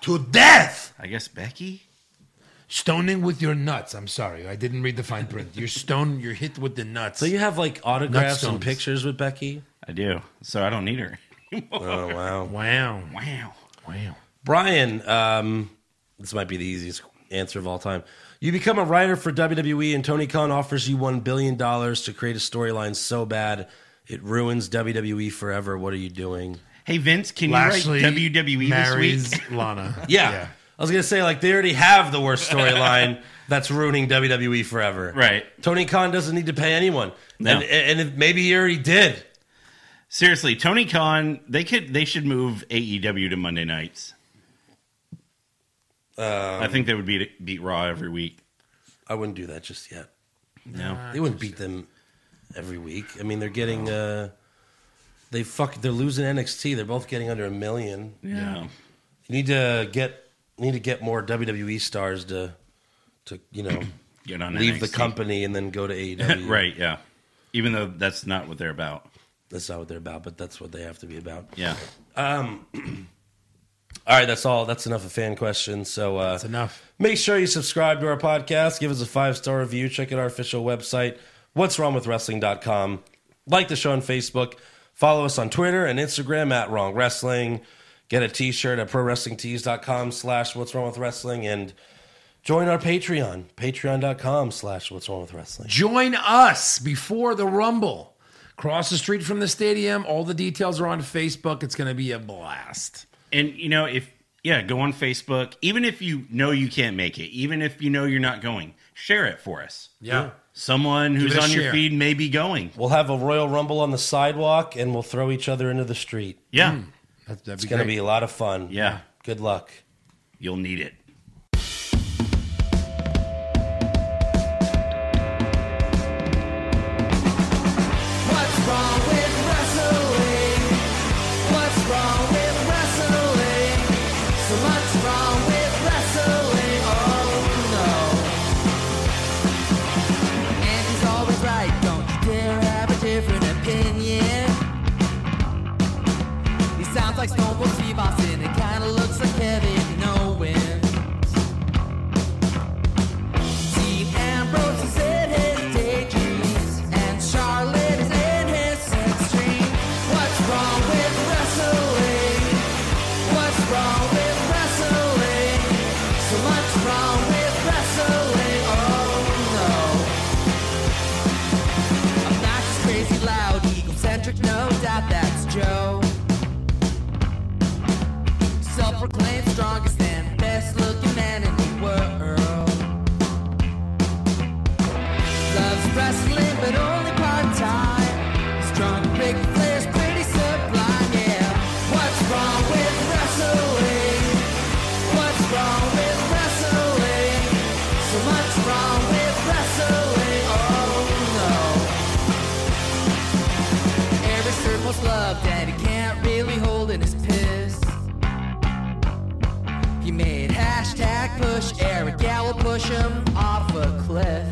[SPEAKER 4] to death.
[SPEAKER 5] I guess Becky.
[SPEAKER 1] Stoning with your nuts. I'm sorry, I didn't read the fine print. You're stoned. You're hit with the nuts.
[SPEAKER 4] So you have like autographs and
[SPEAKER 1] stones.
[SPEAKER 4] pictures with Becky.
[SPEAKER 5] I do. So I don't need her.
[SPEAKER 4] Oh wow,
[SPEAKER 1] wow,
[SPEAKER 5] Wow.
[SPEAKER 1] wow.
[SPEAKER 4] Brian. Um, this might be the easiest answer of all time. You become a writer for WWE, and Tony Khan offers you one billion dollars to create a storyline so bad it ruins WWE forever. What are you doing?
[SPEAKER 5] Hey Vince, can
[SPEAKER 1] Lashley
[SPEAKER 5] you write WWE
[SPEAKER 1] marries
[SPEAKER 5] E this week?
[SPEAKER 1] Lana.
[SPEAKER 4] Yeah. I was going to say, like, they already have the worst storyline that's ruining WWE forever.
[SPEAKER 5] Right.
[SPEAKER 4] Tony Khan doesn't need to pay anyone.
[SPEAKER 5] No.
[SPEAKER 4] And, and if maybe he already did.
[SPEAKER 5] Seriously, Tony Khan. They could. They should move AEW to Monday nights. I think they would beat beat Raw every week.
[SPEAKER 4] I wouldn't do that just yet.
[SPEAKER 5] No.
[SPEAKER 4] They wouldn't beat them every week. I mean, they're getting, uh, they fuck, they're losing NXT. They're both getting under a million. You
[SPEAKER 5] Yeah.
[SPEAKER 4] need to get, need to get more WWE stars to, to, you know,
[SPEAKER 5] Get on
[SPEAKER 4] leave the
[SPEAKER 5] NXT.
[SPEAKER 4] company and then go to E AEW.
[SPEAKER 5] right. Yeah. Even though that's not what they're about.
[SPEAKER 4] That's not what they're about, but that's what they have to be about.
[SPEAKER 5] Yeah.
[SPEAKER 4] All right, that's all. That's enough of fan questions. So uh,
[SPEAKER 1] That's enough.
[SPEAKER 4] Make sure you subscribe to our podcast. Give us a five star review. Check out our official website, what's wrong with wrestling.com. Like the show on Facebook. Follow us on Twitter and Instagram at Wrong Wrestling. Get a t shirt at pro wrestling tees.com slash what's wrong with wrestling and join our Patreon, patreon.com slash what's wrong with wrestling.
[SPEAKER 1] Join us before the Rumble. Cross the street from the stadium. All the details are on Facebook. It's going to be a blast.
[SPEAKER 5] And you know, if yeah, go on Facebook. Even if you know you can't make it, even if you know you're not going, share it for us.
[SPEAKER 1] Yeah.
[SPEAKER 5] Someone
[SPEAKER 1] it
[SPEAKER 5] who's
[SPEAKER 1] a
[SPEAKER 5] on
[SPEAKER 1] share.
[SPEAKER 5] your feed may be going.
[SPEAKER 4] We'll have a Royal Rumble on the sidewalk and we'll throw each other into the street.
[SPEAKER 5] Yeah.
[SPEAKER 1] Hmm. That, that'd
[SPEAKER 4] It's
[SPEAKER 1] be
[SPEAKER 4] going to
[SPEAKER 1] great.
[SPEAKER 4] be a lot of fun.
[SPEAKER 5] Yeah.
[SPEAKER 4] Good luck.
[SPEAKER 5] You'll need it.
[SPEAKER 11] What's wrong with wrestling? What's wrong with wrestling? So much wrong with wrestling. Oh no. And he's always right. Don't you dare have a different opinion. He's Oh, Joe. Self proclaimed strongest and best looking man in the world. Loves wrestling, but only part time. Strong big players, pretty sublime, yeah. What's wrong with wrestling? What's wrong with wrestling? So much wrong with wrestling, oh no. Every circle's love that he can't really hold in his piss. He made hashtag push Eric Gallo push him off a cliff.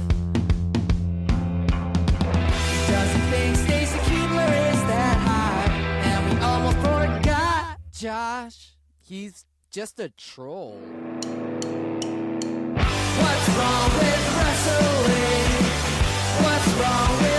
[SPEAKER 11] He doesn't think Stacy Kubler is that hot, and we almost forgot Josh. He's just a troll. What's wrong with wrestling? What's wrong with oh